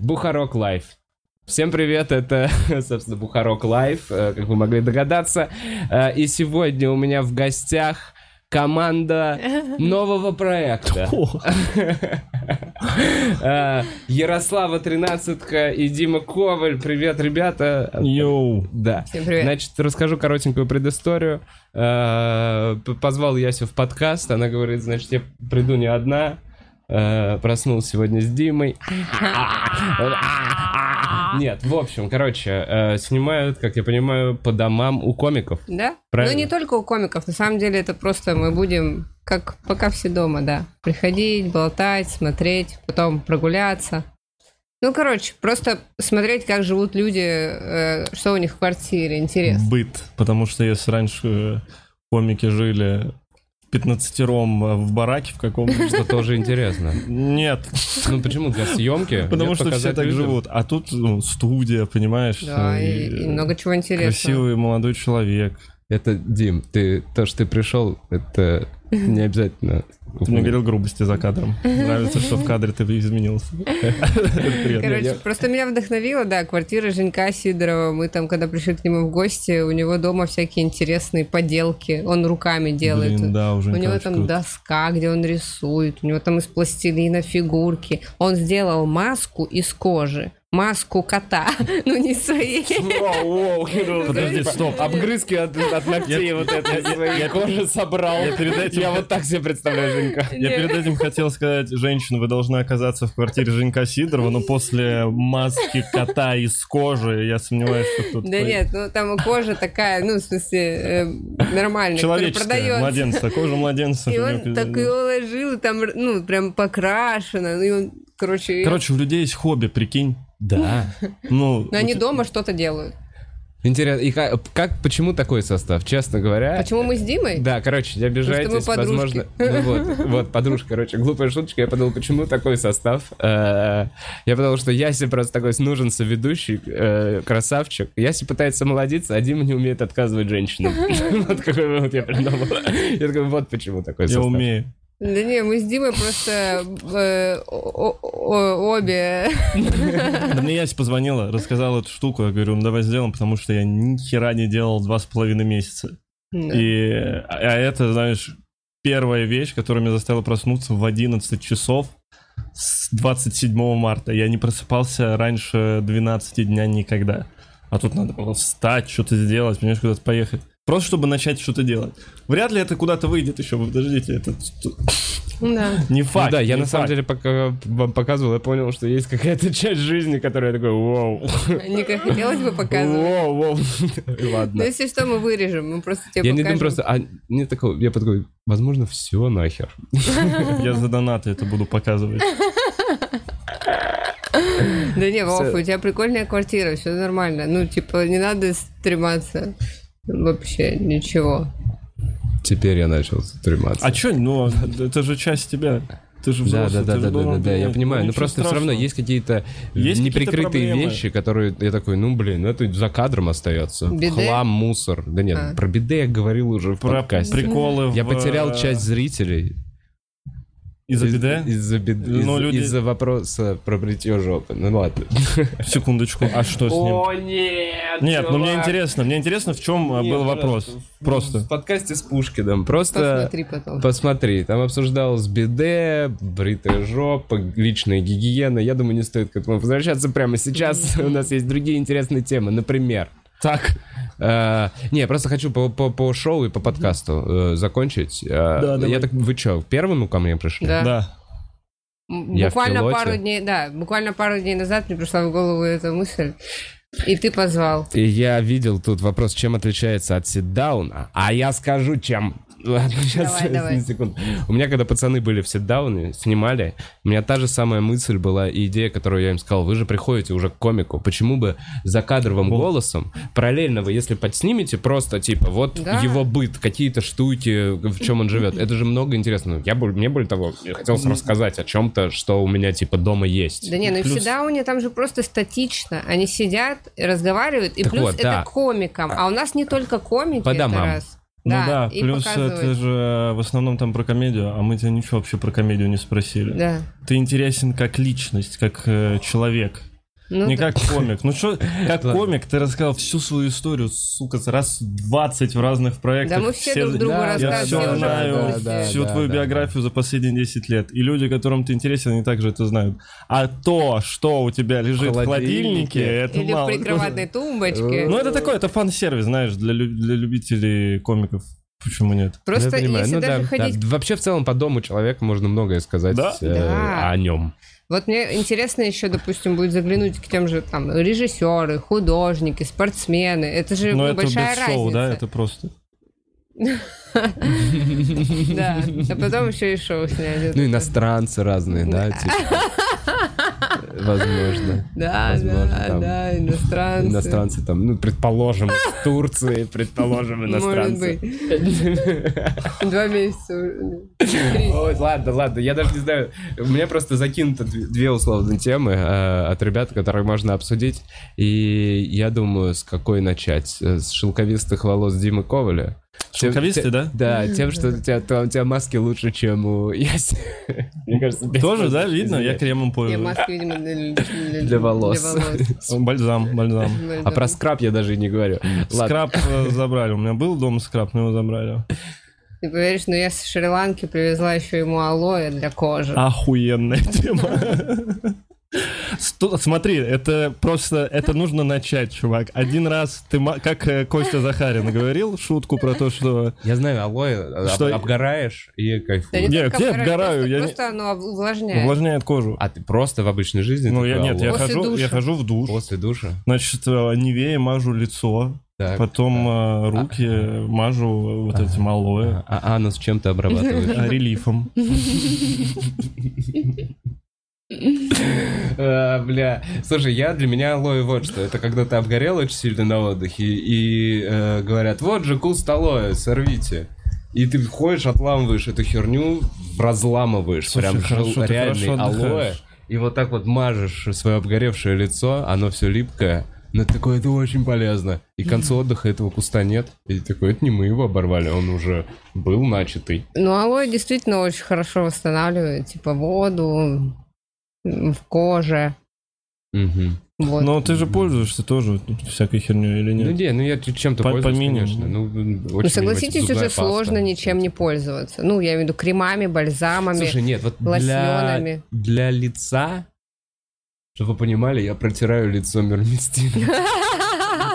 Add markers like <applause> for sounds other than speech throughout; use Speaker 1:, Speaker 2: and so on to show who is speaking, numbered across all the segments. Speaker 1: Бухарок Лайф. Всем привет, это, <laughs> собственно, Бухарок Лайф, э, как вы могли догадаться. Э, И сегодня у меня в гостях команда нового проекта. Э, Ярослава Тринадцатка и Дима Коваль. Привет, ребята.
Speaker 2: Йоу.
Speaker 1: Да.
Speaker 3: Всем привет.
Speaker 1: Значит, расскажу коротенькую предысторию. Э, п- Позвал Ясю в подкаст, она говорит, значит, я приду не одна. Э, Проснулся сегодня с Димой. Нет, в общем, короче, э, снимают, как я понимаю, по домам у комиков.
Speaker 3: Да?
Speaker 1: Правильно.
Speaker 3: Ну, не только у комиков. На самом деле, это просто мы будем, как пока все дома, да. Приходить, болтать, смотреть, потом прогуляться. Ну, короче, просто смотреть, как живут люди, э, что у них в квартире, интересно.
Speaker 2: Быт. Потому что если раньше комики жили пятнадцатером э, в бараке в
Speaker 3: <laughs>
Speaker 2: каком-то...
Speaker 1: Что тоже интересно.
Speaker 2: Нет,
Speaker 1: Ну почему для съемки?
Speaker 2: потому
Speaker 1: Нет,
Speaker 2: что все
Speaker 1: показать
Speaker 2: так
Speaker 1: людям.
Speaker 2: живут. А тут ну, студия, понимаешь?
Speaker 3: Да, и, и много чего интересного.
Speaker 2: Красивый молодой человек.
Speaker 1: Это Дим, ты то, что ты пришел, это не обязательно.
Speaker 2: Ты мне говорил грубости за
Speaker 3: <laughs>
Speaker 2: кадром. Нравится, что в кадре ты изменился. Привет.
Speaker 3: Короче, просто меня вдохновила, да, квартира Женька Сидорова. Мы там, когда пришли к нему в гости, у него дома всякие интересные поделки. Он руками делает.
Speaker 2: Блин, да, уже
Speaker 3: У него
Speaker 2: очень
Speaker 3: там
Speaker 2: круто.
Speaker 3: доска, где он рисует, у него там из пластилина фигурки. Он сделал маску из кожи. Маску кота, <laughs> ну не своей.
Speaker 1: Подожди,
Speaker 2: Подожди, стоп.
Speaker 1: Обгрызки от, от ногтей вот это своей кожи собрал. Я, вот так себе представляю Женька.
Speaker 2: Я перед этим хотел сказать, женщина, вы должны оказаться в квартире Женька Сидорова, но после маски кота из кожи, я сомневаюсь, что тут...
Speaker 3: Да нет, ну там кожа такая, ну в смысле э, нормальная, которая
Speaker 2: Человеческая,
Speaker 3: продается.
Speaker 2: младенца, кожа младенца.
Speaker 3: И он так ее уложил, и там, ну, прям покрашено. Ну, и он, короче... и-
Speaker 2: Короче, у людей есть хобби, прикинь.
Speaker 1: Да.
Speaker 2: Ну,
Speaker 3: <laughs> Но
Speaker 2: у
Speaker 3: они
Speaker 2: те-
Speaker 3: дома что-то делают.
Speaker 1: Интересно, и как, как- почему такой состав, честно говоря?
Speaker 3: Почему мы с Димой?
Speaker 1: Да, короче, не обижайтесь,
Speaker 3: Потому что мы
Speaker 1: возможно. Ну вот, вот, подружка, короче, глупая шуточка. Я подумал, почему такой состав? Э, Я потому что Яси просто такой нужен соведущий, э, красавчик. Яси пытается молодиться, а Дима не умеет отказывать
Speaker 3: <laughs>
Speaker 1: женщинам. Вот какой вывод я придумал. Я такой, вот почему такой
Speaker 2: Я
Speaker 1: состав.
Speaker 2: умею.
Speaker 3: Да не, мы с Димой просто э, о- о- обе...
Speaker 2: Да мне Ясь позвонила, рассказала эту штуку, я говорю, ну давай сделаем, потому что я ни хера не делал два с половиной месяца. И, а а это, знаешь, первая вещь, которая меня заставила проснуться в 11 часов с 27 марта. Я не просыпался раньше 12 дня никогда. А тут надо было встать, что-то сделать, понимаешь, куда-то поехать. Просто чтобы начать что-то делать. Вряд ли это куда-то выйдет еще, вы подождите, это т-
Speaker 3: Да.
Speaker 2: не
Speaker 1: Ну
Speaker 2: факт.
Speaker 1: да, я
Speaker 2: не
Speaker 1: на самом
Speaker 2: факт.
Speaker 1: деле пока вам показывал, я понял, что есть какая-то часть жизни, которая такой, вау,
Speaker 3: Не как хотелось бы показывать.
Speaker 1: вау, вау.
Speaker 3: Но
Speaker 1: Ладно.
Speaker 3: Ну, если что, мы вырежем. Мы просто тебе
Speaker 1: Я не думаю
Speaker 3: покажем.
Speaker 1: просто, а мне такого, я такой, возможно, все нахер.
Speaker 2: <laughs> Я за донаты это буду показывать.
Speaker 3: Да не, Вов,
Speaker 1: Всё.
Speaker 3: у тебя прикольная квартира, все нормально. Ну, типа, не надо стрематься. Вообще ничего.
Speaker 1: Теперь я начал стрематься.
Speaker 2: А чё, ну, это же часть тебя. Ты же
Speaker 1: Да,
Speaker 2: взрослый,
Speaker 1: да, да,
Speaker 2: ты же
Speaker 1: да, да,
Speaker 2: должен
Speaker 1: да, да, я
Speaker 2: понимать.
Speaker 1: понимаю.
Speaker 2: Ну,
Speaker 1: Но
Speaker 2: ничего
Speaker 1: просто все равно
Speaker 2: страшного.
Speaker 1: есть какие-то
Speaker 2: Есть какие-то
Speaker 1: неприкрытые
Speaker 2: проблемы.
Speaker 1: вещи, которые я такой, ну блин, это за кадром остается.
Speaker 3: Биде?
Speaker 1: Хлам, мусор. Да нет,
Speaker 3: А.
Speaker 1: про биде я говорил уже в
Speaker 2: Про
Speaker 1: подкасте.
Speaker 2: приколы
Speaker 1: Я
Speaker 2: в,
Speaker 1: потерял
Speaker 2: э,
Speaker 1: часть зрителей.
Speaker 2: Из-за
Speaker 1: Из-
Speaker 2: биде?
Speaker 1: Из-за бед-
Speaker 2: Ну,
Speaker 1: из-
Speaker 2: люди-
Speaker 1: из-за вопроса про бритье жопы. Ну ладно.
Speaker 2: Секундочку, а что с ним?
Speaker 1: нет!
Speaker 2: Нет, ну мне интересно, мне интересно, в чем
Speaker 1: Не,
Speaker 3: ну,
Speaker 2: был
Speaker 1: пожалуйста.
Speaker 2: вопрос. Просто.
Speaker 1: В подкасте с Пушкиным. Просто...
Speaker 3: Посмотри потом.
Speaker 1: Посмотри, там обсуждалось биде, бритая жопа, личная гигиена. Я думаю, не стоит к этому возвращаться прямо сейчас. У нас есть другие интересные темы. Например,
Speaker 2: Так,
Speaker 1: э, не, я просто хочу по, по- по шоу и по подкасту э, закончить. Э, я
Speaker 2: давай.
Speaker 1: так, вы что, первому ко мне пришли?
Speaker 3: Да.
Speaker 2: да.
Speaker 3: М,
Speaker 1: Я в
Speaker 3: буквально
Speaker 1: пилоте.
Speaker 3: пару дней, да, буквально пару дней назад мне пришла в голову эта мысль, и ты позвал.
Speaker 1: И я видел тут вопрос, чем отличается от ситдауна, а я скажу, чем. Ладно, сейчас,
Speaker 3: Давай, давай.
Speaker 1: на секунду. У меня, когда пацаны были в ситдауне, снимали, у меня та же самая мысль была и идея, которую я им сказал. Вы же приходите уже к комику, почему бы за кадровым голосом, параллельно вы, если подснимете, просто типа вот
Speaker 3: Да.
Speaker 1: его быт, какие-то штуки, в чем он живет. Это же много интересного. Я, бы- мне более того, хотелось рассказать о чем-то, что у меня типа дома есть.
Speaker 3: Да не, ну и
Speaker 2: Плюс-
Speaker 3: всегда у них там же просто статично. Они сидят, разговаривают, и
Speaker 1: Так
Speaker 3: плюс
Speaker 1: вот,
Speaker 3: это
Speaker 1: да.
Speaker 3: комикам. А у нас не только комики,
Speaker 1: По
Speaker 3: это
Speaker 1: домам.
Speaker 3: раз.
Speaker 2: Ну да,
Speaker 3: Да, и
Speaker 2: плюс
Speaker 3: показывать.
Speaker 2: это же э, в основном там про комедию, а мы тебя ничего вообще про комедию не спросили.
Speaker 3: Да.
Speaker 2: Ты интересен как личность, как э, человек,
Speaker 3: Ну,
Speaker 2: не
Speaker 3: да.
Speaker 2: как комик. Ну что, как
Speaker 1: Ладно.
Speaker 2: комик ты рассказал всю свою историю, сука, раз 20 в разных проектах.
Speaker 3: Да мы все друг другу
Speaker 1: Да, я
Speaker 2: Я
Speaker 3: рассказываем.
Speaker 2: все
Speaker 3: все уже в
Speaker 2: знаю,
Speaker 3: курсе.
Speaker 1: да,
Speaker 2: всю твою
Speaker 1: да.
Speaker 2: биографию за последние 10 лет. И люди, которым ты интересен, они также это знают. А то, что у тебя лежит в
Speaker 1: холодильнике.
Speaker 2: холодильнике, это
Speaker 3: Или в
Speaker 2: мало.
Speaker 3: прикроватной
Speaker 1: <laughs>
Speaker 2: <laughs>
Speaker 3: тумбочке.
Speaker 2: Ну, это такое, это фан-сервис, знаешь, для, лю- для любителей комиков. Почему нет?
Speaker 1: Я
Speaker 3: Просто
Speaker 1: понимаю.
Speaker 3: если
Speaker 1: Ну
Speaker 3: даже
Speaker 1: да,
Speaker 3: ходить...
Speaker 1: да. Вообще в целом по дому человека можно многое сказать
Speaker 2: Да?
Speaker 1: э,
Speaker 3: Да.
Speaker 1: о нем.
Speaker 3: Вот мне интересно еще, допустим, будет заглянуть к тем же там режиссеры, художники, спортсмены. Это же
Speaker 2: Но
Speaker 3: ну,
Speaker 2: это без
Speaker 3: большая
Speaker 2: шоу, да,
Speaker 3: разница.
Speaker 2: это просто.
Speaker 1: <laughs>
Speaker 3: Да, А потом еще и шоу снять.
Speaker 1: Ну, иностранцы разные, да, типа. <laughs> Возможно.
Speaker 3: Да,
Speaker 1: Возможно,
Speaker 3: да,
Speaker 1: там
Speaker 3: да, иностранцы.
Speaker 1: Иностранцы там, ну, предположим, из Турции, предположим,
Speaker 3: Может быть.
Speaker 1: иностранцы.
Speaker 3: Два месяца.
Speaker 1: Ой, ладно, ладно, я даже не знаю. У меня просто закинуто две две условные темы э, от ребят, которые можно обсудить. И я думаю, с какой начать? Э, С шелковистых волос Димы Коваля? Тем-
Speaker 2: Шелковистый,
Speaker 1: те-
Speaker 2: да?
Speaker 1: Да, тем, что у тебя, то- у тебя маски лучше, чем у Яси. Мне кажется, без
Speaker 2: Тоже,
Speaker 1: маски
Speaker 2: да, видно?
Speaker 1: измерять.
Speaker 2: Я кремом
Speaker 3: Не,
Speaker 2: пользуюсь.
Speaker 3: маски, видимо, для, для-
Speaker 1: Для волос.
Speaker 2: Бальзам, бальзам.
Speaker 1: А про скраб я даже и не говорю. Ладно.
Speaker 2: Скраб э, забрали. У меня был дома скраб, но его забрали.
Speaker 3: Ты поверишь, но я с Шри-Ланки привезла еще ему алоэ для кожи.
Speaker 1: А,
Speaker 2: Охуенная тема. Сто- Смотри, это просто, это нужно начать, чувак. Один раз ты, ма- как э, Костя Захарин говорил, шутку про то, что...
Speaker 1: Я знаю, алоэ, об-
Speaker 2: Что-
Speaker 1: обгораешь и
Speaker 3: Да не
Speaker 1: кайфуешь.
Speaker 2: Нет,
Speaker 3: только
Speaker 2: я
Speaker 3: обгорает,
Speaker 2: обгораю,
Speaker 3: Просто,
Speaker 2: я не-
Speaker 3: просто оно об- увлажняет.
Speaker 2: Увлажняет кожу.
Speaker 1: А ты просто в обычной жизни?
Speaker 2: Ну,
Speaker 1: такой
Speaker 2: я, нет, я
Speaker 1: алоэ?
Speaker 3: После
Speaker 2: хожу, я
Speaker 3: душа.
Speaker 2: хожу в душ.
Speaker 1: После душа.
Speaker 2: Значит, э, невея мажу лицо,
Speaker 1: Так.
Speaker 2: потом э, руки мажу вот этим алоэ,
Speaker 1: А а анус чем ты обрабатываешь?
Speaker 2: э, релифом.
Speaker 1: А, Бля, слушай, я для меня алоэ вот что. Это когда ты обгорел очень сильно на отдыхе, и э, говорят, вот же куст алоэ, сорвите. И ты ходишь, отламываешь эту херню, разламываешь
Speaker 2: Слушай,
Speaker 1: прям
Speaker 2: хорошо,
Speaker 1: жел-
Speaker 2: ты
Speaker 1: реальный
Speaker 2: хорошо
Speaker 1: алоэ.
Speaker 2: отдыхаешь.
Speaker 1: И вот так вот мажешь свое обгоревшее лицо, оно все липкое. Но ты такой, это очень полезно. И к концу отдыха этого куста нет. И ты такой, это не мы его оборвали, он уже был начатый.
Speaker 3: Ну, алоэ действительно очень хорошо восстанавливает, типа, воду м, в коже.
Speaker 1: Мгм.
Speaker 3: Вот. Ну,
Speaker 2: Но ты же пользуешься тоже всякой херней или
Speaker 1: Ну
Speaker 2: нет?
Speaker 1: не, ну я ч- чем-то
Speaker 2: По- по
Speaker 1: пользуюсь,
Speaker 2: минимуму.
Speaker 1: конечно. Ну, м, очень
Speaker 3: ну, согласитесь,
Speaker 1: занимательно. Зубная
Speaker 3: уже сложно
Speaker 1: паста.
Speaker 3: ничем не пользоваться. Ну, я имею в виду кремами, бальзамами.
Speaker 1: Слушай, нет, вот для,
Speaker 3: лосьонами.
Speaker 1: для лица, чтобы вы понимали, я протираю лицо мирмистином.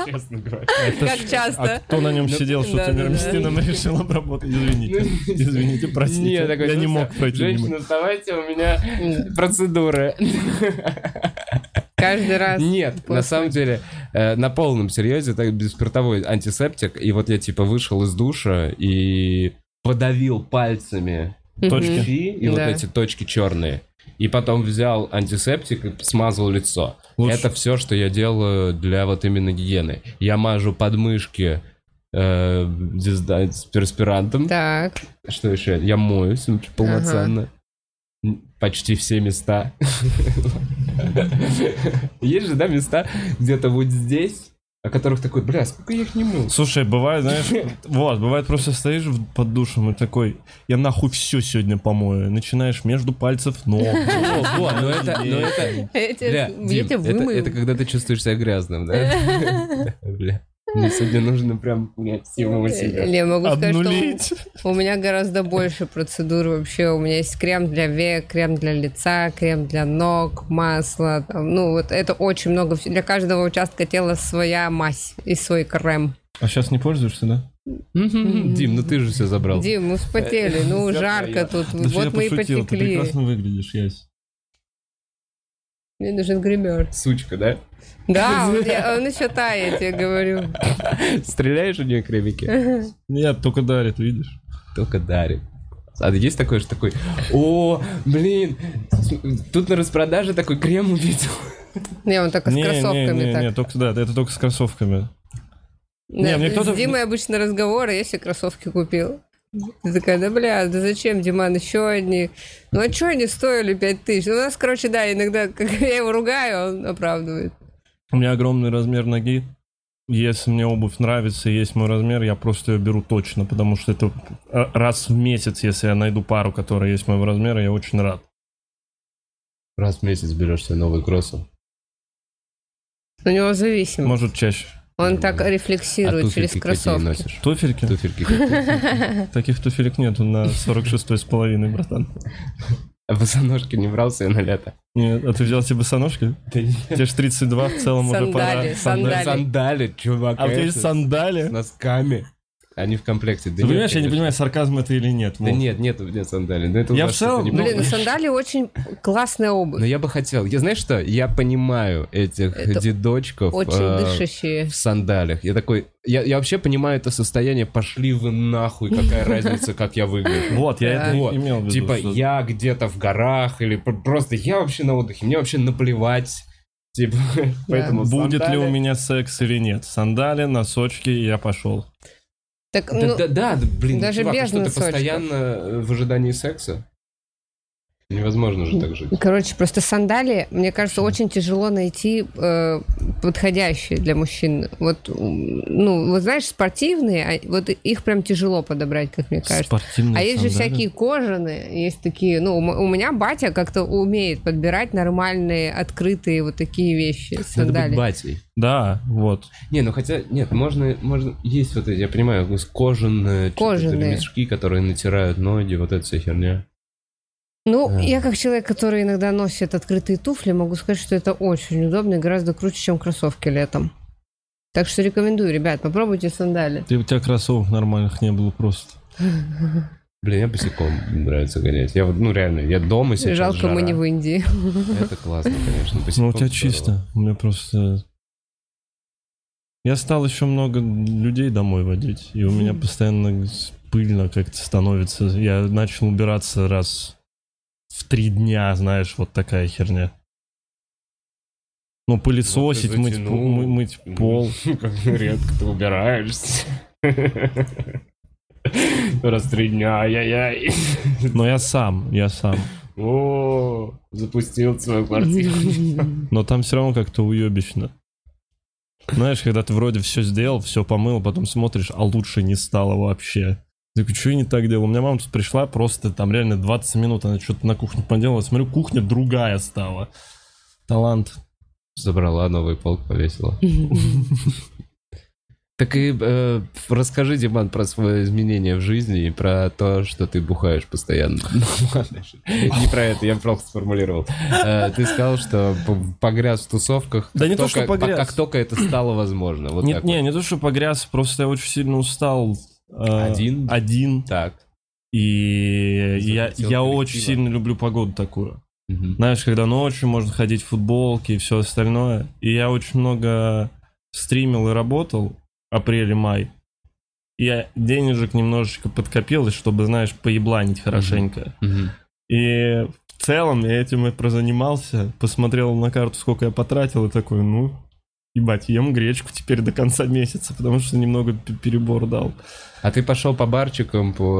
Speaker 1: Честно говоря.
Speaker 2: Это
Speaker 3: Как
Speaker 2: ж-
Speaker 3: часто.
Speaker 2: А кто на
Speaker 1: Ну,
Speaker 2: нем сидел, что ты
Speaker 3: Да-да-да.
Speaker 2: мирмистином решил обработать? Извините. Извините, простите.
Speaker 1: Не, такой,
Speaker 2: Я не
Speaker 1: слушай,
Speaker 2: мог пройти мимо.
Speaker 1: Женщина, вставайте, у меня процедуры.
Speaker 3: Каждый раз.
Speaker 1: Нет,
Speaker 3: после-
Speaker 1: на самом деле, э, на полном серьезе, так беспиртовой антисептик. И вот я типа вышел из душа и подавил пальцами
Speaker 3: Мгм.
Speaker 2: Точки.
Speaker 1: щи и вот
Speaker 3: Да.
Speaker 1: эти точки черные. И потом взял антисептик и смазал лицо.
Speaker 2: Лучше.
Speaker 1: Это все, что я делаю для вот именно гигиены. Я мажу подмышки э, дезда- с перспирантом.
Speaker 3: Так.
Speaker 1: Что еще? Я моюсь м, полноценно. М, Почти все места. <laughs> Есть же, да, места где-то вот здесь, о которых такой, бля, сколько я их не мыл.
Speaker 2: Слушай, бывает, знаешь, вот, бывает просто стоишь в- под душем и такой, я нахуй все сегодня помою. И Начинаешь между пальцев ног.
Speaker 1: Вот, вот, но это, но это,
Speaker 3: Я тебя-
Speaker 1: Бля,
Speaker 3: я
Speaker 1: Дим,
Speaker 3: тебя
Speaker 1: это,
Speaker 3: вымою.
Speaker 1: это когда ты чувствуешь себя грязным,
Speaker 3: <laughs>
Speaker 1: да? Бля. Мне сегодня нужно прям, блядь, всему себя.
Speaker 3: Э, Я могу сказать, что
Speaker 2: Обнулить.
Speaker 3: у- у меня гораздо больше процедур вообще. У меня есть крем для век, крем для лица, крем для ног, масло. там, ну, вот это очень много. вс- Для каждого участка тела своя мазь и свой крем.
Speaker 2: А сейчас не пользуешься, да?
Speaker 1: Мгм. Дим, ну ты же все забрал.
Speaker 3: Дим, мы вспотели,
Speaker 2: <laughs>
Speaker 3: ну,
Speaker 1: Всё
Speaker 3: жарко
Speaker 1: твоё.
Speaker 3: тут.
Speaker 2: Да что Э, я
Speaker 3: Вот мы и
Speaker 2: пошутил, ты
Speaker 3: потекли.
Speaker 2: прекрасно выглядишь, Ясь.
Speaker 3: Мне нужен гример.
Speaker 1: Сучка, да?
Speaker 3: <laughs> Да, он, я- он еще та, я тебе говорю.
Speaker 1: Стреляешь у нее кремики?
Speaker 2: Нет, только дарит, видишь?
Speaker 1: Только дарит. А есть такой, что такой, о, блин, тут на распродаже такой крем увидел.
Speaker 3: Не, он только с
Speaker 2: Не, не,
Speaker 3: кроссовками
Speaker 2: не,
Speaker 3: так.
Speaker 2: не, только да, это только с кроссовками.
Speaker 3: Да,
Speaker 2: Не, мне
Speaker 3: с
Speaker 2: кто-то-
Speaker 3: Димой обычно разговоры, я себе кроссовки купил. Ты такая, да бля, да зачем, Диман, еще одни? Ну а что они стоили пять тысяч? Ну, у нас, короче, <laughs> да, иногда, как я его ругаю, он оправдывает.
Speaker 2: У меня огромный размер ноги, если мне обувь нравится и есть мой размер, я просто ее беру точно, потому что это э, раз в месяц, если я найду пару, которая есть моего размера, я очень рад.
Speaker 1: Раз в месяц берешь себе новые кроссы.
Speaker 3: У него зависимо.
Speaker 2: Может, чаще.
Speaker 3: Он так
Speaker 1: а
Speaker 3: рефлексирует через
Speaker 1: туфельки какие
Speaker 3: кроссовки.
Speaker 1: носишь?
Speaker 2: Туфельки?
Speaker 1: Туфельки какие?
Speaker 2: Таких туфелек нету на 46 с половиной, братан.
Speaker 1: А босоножки не брался я на лето?
Speaker 2: Нет, а ты взял себе босоножки? Тебе же 32 в целом уже пора.
Speaker 3: Сандали, сандали.
Speaker 1: Сандали, чувак.
Speaker 2: А у тебя есть
Speaker 1: конечно,
Speaker 2: сандали?
Speaker 1: С носками. Они в комплекте. Да
Speaker 2: Ты понимаешь, я не
Speaker 1: конечно.
Speaker 2: понимаю, сарказм это или нет.
Speaker 1: Да
Speaker 2: Вов.
Speaker 1: нет, нет у меня сандалий. Но это у
Speaker 2: Я
Speaker 1: вас
Speaker 2: в целом,
Speaker 1: что-то не
Speaker 2: ну,
Speaker 1: понимаю.
Speaker 3: Блин, сандали очень классная
Speaker 1: Но
Speaker 3: обувь.
Speaker 1: я бы хотел. Я знаешь что? Я понимаю этих
Speaker 3: Это
Speaker 1: дедочков
Speaker 3: Очень
Speaker 1: э,
Speaker 3: дышащие.
Speaker 1: в сандалях. Я такой, я, я вообще понимаю это состояние. Пошли вы нахуй,
Speaker 3: <laughs>
Speaker 1: какая разница, как я выгляжу.
Speaker 2: Вот, я это
Speaker 3: Э,
Speaker 1: Вот.
Speaker 2: и имел в виду.
Speaker 1: Типа
Speaker 2: что-
Speaker 1: я где-то в горах или п- просто я вообще на отдыхе. Мне вообще наплевать. Типа, <laughs> поэтому
Speaker 2: Будет ли
Speaker 1: сандали-
Speaker 2: у меня секс или нет? Сандали, носочки, и я пошел.
Speaker 3: Так,
Speaker 1: Да,
Speaker 3: ну,
Speaker 1: да, да, да, блин,
Speaker 3: даже
Speaker 1: чувак, а
Speaker 3: без
Speaker 1: что ты
Speaker 3: носочков.
Speaker 1: постоянно э, в ожидании секса? Невозможно же так жить.
Speaker 3: короче, просто сандали, мне кажется, очень тяжело найти э, подходящие для мужчин. Вот, м, ну, вот знаешь, спортивные, а вот их прям тяжело подобрать, как мне кажется.
Speaker 2: Спортивные
Speaker 3: А есть же
Speaker 2: сандали.
Speaker 3: всякие кожаные, есть такие, ну, у м- у меня батя как-то умеет подбирать нормальные, открытые вот такие вещи,
Speaker 1: Надо быть
Speaker 3: сандали.
Speaker 1: батей.
Speaker 2: Да, вот.
Speaker 1: Не, ну хотя, нет, можно, можно, есть вот эти, я понимаю, с- кожаные, что-то,
Speaker 3: Кожаные.
Speaker 1: ремешки, которые натирают ноги, вот эта вся херня.
Speaker 3: Ну,
Speaker 1: Да.
Speaker 3: я как человек, который иногда носит открытые туфли, могу сказать, что это очень удобно и гораздо круче, чем кроссовки летом. Так что рекомендую, ребят, попробуйте сандали.
Speaker 2: Ты, у тебя кроссовок нормальных не было просто.
Speaker 1: Блин, я босиком нравится гонять. Я вот, ну реально, я дома сейчас
Speaker 3: Жалко,
Speaker 1: жара.
Speaker 3: мы не в Индии.
Speaker 1: <laughs> Это классно, конечно.
Speaker 2: Ну,
Speaker 1: босиком
Speaker 2: у тебя
Speaker 1: здорово.
Speaker 2: чисто. У меня просто... Я стал еще много людей домой водить, и у меня постоянно пыльно как-то становится. Я начал убираться раз в три дня, знаешь, вот такая херня. Ну, пылесосить,
Speaker 1: Вот ты
Speaker 2: мыть,
Speaker 1: затянул.
Speaker 2: пу- мы- мыть пол.
Speaker 1: <laughs> Как редко ты убираешься. <laughs> Раз в три дня, ай-яй-яй.
Speaker 2: <laughs> Но я сам, я сам.
Speaker 1: О, запустил свою квартиру.
Speaker 3: <laughs>
Speaker 2: Но там все равно как-то уебищно. Знаешь, когда ты вроде все сделал, все помыл, потом смотришь, а лучше не стало вообще. Я Такой, что я не так делал? У меня мама тут пришла, просто там реально 20 минут она что-то на кухне поделала. Смотрю, кухня другая стала. Талант.
Speaker 1: Забрала новый полк, повесила. Так и э, расскажи, Диман, про свои изменения в жизни и про то, что ты бухаешь постоянно. <laughs> Ну, ладно, Не про это, я просто сформулировал. Э, Ты сказал, что п- погряз в тусовках.
Speaker 2: Да не
Speaker 1: как
Speaker 2: то, что
Speaker 1: только-
Speaker 2: погряз.
Speaker 1: Как только это стало возможно. Вот
Speaker 2: Нет,
Speaker 1: так
Speaker 2: не,
Speaker 1: вот.
Speaker 2: не то, что погряз, просто я очень сильно устал. э,
Speaker 1: Один?
Speaker 2: Один.
Speaker 1: Так.
Speaker 2: И я,
Speaker 1: Захотел
Speaker 2: я очень
Speaker 1: коллектива.
Speaker 2: сильно люблю погоду такую.
Speaker 1: Мгм.
Speaker 2: Знаешь, когда ночью можно ходить в футболке и все остальное. И я очень много стримил и работал апреле-май. Я денежек немножечко подкопилось, чтобы, знаешь, поебланить хорошенько.
Speaker 1: Мгм.
Speaker 2: И в целом я этим и прозанимался. Посмотрел на карту, сколько я потратил, и такой, ну, ебать, ем гречку теперь до конца месяца, потому что немного п- перебор дал.
Speaker 1: А ты пошел по барчикам, по...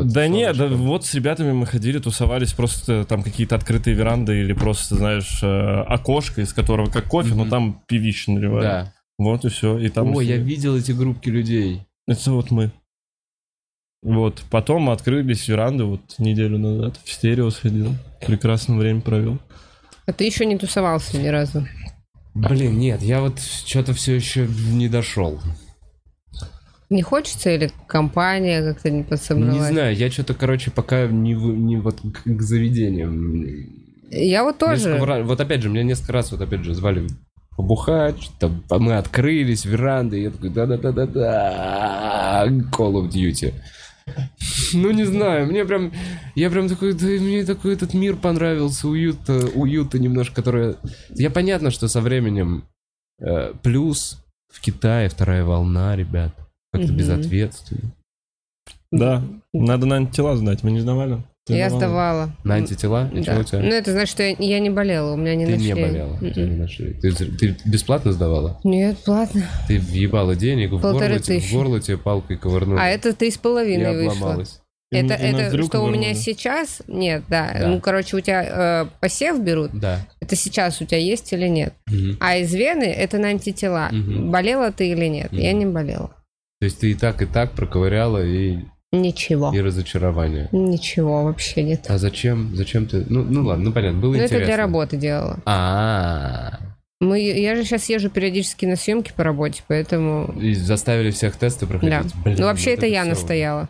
Speaker 1: э,
Speaker 2: Да нет, да
Speaker 1: тусовочкам?
Speaker 2: вот с ребятами мы ходили, тусовались, просто там какие-то открытые веранды или просто, знаешь, э, окошко, из которого как кофе, но
Speaker 1: Мгм.
Speaker 2: там пивище наливают.
Speaker 1: Да.
Speaker 2: Вот и все. И там...
Speaker 1: Ой,
Speaker 2: мы
Speaker 1: я
Speaker 2: сидели.
Speaker 1: видел эти группки людей.
Speaker 2: Это вот мы. Вот. Потом мы открылись веранды вот неделю назад. В стерео сходил. Прекрасно время провел.
Speaker 3: <laughs> А ты еще не тусовался ни разу.
Speaker 1: Блин, нет, я вот что-то все еще не дошел.
Speaker 3: Не хочется или компания как-то не
Speaker 1: Ну, Не
Speaker 3: подсобралась?
Speaker 1: знаю, я что-то, короче, пока не, вы- не вот к, к заведениям.
Speaker 3: Я вот
Speaker 1: Несколько
Speaker 3: тоже.
Speaker 1: ра- вот опять же, меня несколько раз вот опять же звали побухать, что-то а мы открылись, веранды, и я такой, да-да-да-да-да, Call of Duty. Ну, не знаю, мне прям, я прям такой, да и мне такой этот мир понравился, уют, э, уюта немножко, которое... Я понятно, что со временем э, плюс в Китае вторая волна, ребят, как-то
Speaker 3: Мгм.
Speaker 1: безответственно.
Speaker 2: Да. Надо на тела знать. Мы не сдавали? Ты
Speaker 3: Я сдавала.
Speaker 1: На антитела?
Speaker 3: Да.
Speaker 1: Ничего у тебя?
Speaker 3: Ну, это значит, что я- я не болела, у меня не
Speaker 1: Ты
Speaker 3: нашли.
Speaker 1: не болела, тебя не
Speaker 3: Мгм.
Speaker 1: нашли. Ты, ты бесплатно сдавала?
Speaker 3: Нет, платно.
Speaker 1: Ты въебала денег, в
Speaker 3: Полторы
Speaker 1: горло, тебе- в
Speaker 3: тысячи.
Speaker 1: горло тебе палкой ковырнули.
Speaker 3: А это три с
Speaker 1: и
Speaker 3: половиной вышло.
Speaker 1: Ну, обломалась.
Speaker 2: И
Speaker 3: это,
Speaker 2: на- и на
Speaker 3: это
Speaker 2: Дрюка
Speaker 3: что у меня
Speaker 2: вернули.
Speaker 3: сейчас? Нет, да.
Speaker 1: Да.
Speaker 3: Ну, короче, у тебя э, посев берут.
Speaker 1: Да.
Speaker 3: Это сейчас у тебя есть или нет?
Speaker 1: Мгм.
Speaker 3: А из вены это на антитела.
Speaker 1: Мгм.
Speaker 3: Болела ты или нет? Я
Speaker 1: Мгм.
Speaker 3: не болела.
Speaker 1: То есть ты и так, и так проковыряла, и,
Speaker 3: Ничего.
Speaker 1: и разочарование.
Speaker 3: Ничего вообще нет.
Speaker 1: А зачем? Зачем ты? Ну, ну ладно, ну понятно, было
Speaker 3: Ну,
Speaker 1: интересно.
Speaker 3: это для работы делала.
Speaker 1: А,
Speaker 3: Мы, я же сейчас езжу периодически на съемки по работе, поэтому...
Speaker 1: и заставили всех тесты
Speaker 3: Да.
Speaker 1: проходить. Блин,
Speaker 3: Ну, вообще,
Speaker 1: вот
Speaker 3: это я
Speaker 1: всё.
Speaker 3: настояла.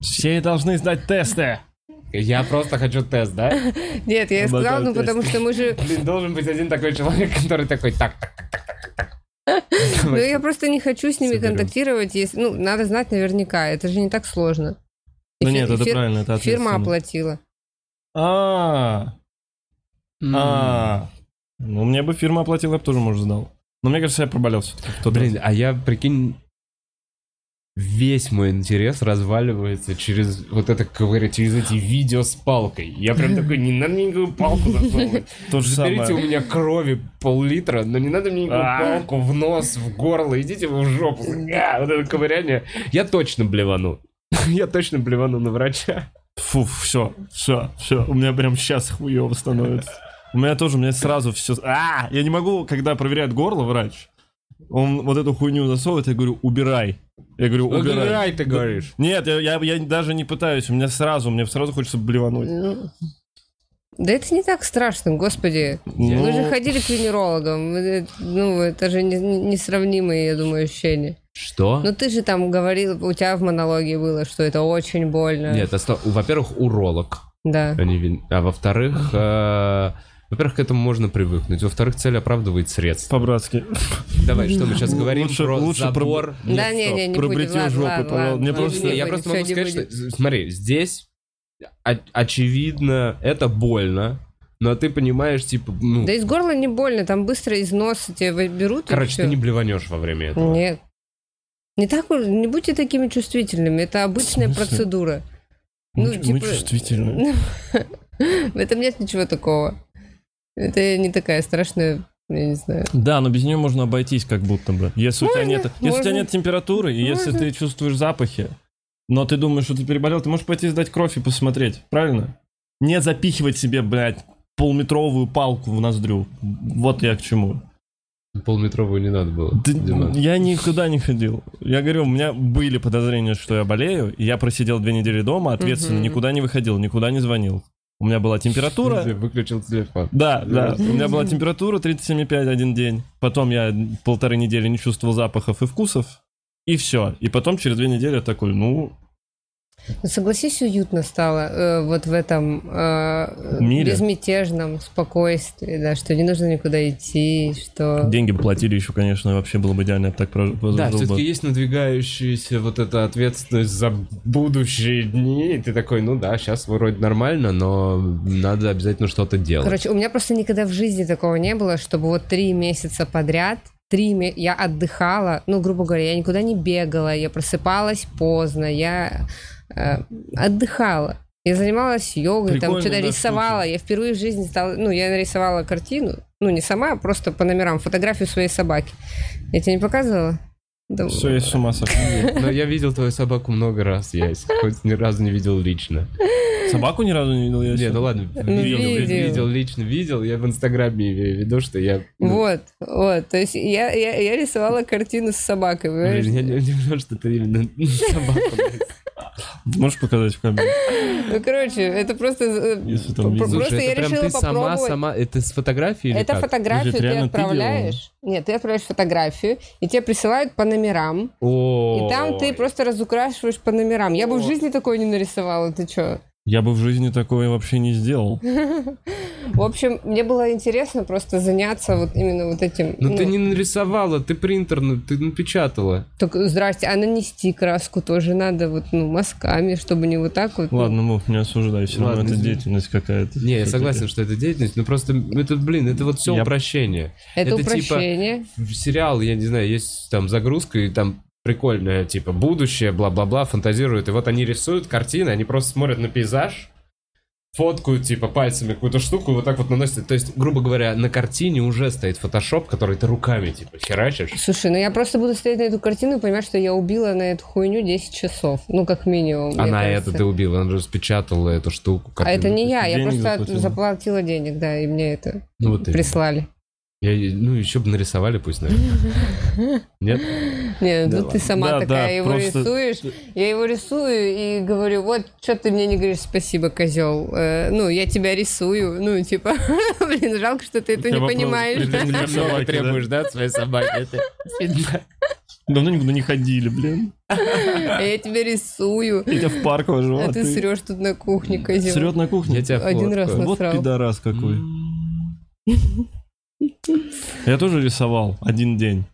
Speaker 2: Все должны сдать тесты.
Speaker 1: Я просто хочу тест, да?
Speaker 3: Нет, я
Speaker 2: Обладал
Speaker 3: сказала, ну,
Speaker 2: тестом.
Speaker 3: потому что
Speaker 2: <laughs>
Speaker 3: мы же...
Speaker 1: Блин, должен быть один такой человек, который такой, так, так, так, так, так, так.
Speaker 3: Ну, я просто не хочу с ними
Speaker 2: Соберем.
Speaker 3: контактировать, если... Ну, надо знать наверняка, это же не так сложно.
Speaker 2: Ну
Speaker 3: Эфи-
Speaker 2: нет, это
Speaker 3: эфир-
Speaker 2: правильно, это
Speaker 3: Фирма
Speaker 2: ответственно.
Speaker 3: оплатила.
Speaker 2: А, а. Ну, мне бы фирма оплатила, я бы тоже, может, сдал. Но мне кажется, я проболел все-таки.
Speaker 1: Блин, а я, прикинь, весь мой интерес разваливается через вот это ковырять, через эти видео с палкой. Я прям
Speaker 2: <laughs>
Speaker 1: такой, не надо мне никакую палку засовывать.
Speaker 2: то же
Speaker 1: Заберите у
Speaker 2: <laughs> самое.
Speaker 1: меня крови пол-литра, но не надо мне никакую
Speaker 2: А.
Speaker 1: палку в нос, в горло, идите вы в
Speaker 2: <laughs>
Speaker 1: жопу. Га, Вот это ковыряние. Я точно блевану. <laughs> Я точно блевану на врача.
Speaker 2: Фу, все, все, все. У меня прям сейчас хуево становится. У меня тоже, у меня сразу все... А, я не могу, когда проверяет горло врач, он вот эту хуйню засовывает, я говорю, убирай. Я говорю,
Speaker 3: Ну,
Speaker 2: убирай.
Speaker 1: ты говоришь.
Speaker 2: Нет, я, я- я даже не пытаюсь, у меня сразу, мне сразу хочется блевануть.
Speaker 3: Ну, Да это не так страшно, господи. Вы же
Speaker 2: Ну,
Speaker 3: ходили к венерологам. вы- Ну, это же не- несравнимые, я думаю, ощущения.
Speaker 1: Что?
Speaker 3: Ну, ты же там говорил, у тебя в монологе было, что это очень больно.
Speaker 1: Нет, а сто- во-первых, уролог.
Speaker 3: Да.
Speaker 1: а не вин- А во-вторых, э, во-первых, к этому можно привыкнуть. Во-вторых, цель оправдывает средства.
Speaker 2: По-братски.
Speaker 1: Давай, что мы сейчас говорим
Speaker 2: Лучше-
Speaker 1: про
Speaker 2: лучше про-
Speaker 1: забор.
Speaker 3: Да, ну, не, не, не
Speaker 2: про
Speaker 3: будем.
Speaker 2: бритьё
Speaker 3: Ладно,
Speaker 2: жопы,
Speaker 3: ладно,
Speaker 2: пожалуйста.
Speaker 3: ладно,
Speaker 2: Мне
Speaker 3: ладно,
Speaker 2: просто-
Speaker 3: не
Speaker 1: Не, я
Speaker 3: будем,
Speaker 1: просто
Speaker 3: всё,
Speaker 1: могу
Speaker 3: не
Speaker 1: сказать,
Speaker 3: будем.
Speaker 1: что, смотри, здесь о- очевидно это больно, но ты понимаешь, типа, ну,
Speaker 3: Да из горла не больно, там быстро из носа тебя вы- берут. и
Speaker 1: короче, ты
Speaker 3: всё.
Speaker 1: не блеванешь во время этого.
Speaker 3: Нет. Не так, уж- не будьте такими чувствительными, это обычная
Speaker 2: В смысле?
Speaker 3: процедура. <laughs>
Speaker 2: Мы
Speaker 3: Ну,
Speaker 2: чу- мы
Speaker 3: типа-
Speaker 2: чувствительны.
Speaker 3: В этом нет ничего такого. Это не такая страшная, я не знаю.
Speaker 2: Да, но без нее можно обойтись, как будто бы. Если у тебя
Speaker 3: Можно,
Speaker 2: нет, если у тебя
Speaker 3: можно.
Speaker 2: нет температуры и если
Speaker 3: Можно.
Speaker 2: ты чувствуешь запахи, но ты думаешь, что ты переболел, ты можешь пойти сдать кровь и посмотреть, правильно? Не запихивать себе, блядь, полметровую палку в ноздрю. Вот я к чему.
Speaker 1: Полметровую не надо было.
Speaker 2: Да
Speaker 1: Дима.
Speaker 2: я никуда не ходил. Я говорю, у меня были подозрения, что я болею. и я просидел две недели дома, ответственно,
Speaker 3: Мгм.
Speaker 2: никуда не выходил, никуда не звонил. У меня была температура.
Speaker 1: Я выключил телефон.
Speaker 2: Да, да.
Speaker 1: Просто.
Speaker 2: У меня была температура 37,5 один день. Потом я полторы недели не чувствовал запахов и вкусов. И все. И потом через две недели я такой, ну,
Speaker 3: Ну, Согласись, уютно стало э, вот в этом э,
Speaker 2: Мире.
Speaker 3: безмятежном спокойствии, да, что не нужно никуда идти, что...
Speaker 2: деньги бы платили еще, конечно, вообще было бы идеально, я бы так прожил
Speaker 1: Да,
Speaker 2: прожил
Speaker 1: все-таки
Speaker 2: бы.
Speaker 1: есть надвигающаяся вот эта ответственность за будущие дни. И ты такой, ну да, сейчас вроде нормально, но надо обязательно что-то делать.
Speaker 3: Короче, у меня просто никогда в жизни такого не было, чтобы вот три месяца подряд, три ме- я отдыхала, ну, грубо говоря, я никуда не бегала, я просыпалась поздно, я э, отдыхала. Я занималась йогой,
Speaker 2: Прикольная,
Speaker 3: там что-то
Speaker 2: да,
Speaker 3: рисовала. Я впервые в жизни стала... Ну, я нарисовала картину. Ну, не сама, а просто по номерам. Фотографию своей собаки. Я тебе не показывала? Да,
Speaker 2: Все, я с
Speaker 1: <laughs>
Speaker 2: ума сошел.
Speaker 1: Но я видел твою собаку много раз, я хоть ни разу не видел лично.
Speaker 2: Собаку ни разу не видел я.
Speaker 1: Не,
Speaker 2: ещё.
Speaker 1: ну ладно, видел,
Speaker 3: видел.
Speaker 1: видел, лично видел, я в Инстаграме имею в виду, что я... ну,
Speaker 3: Вот, вот. То есть я, я, я рисовала картину с собакой, понимаешь?
Speaker 1: Блин, я не удивлен, что ты именно <laughs>
Speaker 3: <laughs>
Speaker 1: собаку.
Speaker 2: Можешь показать в камере?
Speaker 3: Ну, короче, это просто... э,
Speaker 2: Если
Speaker 3: про-
Speaker 2: там видно.
Speaker 3: Просто
Speaker 1: Слушай,
Speaker 3: я
Speaker 1: это прям
Speaker 3: решила
Speaker 1: ты сама,
Speaker 3: попробовать.
Speaker 1: сама... Это с фотографии или
Speaker 3: Это
Speaker 1: как?
Speaker 3: фотографию
Speaker 2: Подожди, это
Speaker 3: ты
Speaker 2: реально ты
Speaker 3: отправляешь. Нет, ты отправляешь фотографию, и тебе присылают по номерам.
Speaker 1: О,
Speaker 3: И там ты просто разукрашиваешь по номерам. Я бы в
Speaker 1: Ой.
Speaker 3: жизни такое не нарисовала, ты чё?
Speaker 2: Я бы в жизни такое вообще не сделал.
Speaker 3: В общем, мне было интересно просто заняться вот именно вот этим.
Speaker 1: Ну
Speaker 3: ну,
Speaker 1: ты не нарисовала, ты принтер, ну, ты напечатала.
Speaker 3: только, здрасте, а нанести краску тоже надо вот, ну, мазками, чтобы не вот так вот. ну.
Speaker 2: Ладно, Мух, не осуждай, все равно
Speaker 1: Ладно,
Speaker 2: это
Speaker 1: извини.
Speaker 2: деятельность какая-то.
Speaker 1: Не, я
Speaker 2: Всё-таки.
Speaker 1: согласен, что это деятельность, но просто это, блин, это вот все
Speaker 2: Я-
Speaker 1: упрощение.
Speaker 3: это,
Speaker 1: это типа-
Speaker 3: упрощение.
Speaker 1: в сериал, я не знаю, есть там загрузка, и там прикольное, типа, будущее, бла-бла-бла, фантазируют. И вот они рисуют картины, они просто смотрят на пейзаж, фоткают, типа, пальцами какую-то штуку, и вот так вот наносят. То есть, грубо говоря, на картине уже стоит фотошоп, который ты руками, типа, херачишь.
Speaker 3: Слушай, ну я просто буду стоять на эту картину и понимать, что я убила на эту хуйню 10 часов. Ну, как минимум.
Speaker 1: А
Speaker 3: мне
Speaker 1: на
Speaker 3: кажется.
Speaker 1: это ты убил, он же спечатал эту штуку.
Speaker 3: А это не я, я
Speaker 2: Денег
Speaker 3: просто
Speaker 2: заплатила.
Speaker 3: заплатила денег, да, и мне это
Speaker 1: Ну, вот именно.
Speaker 3: прислали.
Speaker 1: Я- ну, еще бы нарисовали пусть, наверное.
Speaker 3: <laughs>
Speaker 1: Нет?
Speaker 3: Не,
Speaker 1: Да
Speaker 3: ну ты
Speaker 1: ладно.
Speaker 3: сама
Speaker 2: Да,
Speaker 3: такая
Speaker 2: да,
Speaker 3: его
Speaker 2: просто-
Speaker 3: рисуешь. Я его рисую и говорю, вот, что ты мне не говоришь спасибо, козел. Э, ну, я тебя рисую. Ну, типа, <laughs> блин, жалко, что ты это
Speaker 2: тебя
Speaker 3: не
Speaker 2: вопрос.
Speaker 3: понимаешь.
Speaker 2: Ты
Speaker 3: да?
Speaker 1: Ты
Speaker 2: не собаки,
Speaker 1: много
Speaker 2: да?
Speaker 1: требуешь, да, от своей собаки? Это видно.
Speaker 2: Давно никуда не ходили, блин.
Speaker 3: А Я тебя рисую.
Speaker 2: Я тебя в парк вожу,
Speaker 3: А ты срешь тут на кухне, козел.
Speaker 2: Срет на кухне?
Speaker 1: Я тебя
Speaker 3: Один
Speaker 1: фоткаю.
Speaker 3: раз на-
Speaker 2: Вот
Speaker 3: Насрал.
Speaker 2: пидорас
Speaker 3: <laughs>
Speaker 2: какой. Я тоже рисовал один день.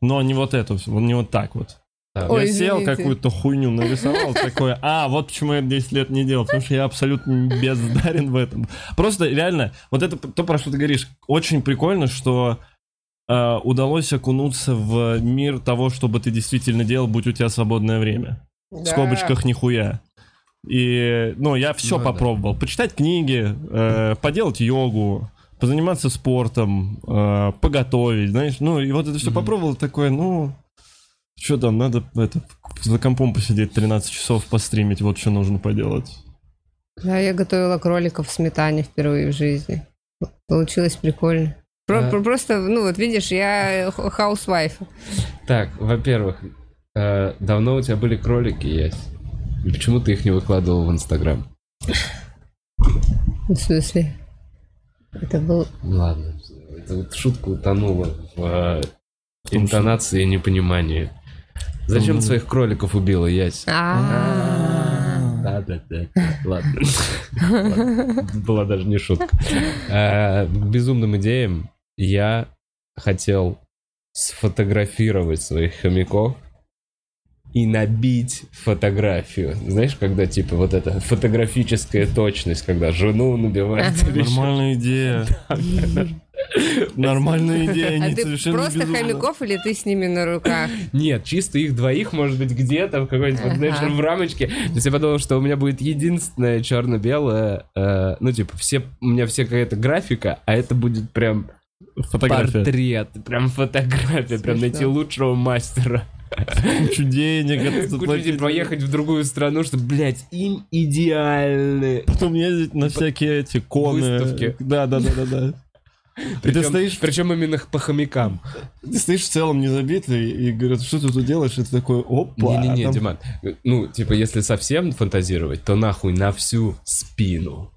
Speaker 2: Но не вот эту, всю, не вот так вот.
Speaker 1: Да.
Speaker 3: Ой,
Speaker 2: я сел,
Speaker 3: извините.
Speaker 2: какую-то хуйню
Speaker 3: <laughs>
Speaker 2: нарисовал такое. А, вот почему я это 10 лет не делал, потому что я абсолютно бездарен в этом. Просто реально, вот это то, про что ты говоришь, очень прикольно, что э, удалось окунуться в мир того, чтобы ты действительно делал, будь у тебя свободное время в
Speaker 3: Да.
Speaker 2: скобочках нихуя. И, ну, я все
Speaker 1: Ну да.
Speaker 2: попробовал. Почитать книги, э, поделать йогу, позаниматься спортом, э, поготовить, знаешь. Ну, и вот это все
Speaker 1: Мгм.
Speaker 2: попробовал, такое, ну, что там, надо это, за компом посидеть 13 часов, постримить, вот что нужно поделать.
Speaker 3: Да, я готовила кроликов в сметане впервые в жизни. Получилось прикольно. Про-
Speaker 1: Да.
Speaker 3: про- Просто, ну вот видишь, я х- хаусвайф.
Speaker 1: Так, во-первых, э, давно у тебя были кролики есть. И почему ты их не выкладывал в Инстаграм?
Speaker 3: Ну, В смысле? Это был...
Speaker 1: Ну Ладно, это вот шутка утонула в э, интонации и непонимании. Зачем ты своих кроликов убила, Ясь?
Speaker 3: А.
Speaker 1: Да, да, да. Ладно. Ладно. Была даже не шутка. Э, К безумным идеям я хотел сфотографировать своих хомяков и набить фотографию. Знаешь, когда типа вот эта фотографическая точность, когда жену набивает. или ещё <laughs>
Speaker 2: Нормальная идея. Нормальная идея,
Speaker 3: А
Speaker 2: они
Speaker 3: ты
Speaker 2: совершенно
Speaker 3: просто
Speaker 2: безумно.
Speaker 3: хомяков или ты с ними на
Speaker 2: <laughs>
Speaker 3: руках?
Speaker 1: Нет, чисто их двоих, может быть, где-то в какой-нибудь, вот, знаешь,
Speaker 3: Ага.
Speaker 1: в рамочке. То есть я подумал, что у меня будет единственное черно-белое, э, ну, типа, все, у меня все какая-то графика, а это будет прям
Speaker 2: Фотография.
Speaker 1: портрет, прям фотография, прям найти лучшего мастера.
Speaker 2: Кучу денег.
Speaker 1: Кучу
Speaker 2: это
Speaker 1: людей
Speaker 2: заплатить.
Speaker 1: поехать в другую страну, чтобы, блядь, им идеальны.
Speaker 2: Потом ездить на всякие эти коны.
Speaker 1: Типа Выставки.
Speaker 2: Да, да, да, да, да. И ты
Speaker 1: Причем-
Speaker 2: стоишь,
Speaker 1: Причем именно по хомякам.
Speaker 2: ты стоишь в целом не забитый и говорят, что ты тут делаешь, и ты такой, опа.
Speaker 1: Не-не-не,
Speaker 2: там-
Speaker 1: Диман, ну, типа, если совсем фантазировать, то нахуй на всю спину.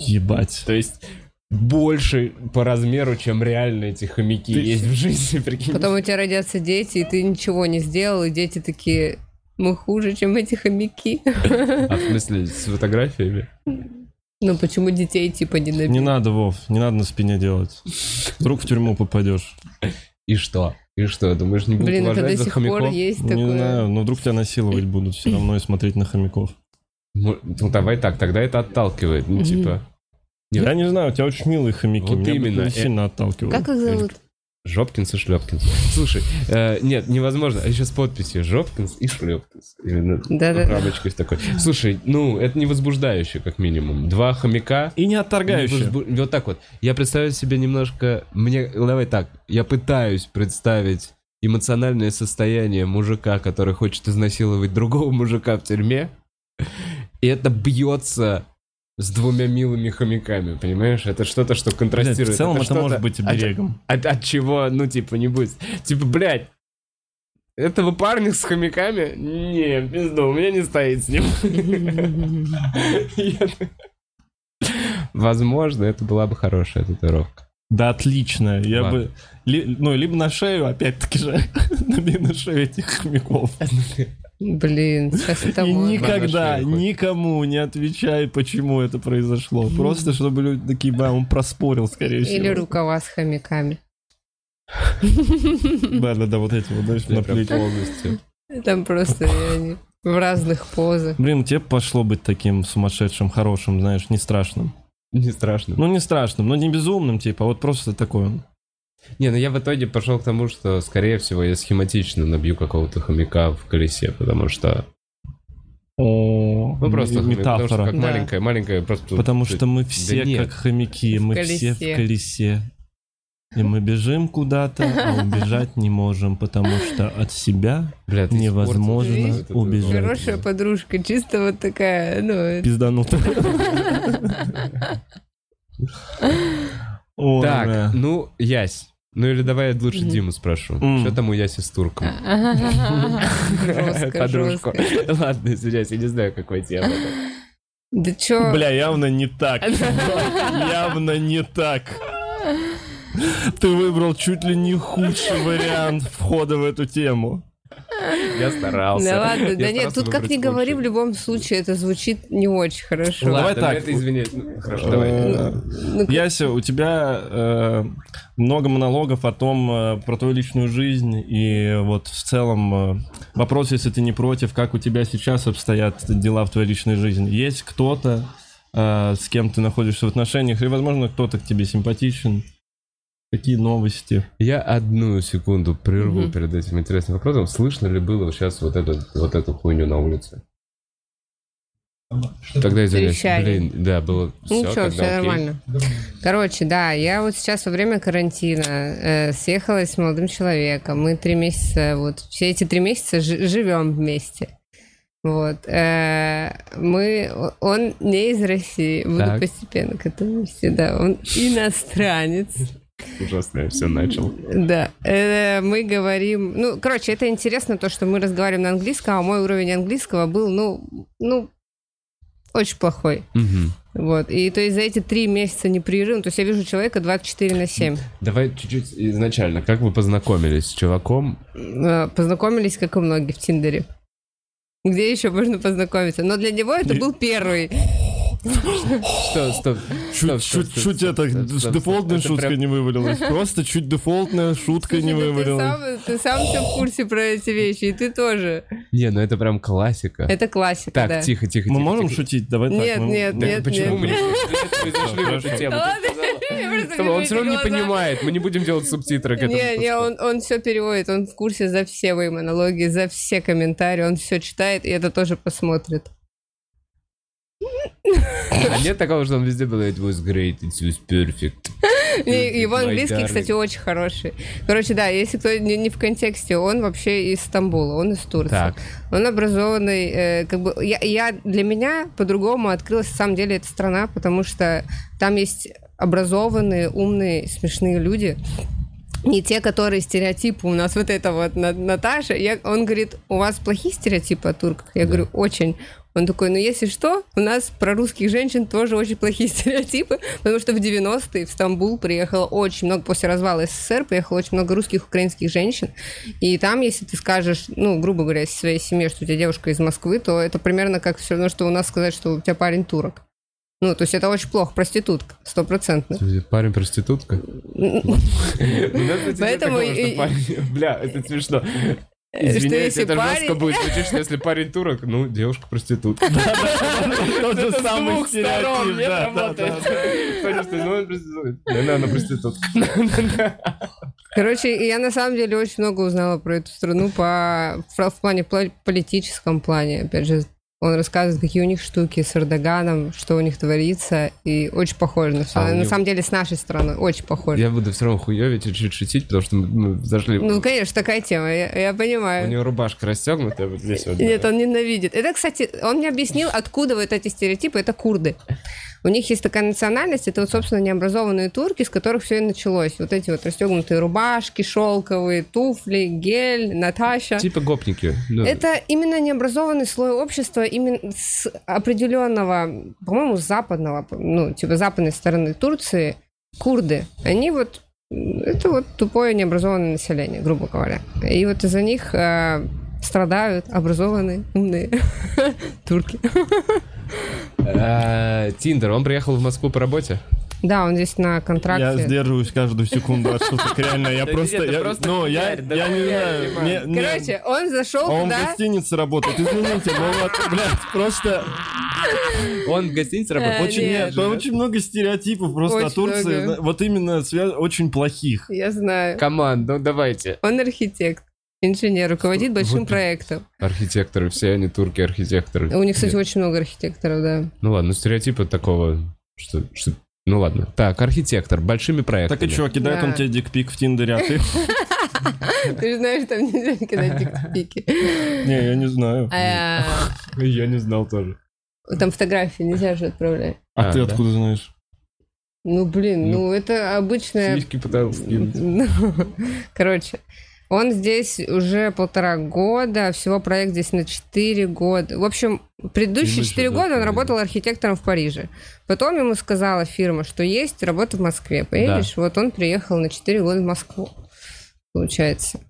Speaker 2: Ебать.
Speaker 1: То есть больше по размеру, чем реально эти хомяки
Speaker 2: Ты-
Speaker 1: есть в жизни, прикинь.
Speaker 3: Потом у тебя родятся дети, и ты ничего не сделал, и дети такие... Мы хуже, чем эти хомяки. <laughs>
Speaker 1: А в смысле, с фотографиями?
Speaker 3: Ну почему детей типа не
Speaker 2: Не
Speaker 3: набить?
Speaker 2: надо, Вов, не надо на спине делать. Вдруг в тюрьму попадешь.
Speaker 1: И что? И что, думаешь, не будут
Speaker 3: Блин, это
Speaker 1: уважать
Speaker 3: до
Speaker 1: за
Speaker 3: сих пор
Speaker 1: хомяков?
Speaker 3: есть
Speaker 2: Не знаю,
Speaker 3: такое.
Speaker 2: но вдруг тебя насиловать будут все равно и смотреть на хомяков.
Speaker 1: М- Ну, давай так, тогда это отталкивает, ну,
Speaker 3: Мгм.
Speaker 1: типа, Нет.
Speaker 2: Я не знаю, у тебя очень милые хомяки,
Speaker 1: Вот
Speaker 2: меня бы
Speaker 1: именно,
Speaker 2: не
Speaker 1: э-
Speaker 2: сильно отталкивают.
Speaker 3: Как их зовут?
Speaker 1: Жопкинс и Шлепкинс. Слушай, э, нет, невозможно, а еще с подписью Жопкинс и Шлепкинс. Именно
Speaker 3: Да-да.
Speaker 1: в рамочке в такой. Слушай, ну, это не возбуждающе, как минимум. Два хомяка,
Speaker 2: И не
Speaker 1: Ну,
Speaker 2: отторгающие.
Speaker 1: возбу- Вот так вот. Я представляю себе немножко... Мне... Давай так. Я пытаюсь представить эмоциональное состояние мужика, который хочет изнасиловать другого мужика в тюрьме. И это бьется с двумя милыми хомяками, понимаешь? Это что-то, что
Speaker 2: Блядь,
Speaker 1: контрастирует.
Speaker 2: в целом это
Speaker 1: что-то, А
Speaker 2: может быть
Speaker 1: от-
Speaker 2: оберегом.
Speaker 1: От, от чего, ну, типа, не будет. Типа, блядь, этого парня с хомяками? Не, в пизду, у меня не стоит с ним. Возможно, это была бы хорошая татуировка.
Speaker 2: Да, отлично. Я
Speaker 1: Ладно.
Speaker 2: бы... ли- ну, либо на шею, опять-таки же, <laughs> наби на шею этих хомяков.
Speaker 3: Блин, сейчас это
Speaker 2: И
Speaker 3: модно.
Speaker 2: никогда
Speaker 1: Ладно, шею хоть.
Speaker 2: никому не отвечай, почему это произошло. Просто чтобы люди такие, ба, он проспорил, скорее всего.
Speaker 3: Или рукава с хомяками.
Speaker 2: Да, да, да, вот эти вот, знаешь,
Speaker 1: Я прям
Speaker 2: наплеть.
Speaker 1: полностью.
Speaker 3: Там просто и они в разных позах.
Speaker 2: Блин, тебе пошло быть таким сумасшедшим, хорошим, знаешь, не страшным.
Speaker 1: Не страшно.
Speaker 2: Ну, не страшным, но не безумным, типа, а вот просто такой.
Speaker 1: Не, ну я в итоге пошел к тому, что, скорее всего, я схематично набью какого-то хомяка в колесе, потому что
Speaker 2: о
Speaker 1: Ну, просто
Speaker 2: м-
Speaker 1: хомяк, потому что
Speaker 2: метафора.
Speaker 1: как
Speaker 3: Да.
Speaker 1: маленькая, маленькая просто...
Speaker 2: Потому что мы
Speaker 1: Да
Speaker 2: все
Speaker 1: нет.
Speaker 2: как хомяки, мы все в
Speaker 3: колесе.
Speaker 2: колесе. И мы бежим куда-то, а убежать не можем, потому что от себя
Speaker 1: Бля, ты
Speaker 2: невозможно
Speaker 1: испортил вот это,
Speaker 2: убежать.
Speaker 1: вот это.
Speaker 3: Хорошая подружка, чисто вот такая, <laughs> ну,
Speaker 2: пиздануто. Ой, да.
Speaker 1: Так, ну, Ясь. Ну или давай я лучше
Speaker 3: Мгм.
Speaker 1: Диму спрошу.
Speaker 2: М.
Speaker 1: Что там у Яси с турком?
Speaker 3: А, жестко,
Speaker 1: Подружку.
Speaker 3: жестко.
Speaker 1: Ладно, извиняюсь, я не знаю, какой тема.
Speaker 3: Да <laughs> чё,
Speaker 2: Бля, явно не так. Явно не так. Ты выбрал чуть ли не худший вариант входа в эту тему.
Speaker 1: Я старался.
Speaker 3: да ладно,
Speaker 1: Я
Speaker 3: да нет,
Speaker 1: старался
Speaker 3: тут как
Speaker 1: выбрать
Speaker 3: ни говори, в
Speaker 1: лучшее.
Speaker 3: любом случае это звучит не очень хорошо.
Speaker 2: давай
Speaker 1: Ладно,
Speaker 2: так.
Speaker 1: ну это извиняюсь. Ну, Хорошо,
Speaker 2: Э,
Speaker 1: давай.
Speaker 3: Ну,
Speaker 2: Яся, у тебя э, много монологов о том, э, про твою личную жизнь и вот в целом э, вопрос, если ты не против, как у тебя сейчас обстоят дела в твоей личной жизни. Есть кто-то, э, с кем ты находишься в отношениях, или, возможно, кто-то к тебе симпатичен? Какие новости?
Speaker 1: Я одну секунду прерву
Speaker 3: Мгм.
Speaker 1: перед этим интересным вопросом. Слышно ли было сейчас вот, этот, вот эту хуйню на улице? Тогда извиняюсь.
Speaker 3: Трещание.
Speaker 1: Блин, да, было все,
Speaker 3: Ну чё, все нормально. Короче, да, я вот сейчас во время карантина э, съехалась с молодым человеком. Мы три месяца, вот все эти три месяца живем вместе. Вот. э, мы, о- он не из России, буду
Speaker 1: Так.
Speaker 3: постепенно к этому вести, да. Он иностранец.
Speaker 1: Ужасно, я все начал.
Speaker 3: Да, Э, мы говорим... Ну, короче, это интересно, то, что мы разговариваем на английском, а мой уровень английского был, ну, ну, очень плохой.
Speaker 1: Мгм.
Speaker 3: Вот. И то есть за эти три месяца непрерывно, то есть я вижу человека 24 на 7.
Speaker 1: Давай чуть-чуть изначально. Как вы познакомились с чуваком?
Speaker 3: Э, Познакомились, как и многие, в Тиндере. Где еще можно познакомиться? Но для него это был первый.
Speaker 1: Что, стоп. стоп,
Speaker 2: Чуть,
Speaker 1: стоп, стоп,
Speaker 2: чуть, чуть
Speaker 1: стоп,
Speaker 2: это
Speaker 1: стоп, стоп,
Speaker 2: дефолтная
Speaker 1: стоп. Это
Speaker 2: шутка
Speaker 1: прям-
Speaker 2: не
Speaker 3: <laughs>
Speaker 2: вывалилась. Просто чуть дефолтная шутка
Speaker 3: Слушай,
Speaker 2: не
Speaker 3: да
Speaker 2: вывалилась.
Speaker 3: Ты сам, ты сам все в курсе про эти вещи, и ты тоже.
Speaker 1: Не, ну это прям классика.
Speaker 3: Это классика, да.
Speaker 1: Так, тихо, тихо.
Speaker 2: Мы
Speaker 1: тихо,
Speaker 2: можем
Speaker 1: тихо.
Speaker 2: шутить? Давай так.
Speaker 3: Нет,
Speaker 2: мы-
Speaker 3: нет,
Speaker 2: Да,
Speaker 3: нет,
Speaker 1: Почему
Speaker 3: нет.
Speaker 1: мы не зашли- мы зашли в эту
Speaker 2: Хорошо.
Speaker 1: тему?
Speaker 3: Ладно, <laughs> я просто
Speaker 1: Стоп, Он
Speaker 3: вижу
Speaker 1: все равно не
Speaker 3: эти глаза.
Speaker 1: понимает. Мы не будем делать субтитры к этому.
Speaker 3: Не, не,
Speaker 1: выпуску.
Speaker 3: он, он все переводит, он в курсе за все мои монологи, за все комментарии, он все читает и это тоже посмотрит.
Speaker 1: А нет такого, что он везде был it was great, it was perfect.
Speaker 3: Не, Его
Speaker 1: my
Speaker 3: английский,
Speaker 1: darling.
Speaker 3: кстати, очень хороший. Короче, да, если кто не, не в контексте, он вообще из Стамбула, он из Турции.
Speaker 1: Так.
Speaker 3: Он образованный, э, как бы я, я- для меня по-другому открылась на самом деле эта страна, потому что там есть образованные, умные, смешные люди. Не те, которые стереотипы. У нас вот это вот На- Наташа. Я, он говорит, у вас плохие стереотипы о турках? Я говорю, очень. Он такой, ну если что, у нас про русских женщин тоже очень плохие <laughs> стереотипы, потому что в 90-е в Стамбул приехало очень много, после развала СССР приехало очень много русских, украинских женщин, и там, если ты скажешь, ну, грубо говоря, своей семье, что у тебя девушка из Москвы, то это примерно как все равно, что у нас сказать, что у тебя парень турок. Ну, то есть это очень плохо, проститутка, стопроцентно.
Speaker 1: Парень проститутка.
Speaker 3: <laughs> Ну, Поэтому и-
Speaker 1: Бля, это смешно.
Speaker 3: Э, что
Speaker 1: Извиняюсь,
Speaker 3: если
Speaker 1: это жестко
Speaker 3: парень...
Speaker 1: будет звучит, что если парень турок, ну, девушка проститутка.
Speaker 2: Тот же самый стереотип. да, да, да.
Speaker 1: ну, Наверное, она проститутка.
Speaker 3: Короче, я на самом деле очень много узнала про эту страну по... в в плане пла- политическом плане, опять же, он рассказывает, какие у них штуки с Эрдоганом, что у них творится, и очень похоже на всё.
Speaker 1: А у
Speaker 3: на
Speaker 1: него-
Speaker 3: самом деле с нашей страны очень похоже.
Speaker 1: Я буду все равно хуёвить и чуть шутить, потому что мы- мы зашли...
Speaker 3: Ну,
Speaker 1: У
Speaker 3: конечно, такая тема, я, я понимаю.
Speaker 1: нее рубашка расстегнутая вот здесь вот.
Speaker 3: Нет, он ненавидит. Это, кстати, он мне объяснил, откуда вот эти стереотипы. Это курды. У них есть такая национальность, это вот, собственно, необразованные турки, с которых все и началось. Вот эти вот расстегнутые рубашки, шелковые, туфли, гель, Наташа.
Speaker 1: Типа гопники. Ну,
Speaker 3: Это именно необразованный слой общества именно с определенного, по-моему, с западного, ну, типа западной стороны Турции, курды. Они вот, м, это вот тупое необразованное население, грубо говоря. И вот из-за них э, страдают образованные, умные <laughs> турки.
Speaker 1: А, Тиндер, он приехал в Москву по работе?
Speaker 3: Да, он здесь на
Speaker 2: Я
Speaker 3: контракте.
Speaker 2: сдерживаюсь каждую секунду от шуток, реально. Я
Speaker 1: Да
Speaker 2: просто...
Speaker 1: нет, это
Speaker 2: я-
Speaker 1: просто
Speaker 2: Ну, я я
Speaker 1: хуярь, да
Speaker 2: не
Speaker 1: хуярь,
Speaker 2: знаю.
Speaker 1: Дима.
Speaker 2: мне- мне-
Speaker 3: Короче, он зашел
Speaker 2: а он в
Speaker 3: туда.
Speaker 2: гостинице работает, извините, ну вот, <laughs> блядь, просто
Speaker 1: Он в гостинице работает?
Speaker 3: Э,
Speaker 2: очень,
Speaker 3: нет.
Speaker 2: да, очень много стереотипов просто о
Speaker 3: Очень
Speaker 2: Турции,
Speaker 3: много.
Speaker 2: на- вот именно свя- очень плохих.
Speaker 3: Я знаю.
Speaker 1: Команд, ну давайте.
Speaker 3: Он архитект. инженер, руководит большим
Speaker 1: Вот.
Speaker 3: проектом.
Speaker 1: Архитекторы, все они турки-архитекторы.
Speaker 3: У них, кстати,
Speaker 1: Нет.
Speaker 3: очень много архитекторов, да.
Speaker 1: Ну ладно, стереотипа такого, что... что- Ну ладно. Так, архитектор, большими проектами.
Speaker 2: Так и чё, кидает он
Speaker 3: Да.
Speaker 2: тебе дикпик в Тиндере, а ты... <laughs>
Speaker 3: Ты же знаешь, там нельзя кидать
Speaker 2: <laughs>
Speaker 3: дикпики.
Speaker 2: Не, я не знаю.
Speaker 3: А,
Speaker 1: Я не знал тоже.
Speaker 3: Там фотографии нельзя же отправлять.
Speaker 2: А ты
Speaker 1: А, да.
Speaker 2: откуда знаешь?
Speaker 3: Ну, блин,
Speaker 1: Ну,
Speaker 3: ну это обычная...
Speaker 1: Сиськи пытался скинуть.
Speaker 3: Ну, <laughs> Короче, он здесь уже полтора года, а всего проект здесь на 4 года. В общем, предыдущие
Speaker 2: Имидж,
Speaker 3: 4
Speaker 2: да,
Speaker 3: года он
Speaker 2: правильно.
Speaker 3: работал архитектором в Париже. Потом ему сказала фирма, что есть работа в Москве. Поедешь, вот он приехал на 4 года в Москву. Получается.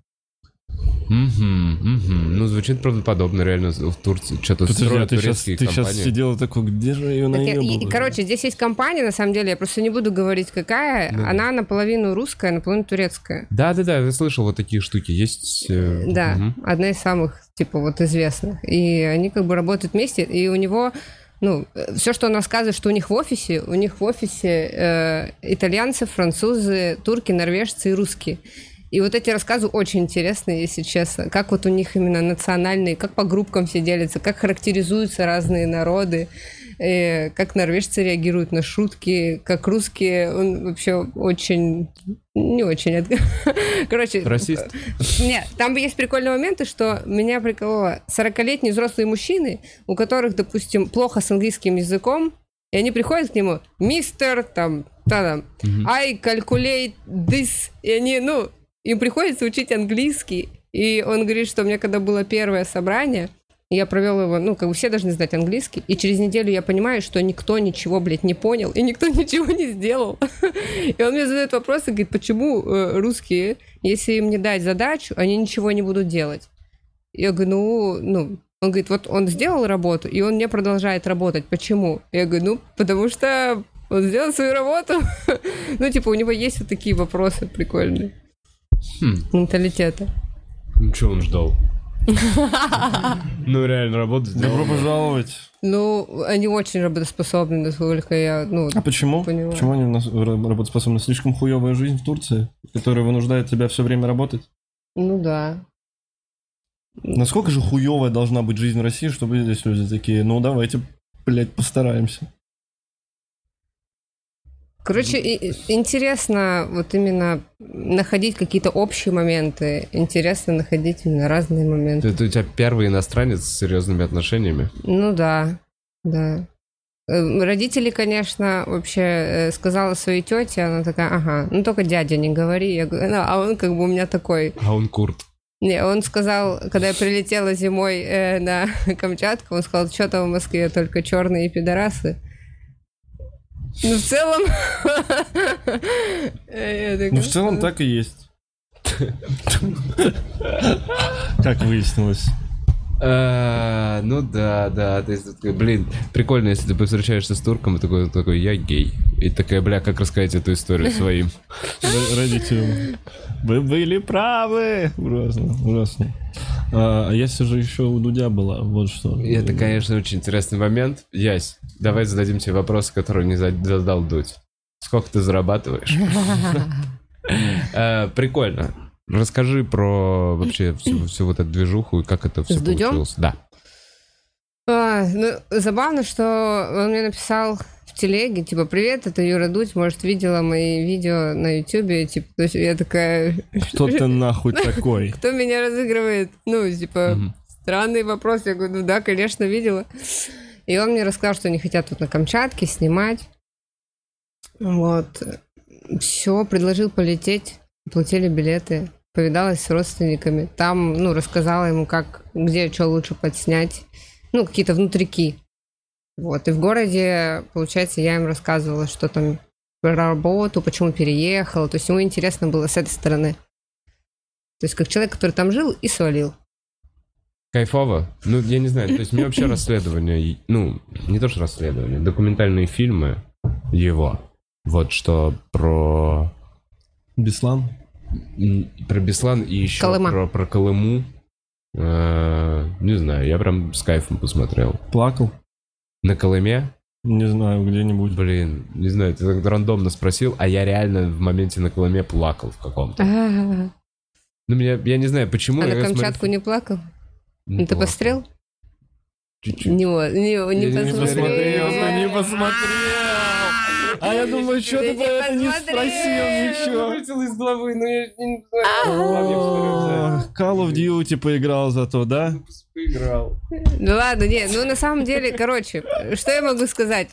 Speaker 1: Мгм, мгм. Ну, звучит правдоподобно, реально, в Турции что-то
Speaker 2: Подожди, а
Speaker 1: строят
Speaker 2: ты сейчас,
Speaker 1: турецкие
Speaker 2: ты сейчас
Speaker 1: компании.
Speaker 2: сидела такой, где же я ее
Speaker 3: Так я- и-
Speaker 2: наебал?
Speaker 3: короче, здесь есть компания, на самом деле, я просто не буду говорить, какая.
Speaker 1: Да-да.
Speaker 3: Она наполовину русская, наполовину турецкая.
Speaker 1: Да-да-да, я слышал вот такие штуки. Есть... э,
Speaker 3: Да,
Speaker 1: мгм.
Speaker 3: одна из самых, типа, вот известных. И они как бы работают вместе, и у него, ну, все, что он рассказывает, что у них в офисе, у них в офисе э, итальянцы, французы, турки, норвежцы и русские. И вот эти рассказы очень интересные, если честно. Как вот у них именно национальные, как по группкам все делятся, как характеризуются разные народы, э, как норвежцы реагируют на шутки, как русские. Он вообще очень... Не очень... от- <laughs> Короче,
Speaker 1: Расист.
Speaker 3: нет, там есть прикольные моменты, что меня прикололо 40-летние взрослые мужчины, у которых, допустим, плохо с английским языком, и они приходят к нему, мистер, там, та там, I calculate this, и они, ну, им приходится учить английский, и он говорит, что у меня когда было первое собрание, я провел его, ну, как бы все должны знать английский, и через неделю я понимаю, что никто ничего, блядь, не понял, и никто <laughs> ничего не сделал. И он мне задает вопрос и говорит, почему э, русские, если им не дать задачу, они ничего не будут делать. Я говорю, ну, ну, он говорит, вот он сделал работу, и он не продолжает работать. Почему? Я говорю, ну, потому что он сделал свою работу. <laughs> Ну, типа, у него есть вот такие вопросы прикольные.
Speaker 1: Хм.
Speaker 3: Менталитета.
Speaker 1: Ну, что он ждал? Ну, реально, работу
Speaker 2: Добро
Speaker 1: сделал.
Speaker 2: пожаловать.
Speaker 3: Ну, они очень работоспособны, насколько я, ну,
Speaker 2: А почему?
Speaker 3: Поняла.
Speaker 2: Почему они у нас ра- работоспособны? Слишком хуевая жизнь в Турции, которая вынуждает тебя все время работать.
Speaker 3: ну да.
Speaker 2: Насколько же хуевая должна быть жизнь в России, чтобы здесь люди такие, ну давайте, блядь, постараемся.
Speaker 3: Короче, и- и- интересно вот именно находить какие-то общие моменты. Интересно находить именно разные моменты.
Speaker 1: Это у тебя первый иностранец с серьезными отношениями?
Speaker 3: Ну да, да. Э, Родители, конечно, вообще э, сказала своей тете, она такая, ага, ну только дядя не говори. Я говорю, «Ну, а он как бы у меня такой.
Speaker 1: А он курт.
Speaker 3: Не, он сказал, когда я прилетела зимой э, на <laughs> Камчатку, он сказал, что там в Москве только черные пидорасы. Ну, в целом... <laughs> э, я такая,
Speaker 2: Ну, в целом так и есть. Как выяснилось.
Speaker 1: А, Ну да, да, то есть ты такой, блин, прикольно, если ты повстречаешься с турком и такой, такой, я гей. И такая, бля, как рассказать эту историю своим?
Speaker 2: Р- Родителям. Вы были правы! Ужасно, ужасно. А я сижу еще у Дудя была, вот что.
Speaker 1: И это, конечно, очень интересный момент. Ясь, давай зададим тебе вопрос, который не зад- задал Дудь. Сколько ты зарабатываешь? Э, Прикольно. Расскажи про вообще всю, всю вот эту движуху и как это все
Speaker 3: С Дудем?
Speaker 1: получилось. Да.
Speaker 3: А, ну, забавно, что он мне написал в телеге, типа, привет, это Юра Дудь, может, видела мои видео на Ютубе, типа, то есть я такая,
Speaker 2: Кто ты нахуй такой?
Speaker 3: кто меня разыгрывает? Ну, типа,
Speaker 1: Мгм.
Speaker 3: странный вопрос, я говорю, ну да, конечно, видела. И он мне рассказал, что они хотят тут на Камчатке снимать. Вот. Все, предложил полететь, платили билеты, повидалась с родственниками. Там, ну, рассказала ему, как, где, что лучше подснять. Ну, какие-то внутрики. Вот. И в городе, получается, я им рассказывала, что там про работу, почему переехала. То есть ему интересно было с этой стороны. То есть как человек, который там жил и свалил.
Speaker 1: Кайфово. Ну, я не знаю, то есть мне
Speaker 3: <laughs>
Speaker 1: вообще расследование, и- ну, не то что расследование, документальные фильмы его. Вот что про
Speaker 2: Беслан?
Speaker 1: м, про Беслан и еще
Speaker 3: Колыма.
Speaker 1: про, про Колыму. Э, не знаю, я прям с кайфом посмотрел.
Speaker 2: Плакал?
Speaker 1: На Колыме?
Speaker 2: Не знаю, где-нибудь.
Speaker 1: Блин, не знаю, ты так рандомно спросил, а я реально в моменте на Колыме плакал в каком-то. Ну, меня, я не знаю, почему.
Speaker 3: а
Speaker 1: я
Speaker 3: на
Speaker 1: когда смотрю-
Speaker 3: Камчатку не плакал?
Speaker 1: Не
Speaker 3: Ты
Speaker 1: плакал.
Speaker 3: пострел?
Speaker 1: Чуть-чуть.
Speaker 3: Не, во- не, во- не,
Speaker 1: Не- не
Speaker 3: посмотрел.
Speaker 1: посмотрел, ну,
Speaker 2: ты не посмотрел. А я думаю, что ты
Speaker 3: Ты не
Speaker 2: про это не
Speaker 3: посмотрел.
Speaker 2: спросил ничего.
Speaker 1: вылетел из головы, но я не
Speaker 2: О,
Speaker 1: знаю.
Speaker 2: Call of Duty поиграл зато, да?
Speaker 1: Поиграл.
Speaker 3: Ну ладно, не, ну на самом деле, короче, что я могу сказать?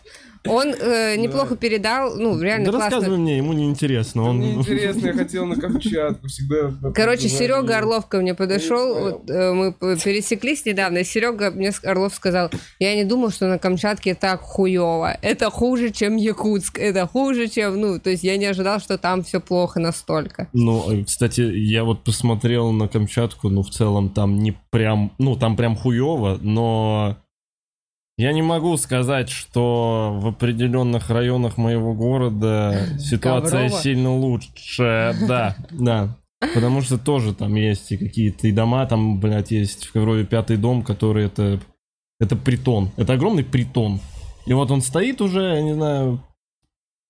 Speaker 3: Он э, неплохо передал, ну
Speaker 2: Да
Speaker 3: реально
Speaker 2: рассказывай
Speaker 3: классно.
Speaker 2: мне, ему неинтересно.
Speaker 1: Мне
Speaker 2: Он...
Speaker 1: интересно, я хотел на Камчатку всегда.
Speaker 3: Короче, Серега Орлов ко мне подошел,
Speaker 1: понял.
Speaker 3: вот, э, мы п- пересеклись недавно, и Серега мне с- Орлов сказал, я не думал, что на Камчатке так хуево, это хуже, чем Якутск, это хуже, чем, ну, то есть я не ожидал, что там все плохо настолько.
Speaker 2: Ну, э, кстати, я вот посмотрел на Камчатку, ну, в целом там не прям, ну, там прям хуево, но я не могу сказать, что в определенных районах моего города ситуация
Speaker 3: Коврово.
Speaker 2: сильно лучше, да, да. Потому что тоже там есть и какие-то и дома, там, блядь, есть в Коврове пятый дом, который это, это притон, это огромный притон. И вот он стоит уже, я не знаю,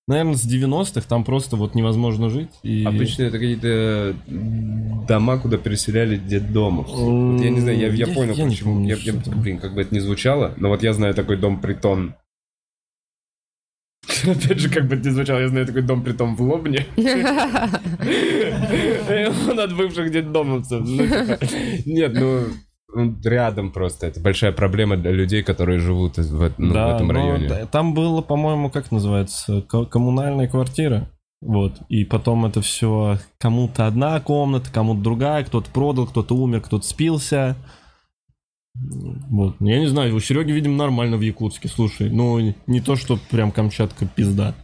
Speaker 2: наверное, с 90-х, там просто вот невозможно жить. И...
Speaker 1: Обычно это какие-то дома, куда переселяли детдомов.
Speaker 2: М,
Speaker 1: Вот я не знаю, я, я
Speaker 2: я-
Speaker 1: понял,
Speaker 2: я не
Speaker 1: почему.
Speaker 2: помню,
Speaker 1: Я-
Speaker 2: что
Speaker 1: я-
Speaker 2: это.
Speaker 1: блин, как бы это не звучало, но вот я знаю такой дом-притон. <laughs> Опять же, как бы это не звучало, я знаю такой дом-притон в Лобне. <laughs> Он от бывших детдомовцев. Ну, типа, Нет, ну... ну, Рядом просто. Это большая проблема для людей, которые живут в, ну, в
Speaker 2: Да,
Speaker 1: этом
Speaker 2: но
Speaker 1: районе.
Speaker 2: т- Там было, по-моему, как называется, ко- коммунальная квартира. Вот. И потом это все кому-то одна комната, кому-то другая, кто-то продал, кто-то умер, кто-то спился. Вот. Я не знаю, у Сереги, видимо, нормально в Якутске, слушай. Ну, не то, что прям Камчатка пизда.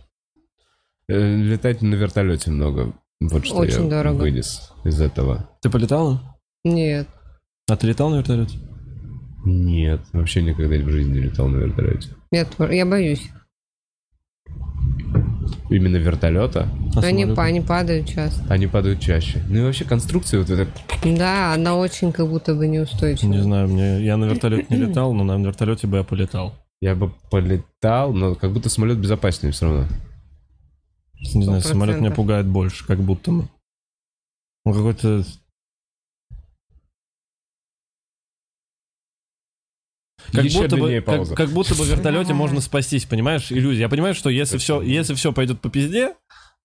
Speaker 1: Э, Летать на вертолете много. Вот что
Speaker 3: Очень
Speaker 1: я
Speaker 3: дорого.
Speaker 1: вынес из этого.
Speaker 2: Ты полетала?
Speaker 3: <laughs> Нет.
Speaker 2: А ты летал на вертолете?
Speaker 1: Нет, вообще никогда в жизни не летал на вертолете.
Speaker 3: Нет, я боюсь.
Speaker 1: Именно вертолета?
Speaker 2: А
Speaker 3: Они,
Speaker 2: самолет?
Speaker 3: па- они падают часто.
Speaker 1: Они падают чаще. Ну и вообще конструкция вот эта...
Speaker 3: Да, она очень как будто бы
Speaker 2: Не
Speaker 3: неустойчива.
Speaker 2: знаю, мне... я на вертолете не летал, но на вертолете бы я полетал.
Speaker 1: Я бы полетал, но как будто самолет безопаснее все равно.
Speaker 2: Не знаю, самолет меня
Speaker 3: процентов.
Speaker 2: пугает больше, как будто бы. Он какой-то... Как будто, бы,
Speaker 1: длиннее
Speaker 2: как,
Speaker 1: пауза.
Speaker 2: как будто бы в вертолете можно спастись, понимаешь? Иллюзия. Я понимаю, что если все, если все пойдет по пизде,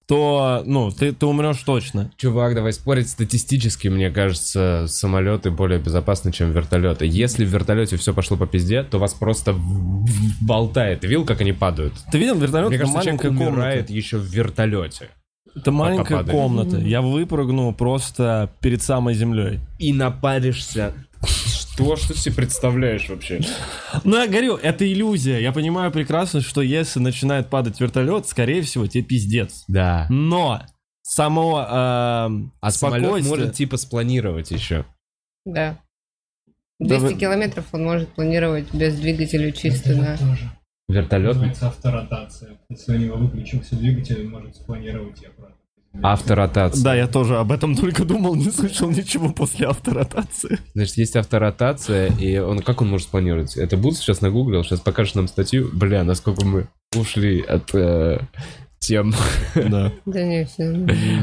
Speaker 2: то, ну, ты, ты умрешь точно.
Speaker 1: Чувак, давай спорить статистически, мне кажется, самолеты более безопасны, чем вертолеты. Если в вертолете все пошло по пизде, то вас просто в- в- болтает. Ты видел, как они падают?
Speaker 2: Ты видел вертолет?
Speaker 1: Мне
Speaker 2: это
Speaker 1: кажется, человек
Speaker 2: Ну, маленькая
Speaker 1: умирает
Speaker 2: комната.
Speaker 1: еще в вертолете.
Speaker 2: Это маленькая
Speaker 1: падает.
Speaker 2: комната. Я выпрыгну просто перед самой землей.
Speaker 1: И напаришься. Что, что ты себе представляешь вообще?
Speaker 2: Ну, я говорю, это иллюзия. Я понимаю прекрасно, что если начинает падать вертолет, скорее всего, тебе пиздец.
Speaker 1: Да.
Speaker 2: Но само эм,
Speaker 1: А самолет
Speaker 2: спокойствие-
Speaker 1: может типа спланировать еще.
Speaker 3: Да.
Speaker 2: Да
Speaker 3: 200
Speaker 2: вы-
Speaker 3: километров он может планировать без двигателя чисто, да.
Speaker 1: Вертолет
Speaker 4: Называется авторотация. Если у него выключился двигатель, он может спланировать и обратно.
Speaker 1: авторотация.
Speaker 2: Да, я тоже об этом только думал, не слышал ничего после авторотации.
Speaker 1: Значит, есть авторотация, и он как он может спланировать? Это Буд сейчас нагуглил, сейчас покажет нам статью. Бля, насколько мы ушли от э,
Speaker 2: <laughs>
Speaker 1: тем
Speaker 2: Да.
Speaker 3: Да не, все.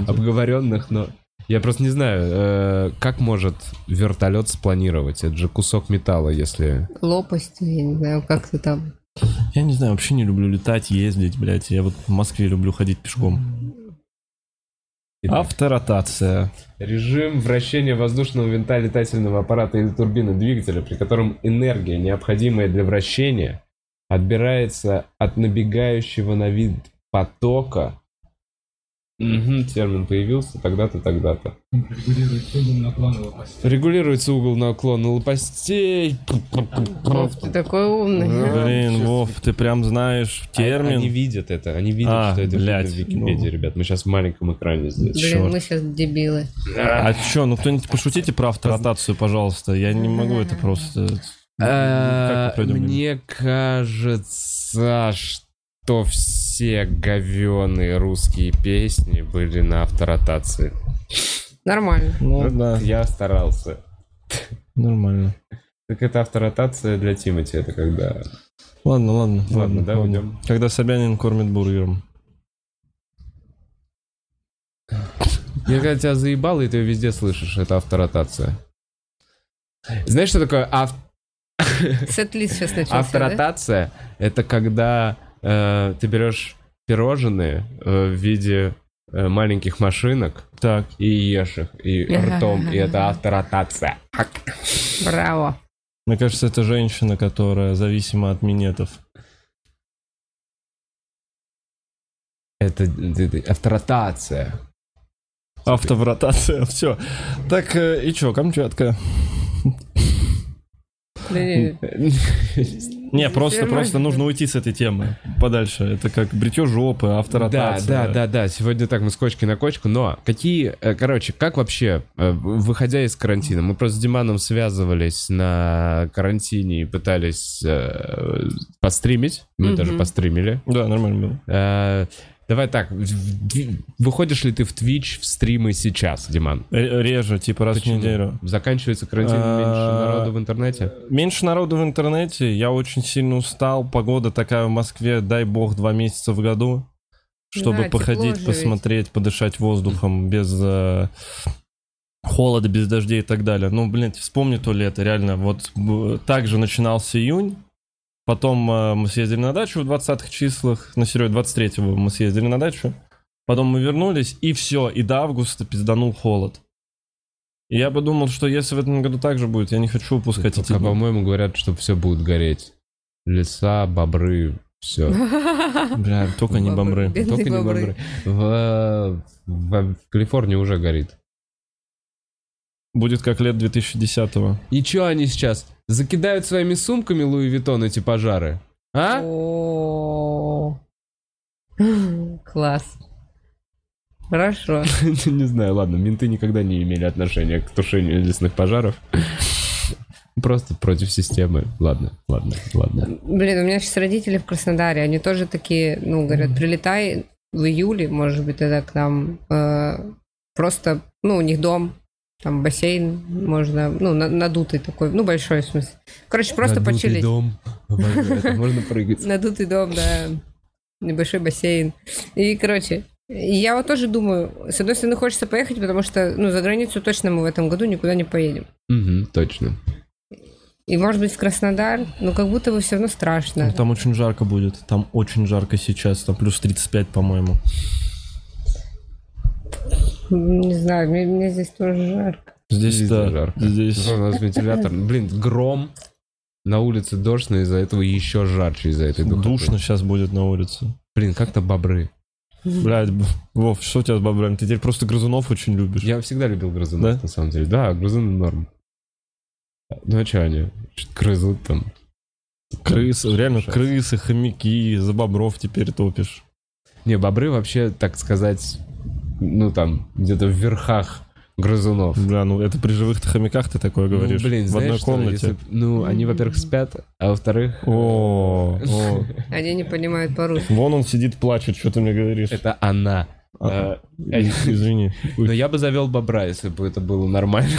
Speaker 1: обговоренных, но я просто не знаю, э, как может вертолет спланировать? Это же кусок металла, если...
Speaker 3: Лопасти, я не знаю, как ты там.
Speaker 2: Я не знаю, вообще не люблю летать, ездить, блядь. Я вот в Москве люблю ходить пешком. А
Speaker 1: Итак,
Speaker 2: Авторотация.
Speaker 1: Режим вращения воздушного винта летательного аппарата или турбины двигателя, при котором энергия, необходимая для вращения, отбирается от набегающего на вид потока. Мгм, термин появился тогда-то, тогда-то.
Speaker 4: Регулирует угол наклона лопасти.
Speaker 1: Регулируется угол наклона лопастей.
Speaker 3: Вов, ты такой умный.
Speaker 2: Блин, Вов, ты прям знаешь
Speaker 1: А- Они
Speaker 2: термин.
Speaker 1: видят это, они видят,
Speaker 2: А,
Speaker 1: что это
Speaker 2: блядь,
Speaker 1: видно в Википедии,
Speaker 2: ну.
Speaker 1: ребят. Мы сейчас в маленьком экране здесь.
Speaker 3: Блин, мы сейчас дебилы.
Speaker 2: А чё, ну кто-нибудь пошутите про авторотацию, пожалуйста. Я не могу это просто... э, ну, Как мы пройдем мимо?
Speaker 1: Э, Мне кажется, что все говёные русские песни были на авторотации.
Speaker 3: Нормально.
Speaker 2: Ну да,
Speaker 1: Я старался.
Speaker 2: нормально.
Speaker 1: Так это авторотация для Тимати, это когда...
Speaker 2: Ладно, ладно.
Speaker 1: Ладно, да, уйдем.
Speaker 2: Когда Собянин кормит бургером.
Speaker 1: Я когда тебя заебало, и ты ее везде слышишь. Это авторотация. Знаешь, что такое ав-
Speaker 3: Сет-лист сейчас начался, да?
Speaker 1: авторотация? Это когда э, ты берешь пирожные э, в виде э, маленьких машинок
Speaker 2: Так.
Speaker 1: и ешь их, и ртом, и это авторотация.
Speaker 3: Браво.
Speaker 2: Мне кажется, это женщина, которая зависима от минетов.
Speaker 1: Это, это авторотация.
Speaker 2: <laughs> Автовротация, все. Так, э, и чё, Камчатка?
Speaker 3: Да не-
Speaker 2: Не, просто,
Speaker 3: Нормально.
Speaker 2: просто нужно уйти с этой темы подальше. Это как бритье жопы,
Speaker 1: Да,
Speaker 2: авторотация.
Speaker 1: да, да, да. Сегодня так мы с кочки на кочку. Но какие, э, короче, как вообще, э, выходя из карантина, мы просто с Диманом связывались на карантине и пытались э, постримить. Мы
Speaker 3: Мгм.
Speaker 1: даже постримили.
Speaker 2: Да, нормально было.
Speaker 1: Э, Давай так, в- в- дви- выходишь ли ты в Twitch в стримы сейчас, Диман?
Speaker 2: Ре- Реже, типа раз
Speaker 1: Почему?
Speaker 2: в неделю.
Speaker 1: Заканчивается карантин,
Speaker 2: А,
Speaker 1: меньше народу в интернете?
Speaker 2: Меньше народу в интернете, я очень сильно устал. Погода такая в Москве, дай бог, два месяца в году, чтобы
Speaker 3: Да, тепло же
Speaker 2: походить,
Speaker 3: ведь.
Speaker 2: посмотреть, подышать воздухом без э, холода, без дождей и так далее. Ну, блин, вспомни то лето, реально. Вот б- так же начинался июнь. Потом э, мы съездили на дачу в 20-х числах, на серьез, 23-го мы съездили на дачу. Потом мы вернулись, и все, и до августа пизданул холод. И я подумал, что если в этом году так же будет, я не хочу упускать эти
Speaker 1: Только,
Speaker 2: дни.
Speaker 1: по-моему, говорят, что все будет гореть. Леса, бобры, все.
Speaker 2: Бля, только не бомбры.
Speaker 3: Бедные
Speaker 1: Только не
Speaker 3: бобры.
Speaker 1: бобры. В, в- в Калифорнии уже горит.
Speaker 2: Будет как лет 2010-го.
Speaker 1: И чё они сейчас? Закидают своими сумками Луи Виттон эти пожары? А?
Speaker 3: О. Класс. Хорошо.
Speaker 1: <laughs> Не знаю, ладно, менты никогда не имели отношения к тушению лесных пожаров. Просто против системы. Ладно, ладно,
Speaker 3: <laughs>
Speaker 1: ладно.
Speaker 3: Блин, у меня сейчас родители в Краснодаре, они тоже такие, ну, говорят, прилетай в июле, может быть, тогда к нам. э, просто, ну, у них дом, там бассейн, можно, ну, на- надутый такой, ну, большой в смысле. Короче, просто
Speaker 1: Надутый
Speaker 3: почилить.
Speaker 1: дом. Обожаю это. Можно прыгать.
Speaker 3: Надутый дом, да. Небольшой бассейн. И, короче, я вот тоже думаю, с одной стороны, хочется поехать, потому что, ну, за границу точно мы в этом году никуда не поедем.
Speaker 1: Мгм, Точно.
Speaker 3: И, может быть, в Краснодар, но как будто бы все равно страшно.
Speaker 2: Ну, Там очень жарко будет. Там очень жарко сейчас. Там плюс 35, по-моему.
Speaker 3: Не знаю, мне, мне здесь тоже жарко.
Speaker 2: Здесь,
Speaker 1: Здесь
Speaker 2: да,
Speaker 1: жарко.
Speaker 2: Здесь...
Speaker 1: Зато У нас вентилятор. Блин, гром. На улице дождь, но из-за этого еще жарче из-за этой духоты.
Speaker 2: Душно сейчас будет на улице.
Speaker 1: Блин, как-то бобры.
Speaker 2: Блядь, б- Вов, что у тебя с бобрами? Ты теперь просто грызунов очень любишь.
Speaker 1: Я всегда любил грызунов,
Speaker 2: Да?
Speaker 1: на самом деле. Да, грызуны норм. Ну а что они? Что-то грызут там.
Speaker 2: Крысы, реально
Speaker 1: Жесть.
Speaker 2: крысы, хомяки, за бобров теперь топишь.
Speaker 1: Не, бобры вообще, так сказать, ну там, где-то в верхах грызунов.
Speaker 2: Бля, ну это при живых-то хомяках ты такое говоришь.
Speaker 1: ну, блин,
Speaker 2: в
Speaker 1: знаешь,
Speaker 2: одной
Speaker 1: что,
Speaker 2: комнате.
Speaker 1: если б- ну, они, во-первых, спят, а во-вторых,
Speaker 2: О,
Speaker 1: <laughs>
Speaker 2: о.
Speaker 3: Они не понимают по-русски.
Speaker 2: Вон он сидит, плачет, что ты мне говоришь.
Speaker 1: это она.
Speaker 2: А,
Speaker 1: Э,
Speaker 2: и- <laughs> Извини.
Speaker 1: Но
Speaker 2: Ой,
Speaker 1: я бы завел бобра, если бы это было нормально.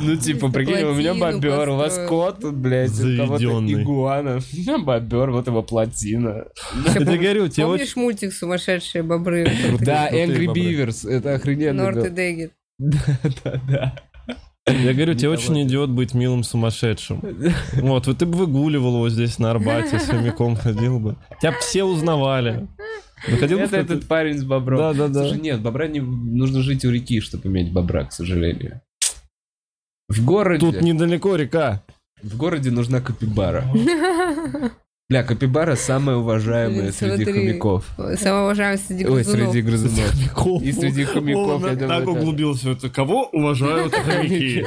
Speaker 1: Ну, типа, прикинь, у меня
Speaker 3: Плотину
Speaker 1: бобер, у вас
Speaker 3: построил.
Speaker 1: кот, блядь, у кого-то
Speaker 2: Заведённый.
Speaker 1: игуана. <laughs> У меня бобер, вот его плотина.
Speaker 2: Я тебе говорю, тебе очень...
Speaker 3: Помнишь мультик «Сумасшедшие бобры»?
Speaker 1: Да,
Speaker 2: крутые
Speaker 1: Angry
Speaker 2: бобры.
Speaker 1: Beavers, это охрененно.
Speaker 3: Норт и
Speaker 1: было.
Speaker 3: Дегет.
Speaker 2: Я говорю, тебе очень идет быть
Speaker 1: <laughs>
Speaker 2: милым сумасшедшим. Вот, вот ты бы выгуливал его здесь на Арбате, с хомяком ходил бы. Тебя б все узнавали. Выходил бы в
Speaker 1: Это
Speaker 2: какой-то-
Speaker 1: этот парень с бобром.
Speaker 2: Да, да, да.
Speaker 1: Слушай, нет, бобра не... Нужно жить у реки, чтобы иметь бобра, к сожалению. В городе...
Speaker 2: Тут недалеко река.
Speaker 1: В городе нужна капибара. Бля, капибара самая уважаемая
Speaker 3: Блин,
Speaker 1: среди
Speaker 3: смотри.
Speaker 1: хомяков.
Speaker 3: Самого уважаемого среди
Speaker 1: Ой,
Speaker 3: грызунов.
Speaker 1: среди грызунов.
Speaker 2: <laughs> Хомяков.
Speaker 1: И среди хомяков,
Speaker 2: Вова
Speaker 1: я думаю,
Speaker 2: так
Speaker 1: тоже.
Speaker 2: углубился. Это кого
Speaker 1: <laughs>
Speaker 2: уважают хомяки?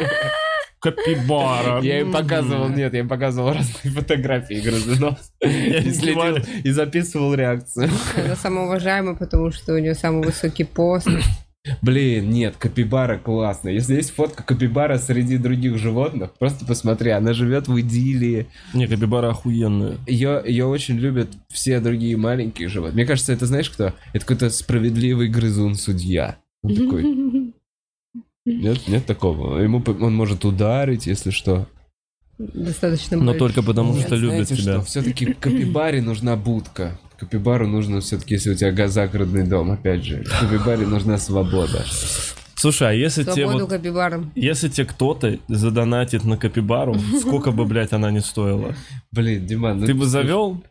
Speaker 2: Капибара.
Speaker 1: Я им показывал, нет, я им показывал разные <laughs> фотографии грызунов. И
Speaker 2: не
Speaker 1: следил,
Speaker 2: снимали.
Speaker 1: и записывал реакцию.
Speaker 3: <laughs> Она самоуважаемая, потому что у нее самый высокий пост.
Speaker 1: Блин, нет, капибара классно. Если есть фотка капибара среди других животных, просто посмотри, она живет в идиллии.
Speaker 2: Не, капибара охуенная.
Speaker 1: Ее, ее очень любят все другие маленькие животные. Мне кажется, это знаешь кто? Это какой-то справедливый грызун-судья. Он такой... Нет, нет такого. Ему, п- он может ударить, если что.
Speaker 3: Достаточно
Speaker 2: Но
Speaker 3: большой.
Speaker 2: только потому, что любит
Speaker 1: Знаете
Speaker 2: тебя.
Speaker 1: Что? Все-таки капибаре нужна будка. Капибару нужно все-таки, если у тебя га- загородный дом, опять же. Капибаре нужна свобода.
Speaker 2: Слушай, а если тебе
Speaker 3: Свободу
Speaker 2: вот...
Speaker 3: капибарам.
Speaker 2: Если тебе кто-то задонатит на капибару, сколько бы, блядь, она не стоила,
Speaker 1: Блин, Диман, ну
Speaker 2: ты бы завел?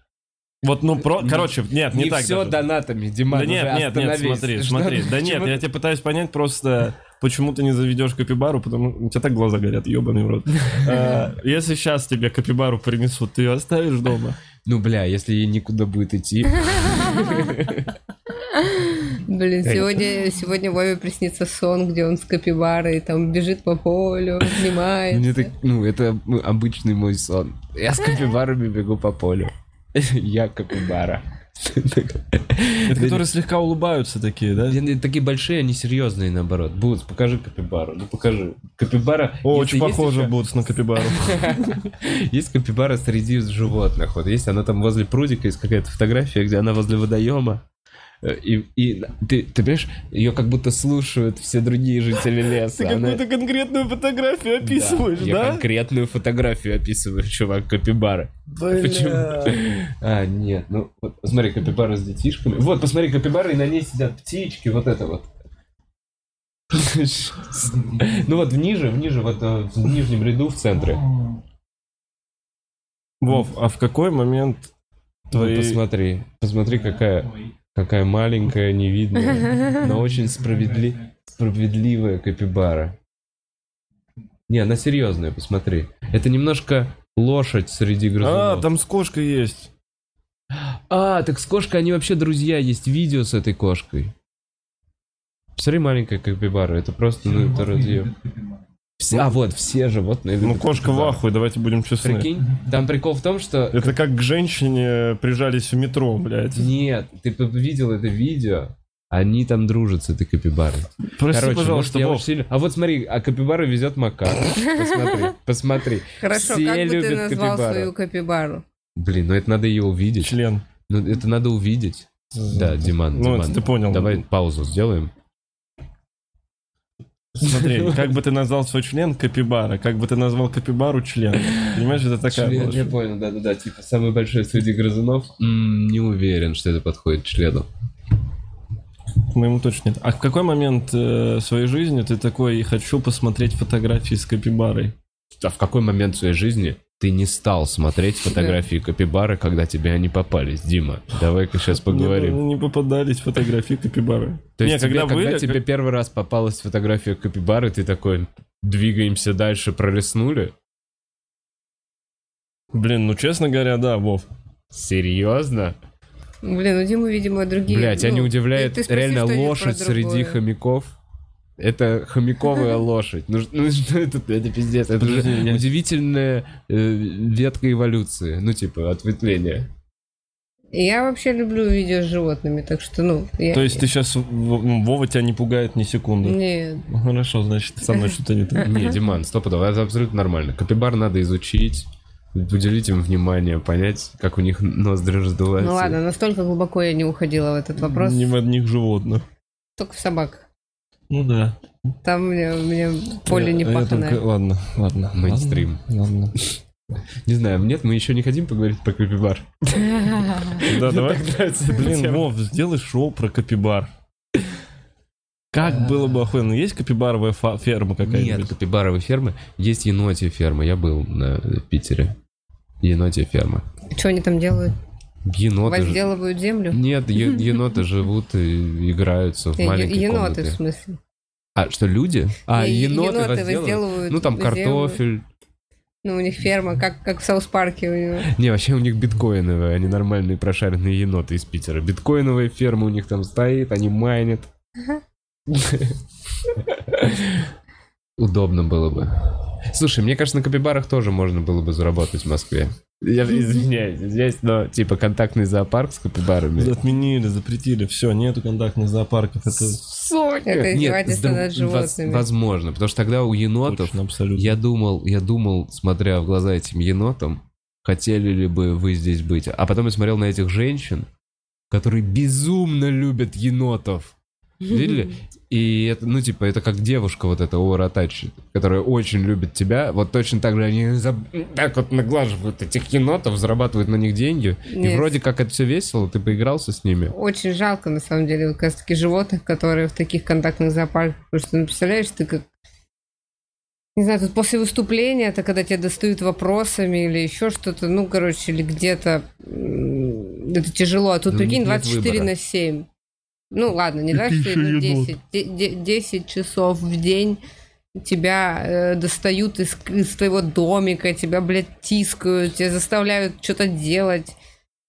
Speaker 2: Вот, ну, про... короче, нет, не,
Speaker 1: не
Speaker 2: так
Speaker 1: все
Speaker 2: даже.
Speaker 1: донатами, Диман,
Speaker 2: Да
Speaker 1: уже
Speaker 2: нет, нет, нет,
Speaker 1: остановись.
Speaker 2: смотри,
Speaker 1: Что
Speaker 2: смотри.
Speaker 1: ты-
Speaker 2: Да
Speaker 1: почему
Speaker 2: нет,
Speaker 1: ты-
Speaker 2: я тебя пытаюсь понять просто, почему ты не заведешь капибару, потому у тебя так глаза горят, ебаный
Speaker 1: <laughs>
Speaker 2: в рот. А, Если сейчас тебе капибару принесут, ты ее оставишь дома?
Speaker 1: Ну, бля, если ей никуда будет идти,
Speaker 3: Блин, сегодня, сегодня Вове приснится сон, где он с капибарой там бежит по полю,
Speaker 1: мне
Speaker 3: обнимает.
Speaker 1: так, ну, это ну, обычный мой сон. Я с капибарами бегу по полю. <laughs> Я
Speaker 2: <laughs>
Speaker 1: капибара.
Speaker 2: Это
Speaker 1: Да
Speaker 2: которые слегка улыбаются такие, да?
Speaker 1: Они Такие большие, они серьезные, наоборот. Будут, покажи капибару. Ну, покажи. Капибара...
Speaker 2: О,
Speaker 1: если
Speaker 2: Очень
Speaker 1: есть
Speaker 2: похоже
Speaker 1: ещё-
Speaker 2: будут на <laughs> капибару.
Speaker 1: Есть капибара среди животных. Вот есть она там возле прудика, есть какая-то фотография, где она возле водоема. Э, И, и ты, ты понимаешь, ее как будто слушают все другие жители леса. Она-
Speaker 2: конкретную фотографию
Speaker 1: ну Да, я конкретную фотографию описываю, чувак, капибары. Почему? <laughs> А, нет, ну, вот, смотри, капибары с детишками. Вот, посмотри, капибары, и на ней сидят птички, вот это вот. <laughs> Ну вот, ниже, ниже, вот э, в нижнем ряду в центре.
Speaker 2: Вов, а в какой момент
Speaker 1: Ну,
Speaker 2: твои
Speaker 1: посмотри, посмотри, какая, какая маленькая,
Speaker 2: <laughs>
Speaker 1: невидная, но очень справедли- справедливая капибара. Не, она серьезная, посмотри. Это немножко лошадь среди
Speaker 2: А,
Speaker 1: грызунов.
Speaker 2: там с кошкой есть.
Speaker 1: А, так с кошкой они вообще друзья. Есть видео с этой кошкой. Посмотри, маленькая капибара. Это просто, ну, это ради... её. Все- А, вот, все животные
Speaker 2: Ну,
Speaker 1: любят
Speaker 2: кошка в
Speaker 1: капибару.
Speaker 2: ахуе, давайте будем честны.
Speaker 1: Прикинь, там прикол в том, что...
Speaker 2: Это как к женщине прижались в метро, блядь.
Speaker 1: Нет, ты п- видел это видео? Они там дружат с этой капибарой.
Speaker 2: Прости,
Speaker 1: Короче,
Speaker 2: пожалуйста,
Speaker 1: может, я
Speaker 2: ну, Вов.
Speaker 1: очень сильно- А вот смотри, а капибара везет макар. Посмотри, посмотри.
Speaker 3: Хорошо,
Speaker 1: Все
Speaker 3: как бы ты
Speaker 1: любят
Speaker 3: назвал
Speaker 1: капибару.
Speaker 3: свою капибару?
Speaker 1: Блин, ну это надо ее увидеть.
Speaker 2: Член.
Speaker 1: Ну это надо увидеть. Да, Диман,
Speaker 2: Ну,
Speaker 1: Диман,
Speaker 2: это ты понял.
Speaker 1: Давай паузу сделаем. <laughs>
Speaker 2: Смотри, как бы ты назвал свой член капибара, как бы ты назвал капибару член. Понимаешь, это такая
Speaker 1: Член, я
Speaker 2: лошадь.
Speaker 1: понял, да-да-да, типа самый большой среди грызунов. М, не уверен, что это подходит члену.
Speaker 2: Моему точно нет. А в какой момент э, своей жизни ты такой, хочу посмотреть фотографии с капибарой?
Speaker 1: А в какой момент в своей жизни ты не стал смотреть фотографии Капибары, когда тебе они попались, Дима? Давай-ка сейчас
Speaker 2: Мне
Speaker 1: поговорим.
Speaker 2: не попадались фотографии капибары.
Speaker 1: То
Speaker 2: Не,
Speaker 1: есть тебе, когда,
Speaker 2: были,
Speaker 1: тебе первый раз попалась фотография Капибары, ты такой, двигаемся дальше, пролистнули?
Speaker 2: Блин, ну честно говоря, да, Вов.
Speaker 1: Серьезно?
Speaker 3: Блин, у Димы, видимо, другие...
Speaker 1: Бля, тебя
Speaker 3: ну,
Speaker 1: не удивляет
Speaker 3: ты- ты спроси
Speaker 1: реально
Speaker 3: что-нибудь про
Speaker 1: лошадь среди
Speaker 3: другое.
Speaker 1: хомяков? Это
Speaker 3: <laughs>
Speaker 1: хомяковая лошадь. Ну, ж- ну что это, это пиздец. Это же
Speaker 2: Подожди, я-
Speaker 1: удивительная э, ветка эволюции. Ну, типа, ответвление.
Speaker 3: Я вообще люблю видео с животными, так что, ну... я-
Speaker 2: То есть ты сейчас, Вова тебя не пугает ни секунды.
Speaker 3: Нет.
Speaker 2: Ну, Хорошо, значит, со мной что-то не так.
Speaker 1: Не, Диман, стопудово, это абсолютно нормально. Капибар надо изучить, уделить им внимание, понять, как у них ноздри раздуваются.
Speaker 3: Ну ладно, настолько глубоко я не уходила в этот вопрос.
Speaker 2: Ни в одних животных.
Speaker 3: Только в собак.
Speaker 2: Ну да.
Speaker 3: Там мне, мне поле не
Speaker 2: Я- я
Speaker 3: паханое.
Speaker 2: только- Ладно, ладно.
Speaker 1: Мейнстрим.
Speaker 2: ладно, Ладно.
Speaker 1: Не знаю, нет, мы еще не хотим поговорить про капибар.
Speaker 2: Да, давай.
Speaker 1: Так нравится эта
Speaker 2: Блин,
Speaker 1: тема.
Speaker 2: Вов, сделай шоу про капибар. Как было бы охуенно. Есть капибаровая фа- ферма
Speaker 1: А. Нет,
Speaker 2: какая-нибудь?
Speaker 1: капибаровые фермы. Есть енотья ферма. Я был на- в Питере. Енотья ферма.
Speaker 3: Что они там делают?
Speaker 1: Еноты ж-
Speaker 3: Возделывают землю?
Speaker 1: Нет,
Speaker 3: <laughs>
Speaker 1: е- еноты живут и играются в
Speaker 3: Э, е-
Speaker 1: маленькой
Speaker 3: Еноты, в
Speaker 1: комнате.
Speaker 3: смысле.
Speaker 1: А, что, люди? А,
Speaker 3: Э, е-
Speaker 1: еноты, возделывают?
Speaker 3: возделывают
Speaker 1: Ну, там
Speaker 3: землю.
Speaker 1: картофель.
Speaker 3: Ну, у них ферма, как, как в Саус-парке у него.
Speaker 1: Не, вообще у них биткоиновые, они нормальные прошаренные еноты из Питера. Биткоиновая ферма у них там стоит, они майнят. Удобно было бы. Слушай, мне кажется, на капибарах тоже можно было бы заработать в Москве. Я извиняюсь, здесь, но типа контактный зоопарк с капибарами.
Speaker 2: Отменили, запретили, все, нету контактных зоопарков. Это
Speaker 1: Соня!
Speaker 3: Это
Speaker 1: Нет,
Speaker 3: издевательство
Speaker 1: с друг-
Speaker 3: над животными.
Speaker 1: воз- Возможно, потому что тогда у енотов
Speaker 2: точно абсолютно.
Speaker 1: Я думал, я думал, смотря в глаза этим енотам, хотели ли бы вы здесь быть. А потом я смотрел на этих женщин, которые безумно любят енотов. Видели? И это, ну, типа, это как девушка вот эта, Ора Тачи, которая очень любит тебя. Вот точно так же они за- так вот наглаживают этих енотов, зарабатывают на них деньги. И
Speaker 3: Нет.
Speaker 1: вроде как это все весело, ты поигрался с ними.
Speaker 3: Очень жалко, на самом деле, вот как раз таки животных, которые в таких контактных зоопарках. Потому что, ну, представляешь, ты как... Не знаю, тут после выступления, это когда тебя достают вопросами или еще что-то, ну, короче, или где-то м, это тяжело. А тут,
Speaker 1: Да у
Speaker 3: прикинь,
Speaker 1: них нет
Speaker 3: 24
Speaker 1: выбора.
Speaker 3: на 7. Ну, ладно, не 24, но 10, Де- де- 10 часов в день тебя э, достают из, из твоего домика, тебя, блядь, тискают, тебя заставляют что-то делать,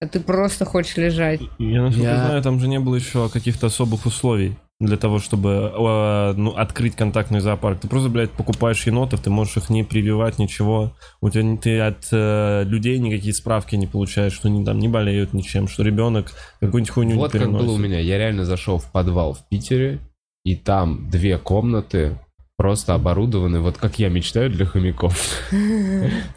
Speaker 3: а ты просто хочешь лежать.
Speaker 2: Я, насколько
Speaker 1: Я-
Speaker 2: знаю, там же не было еще каких-то особых условий для того, чтобы э, ну, открыть контактный зоопарк. Ты просто, блядь, покупаешь енотов, ты можешь их не прививать, ничего. У тебя не- ты от э, людей никакие справки не получаешь, что они там не болеют ничем, что ребенок какую-нибудь хуйню
Speaker 1: Вот
Speaker 2: Ну, не
Speaker 1: как
Speaker 2: переносит.
Speaker 1: было у меня. Я реально зашел в подвал в Питере, и там две комнаты просто оборудованы, вот как я мечтаю, для
Speaker 2: <laughs>
Speaker 1: хомяков.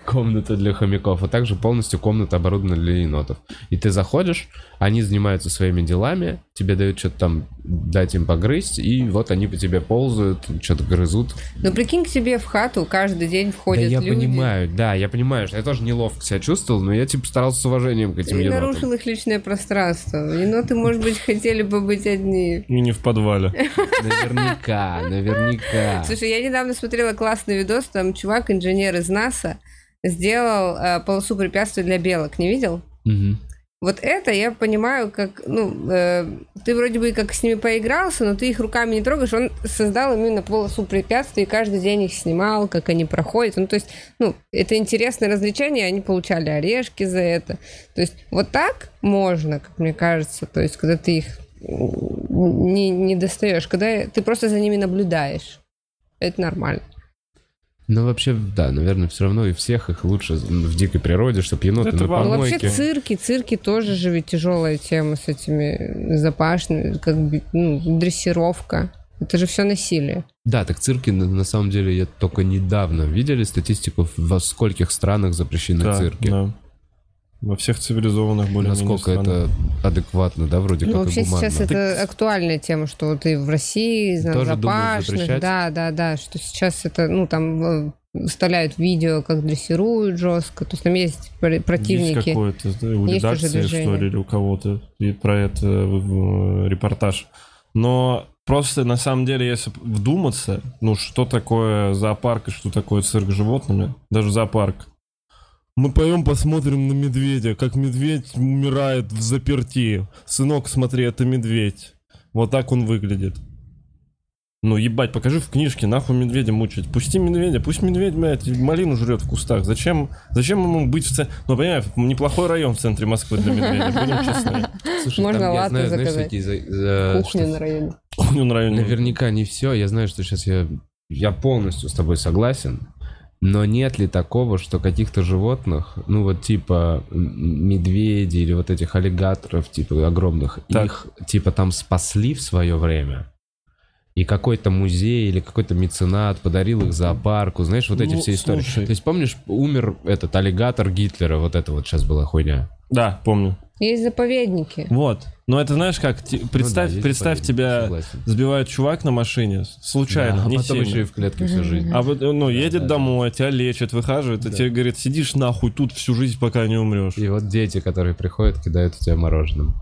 Speaker 1: Комната для хомяков, а также полностью комната оборудована для енотов. И ты заходишь, они занимаются своими делами, тебе дают что-то там, дать им погрызть, и вот они по тебе ползают, что-то грызут.
Speaker 3: Ну, прикинь, к себе в хату каждый день
Speaker 1: да
Speaker 3: входят
Speaker 1: я
Speaker 3: люди.
Speaker 1: понимаю, да, я понимаю, что я тоже неловко себя чувствовал, но я типа старался с уважением к
Speaker 3: Ты
Speaker 1: этим енотам.
Speaker 3: нарушил их личное пространство. Еноты, может быть, хотели бы быть одни.
Speaker 2: И не в подвале.
Speaker 1: <laughs> Наверняка, наверняка.
Speaker 3: <laughs> Слушай, я недавно смотрела классный видос, там чувак, инженер из НАСА, сделал э, полосу препятствий для белок. Не видел?
Speaker 1: Мгм.
Speaker 3: Вот это я понимаю, как, ну, э, ты вроде бы и как с ними поигрался, но ты их руками не трогаешь. Он создал именно полосу препятствий, и каждый день их снимал, как они проходят. Ну, то есть, ну, это интересное развлечение, они получали орешки за это. То есть, вот так можно, как мне кажется, то есть, когда ты их м, не, не достаешь, когда ты просто за ними наблюдаешь. Это нормально.
Speaker 1: Ну, вообще, да, наверное, все равно и всех их лучше в дикой природе, чтобы еноты
Speaker 2: Это
Speaker 1: на
Speaker 2: вам.
Speaker 3: Ну,
Speaker 1: помойке.
Speaker 3: вообще цирки, цирки тоже же ведь тяжелая тема с этими запашными, как бы, ну, дрессировка. Это же все насилие.
Speaker 1: Да, так цирки, на, на самом деле, я только недавно видели статистику, во скольких странах запрещены
Speaker 2: Да,
Speaker 1: цирки.
Speaker 2: да. Во всех цивилизованных более
Speaker 1: Насколько это адекватно, да, вроде
Speaker 3: Ну,
Speaker 1: как
Speaker 3: вообще
Speaker 1: и гуманно.
Speaker 3: сейчас это актуальная тема, что вот и в России, из
Speaker 1: Тоже думают
Speaker 3: запашных,
Speaker 1: запрещать?
Speaker 3: да, да, да, что сейчас это, ну, там э, вставляют видео, как дрессируют жестко, то есть там есть пр-
Speaker 2: Есть
Speaker 3: противники.
Speaker 2: какое-то да, у
Speaker 3: Есть уже
Speaker 2: редакции, что
Speaker 3: движение.
Speaker 2: ли, или у кого-то и про это э, в- в- репортаж. Но просто на самом деле, если вдуматься, ну что такое зоопарк и что такое цирк с животными, даже зоопарк. Мы поем, посмотрим на медведя, как медведь умирает в заперти. Сынок, смотри, это медведь. Вот так он выглядит. Ну, ебать, покажи в книжке, нахуй медведя мучить. Пусти медведя, пусть медведь, блядь, малину жрет в кустах. Зачем, зачем ему быть в центре? Ну, понимаешь, неплохой район в центре Москвы для медведя, будем честны. <laughs>
Speaker 1: Слушай,
Speaker 3: Можно
Speaker 1: там, я
Speaker 3: латте
Speaker 1: знаю, знаешь,
Speaker 3: заказать.
Speaker 1: всякие за- э, за-
Speaker 3: Кухня на районе.
Speaker 2: Хуйню на районе.
Speaker 1: Наверняка не все. Я знаю, что сейчас я, я полностью с тобой согласен. Но нет ли такого, что каких-то животных, ну вот типа м, медведей или вот этих аллигаторов, типа огромных,
Speaker 2: Так.
Speaker 1: их типа там спасли в свое время? И какой-то музей или какой-то меценат подарил их зоопарку, знаешь, вот эти
Speaker 2: Ну,
Speaker 1: все истории.
Speaker 2: слушай.
Speaker 1: То есть помнишь, умер этот аллигатор Гитлера, вот это вот сейчас была хуйня.
Speaker 2: Да, помню.
Speaker 3: Есть заповедники.
Speaker 2: Вот. Но это знаешь как, ти- представь,
Speaker 1: Ну да, есть
Speaker 2: представь
Speaker 1: заповедник,
Speaker 2: тебя
Speaker 1: согласен.
Speaker 2: сбивает чувак на машине, случайно,
Speaker 1: Да, а
Speaker 2: не
Speaker 1: потом
Speaker 2: сильно.
Speaker 1: еще и в клетке всю жизнь.
Speaker 2: А вот, ну, едет домой, тебя лечат, выхаживает, а тебе говорит, сидишь нахуй тут всю жизнь, пока не умрешь.
Speaker 1: И вот дети, которые приходят, кидают у тебя мороженым.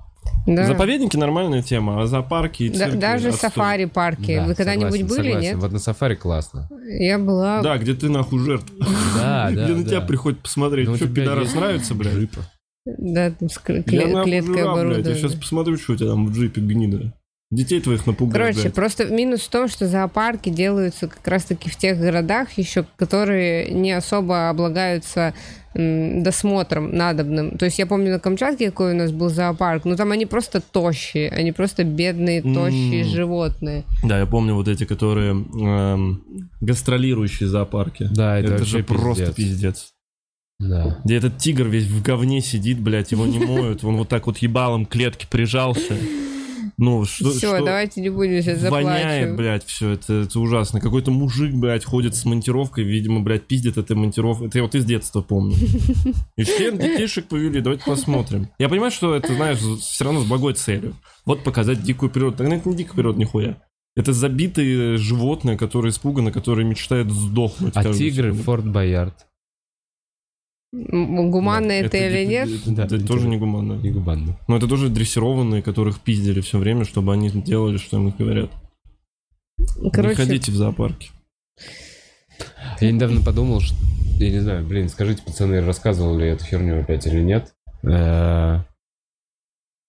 Speaker 3: Да.
Speaker 2: Заповедники нормальная тема, а зоопарки и
Speaker 3: Да-
Speaker 2: цирки
Speaker 3: даже
Speaker 2: отстой.
Speaker 3: сафари-парки.
Speaker 1: Да,
Speaker 3: Вы когда-нибудь
Speaker 1: согласен,
Speaker 3: были,
Speaker 1: согласен.
Speaker 3: нет?
Speaker 1: Вот на сафари классно.
Speaker 3: Я была.
Speaker 2: Да, где ты нахуй жертва.
Speaker 1: <laughs> Да, А, да,
Speaker 2: где на
Speaker 1: да.
Speaker 2: тебя приходят посмотреть,
Speaker 1: Ну, у
Speaker 2: что
Speaker 1: тебя
Speaker 2: пидорас
Speaker 1: есть
Speaker 2: нравится, блядь?
Speaker 3: Да, там с кле-
Speaker 2: Я нахуй
Speaker 3: клеткой
Speaker 2: жрал, блядь, я
Speaker 3: оборудована.
Speaker 2: сейчас посмотрю, что у тебя там в джипе гнида. Детей твоих напугать,
Speaker 3: Короче,
Speaker 2: блядь.
Speaker 3: просто минус в том, что зоопарки делаются как раз-таки в тех городах еще, которые не особо облагаются м, досмотром надобным. То есть я помню на Камчатке, какой у нас был зоопарк, но там они просто тощие, они просто бедные, тощие
Speaker 2: М.
Speaker 3: животные.
Speaker 2: <laughs> Да, я помню вот эти, которые эм, гастролирующие зоопарки.
Speaker 1: Да, это
Speaker 2: же
Speaker 1: вообще
Speaker 2: просто
Speaker 1: пиздец.
Speaker 2: пиздец.
Speaker 1: Да.
Speaker 2: Где этот
Speaker 3: <laughs>
Speaker 2: тигр весь в говне сидит, блядь, его не моют, он вот так вот ебалом к клетке прижался. Ну, что...
Speaker 3: Все,
Speaker 2: что-
Speaker 3: давайте не будем сейчас
Speaker 2: Воняет,
Speaker 3: заплачу.
Speaker 2: блядь, все, это, это ужасно. Какой-то мужик, блядь, ходит с монтировкой, видимо, блядь, пиздит этой монтировкой. Это я вот из детства помню. И все детишек повели, давайте посмотрим. Я понимаю, что это, знаешь, все равно с благой целью. Вот показать дикую природу. Так ну, это не дикая природа, нихуя. Это забитые животные, которые испуганы, которые мечтают сдохнуть.
Speaker 1: А
Speaker 2: каждую
Speaker 1: тигры
Speaker 2: секунду.
Speaker 1: Форт Боярд.
Speaker 3: М, Гуманно это или
Speaker 2: дик-
Speaker 3: нет?
Speaker 2: это- Это
Speaker 1: Да.
Speaker 2: тоже не гуманно.
Speaker 1: И губанно.
Speaker 2: Но это тоже дрессированные, которых пиздили все время, чтобы они делали, что им говорят. Не
Speaker 3: Короче,
Speaker 2: ходите в зоопарки.
Speaker 1: Я недавно подумал, что... Я не знаю, блин, скажите, пацаны, рассказывал ли я эту херню опять или нет. Э,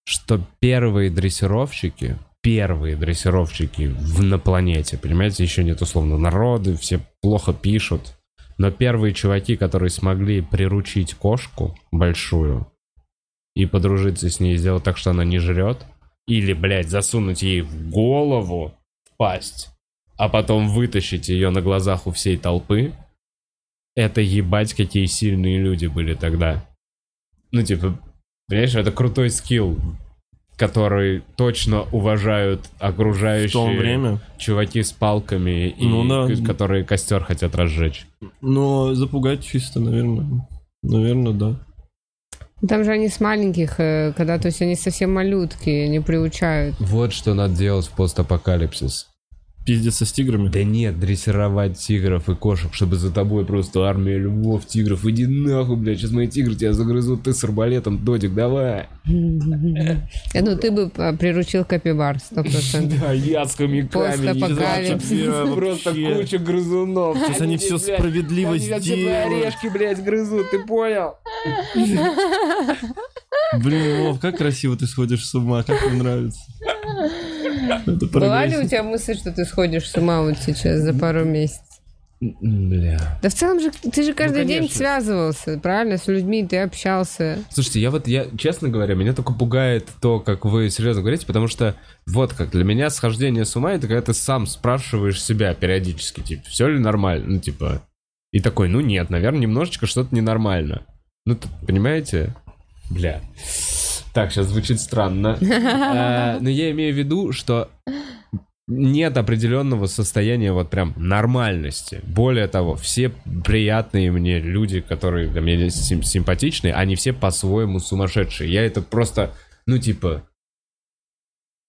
Speaker 1: Что первые дрессировщики, первые дрессировщики в- на планете, понимаете, еще нет условно народы, все плохо пишут. Но первые чуваки, которые смогли приручить кошку большую и подружиться с ней, сделать так, что она не жрет, или, блядь, засунуть ей в голову, в пасть, а потом вытащить ее на глазах у всей толпы, это ебать, какие сильные люди были тогда. Ну, типа, понимаешь, это крутой скилл, который точно уважают окружающие
Speaker 2: В то время
Speaker 1: чуваки с палками, и
Speaker 2: Ну да.
Speaker 1: к- которые костер хотят разжечь.
Speaker 2: Но запугать чисто, наверное. Наверное, да.
Speaker 3: там же они с маленьких, э, когда, то есть они совсем малютки, не приучают.
Speaker 1: Вот что надо делать в постапокалипсис.
Speaker 2: Пиздиться с тиграми.
Speaker 1: Да нет, дрессировать тигров и кошек, чтобы за тобой просто армия львов, тигров. Иди нахуй, блядь, сейчас мои тигры тебя загрызут, ты с арбалетом, Додик, давай.
Speaker 3: Э, Ну, ты бы э, приручил капибар, сто процентов.
Speaker 1: Да, я с хомяками. не знаю,
Speaker 3: Постапокалипсис.
Speaker 1: что- <laughs> Просто куча грызунов.
Speaker 2: Сейчас они все
Speaker 1: блядь,
Speaker 2: справедливо
Speaker 1: они тебя, типа,
Speaker 2: сделают.
Speaker 1: орешки, блядь, грызут, ты понял?
Speaker 2: Блин, Вов, как красиво ты сходишь с ума, как мне нравится. Это
Speaker 3: Была ли у
Speaker 2: прогресс.
Speaker 3: тебя мысль, что ты сходишь с ума вот сейчас за пару месяцев? Ну,
Speaker 1: Бля.
Speaker 3: Да в целом же, ты же каждый день
Speaker 2: конечно.
Speaker 3: связывался, правильно, с людьми, ты общался.
Speaker 1: Слушайте, я вот, я, честно говоря, меня только пугает то, как вы серьезно говорите, потому что вот как для меня схождение с ума, это когда ты сам спрашиваешь себя периодически, типа, все ли нормально, ну, типа, и такой, ну нет, наверное, немножечко что-то ненормально. Ну, т- понимаете? Бля. Так, сейчас звучит странно. Э, Но я имею в виду, что нет определенного состояния вот прям нормальности. Более того, все приятные мне люди, которые для меня сим- симпатичны, они все по-своему сумасшедшие. Я это просто, ну типа,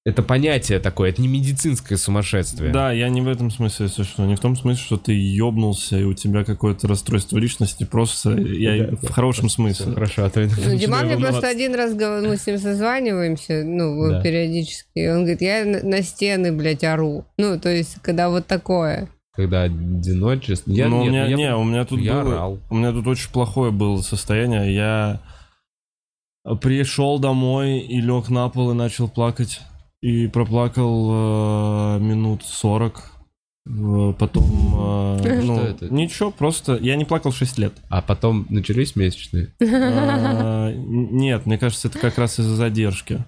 Speaker 1: это понятие такое, это не медицинское сумасшествие.
Speaker 2: Да, я не в этом смысле, если что. Не в том смысле, что ты ёбнулся, и у тебя какое-то расстройство личности. Просто я
Speaker 1: Да,
Speaker 2: в хорошем
Speaker 1: Всё,
Speaker 2: смысле.
Speaker 1: Хорошо, а то я-
Speaker 3: Ну, Диман мне
Speaker 2: Начинаю
Speaker 3: просто
Speaker 2: волноваться.
Speaker 3: один раз говорил, мы с ним созваниваемся, ну,
Speaker 1: Да.
Speaker 3: периодически. Он говорит, я на, на стены, блядь, ору. Ну, то есть, когда вот такое.
Speaker 1: когда одиночество. Я,
Speaker 2: Но Ну, у
Speaker 1: нет,
Speaker 2: меня,
Speaker 1: я-
Speaker 2: не, у меня тут
Speaker 1: я
Speaker 2: было-
Speaker 1: орал.
Speaker 2: У меня тут очень плохое было состояние. Я пришел домой и лег на пол и начал плакать. И проплакал э, минут 40. Э, Потом... э,
Speaker 1: <laughs>
Speaker 2: ну,
Speaker 1: Что это?
Speaker 2: Ничего, просто... Я не плакал
Speaker 1: <laughs>
Speaker 2: 6 лет.
Speaker 1: А потом начались месячные.
Speaker 2: Э, Нет, мне кажется, это как раз из-за задержки.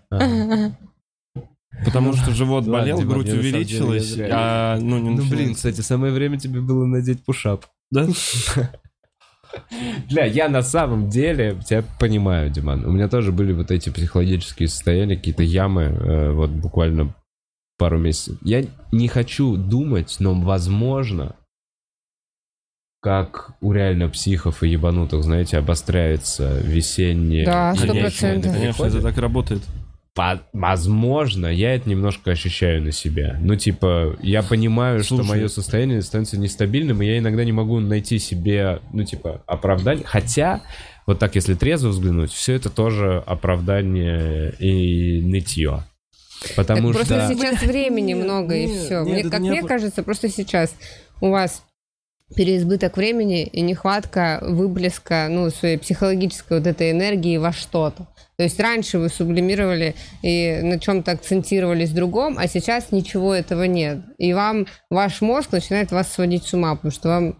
Speaker 2: Потому что живот
Speaker 1: <laughs> Ладно,
Speaker 2: болел,
Speaker 1: Диман,
Speaker 2: грудь
Speaker 1: я на самом деле, я
Speaker 2: увеличилась.
Speaker 1: зря.
Speaker 2: а, Ну, не
Speaker 1: Ну,
Speaker 2: начинай.
Speaker 1: блин, кстати, самое время тебе было надеть пушап.
Speaker 2: Да?
Speaker 1: Бля, я на самом деле тебя понимаю, Диман. У меня тоже были вот эти психологические состояния, какие-то ямы, э, вот буквально пару месяцев. Я не хочу думать, но возможно, как у реально психов и ебанутых, знаете, обостряется весеннее.
Speaker 3: Да, сто
Speaker 1: летнее
Speaker 3: процентов.
Speaker 1: на
Speaker 2: Конечно,
Speaker 1: переходе.
Speaker 2: это так работает.
Speaker 1: По- возможно, я это немножко ощущаю на себя. Ну, типа, я понимаю,
Speaker 2: Слушай.
Speaker 1: что мое состояние становится нестабильным, и я иногда не могу найти себе, ну, типа, оправдание. Хотя, вот так, если трезво взглянуть, все это тоже оправдание и нытье. Потому
Speaker 3: Так просто
Speaker 1: что...
Speaker 3: сейчас времени
Speaker 2: нет,
Speaker 3: много, и
Speaker 2: нет,
Speaker 3: все.
Speaker 2: нет,
Speaker 3: Мне,
Speaker 2: это
Speaker 3: как
Speaker 2: не
Speaker 3: мне
Speaker 2: оп-
Speaker 3: кажется, просто сейчас у вас переизбыток времени и нехватка выблеска ну, своей психологической вот этой энергии во что-то. То есть раньше вы сублимировали и на чем-то акцентировались в другом, а сейчас ничего этого нет. И вам ваш мозг начинает вас сводить с ума, потому что вам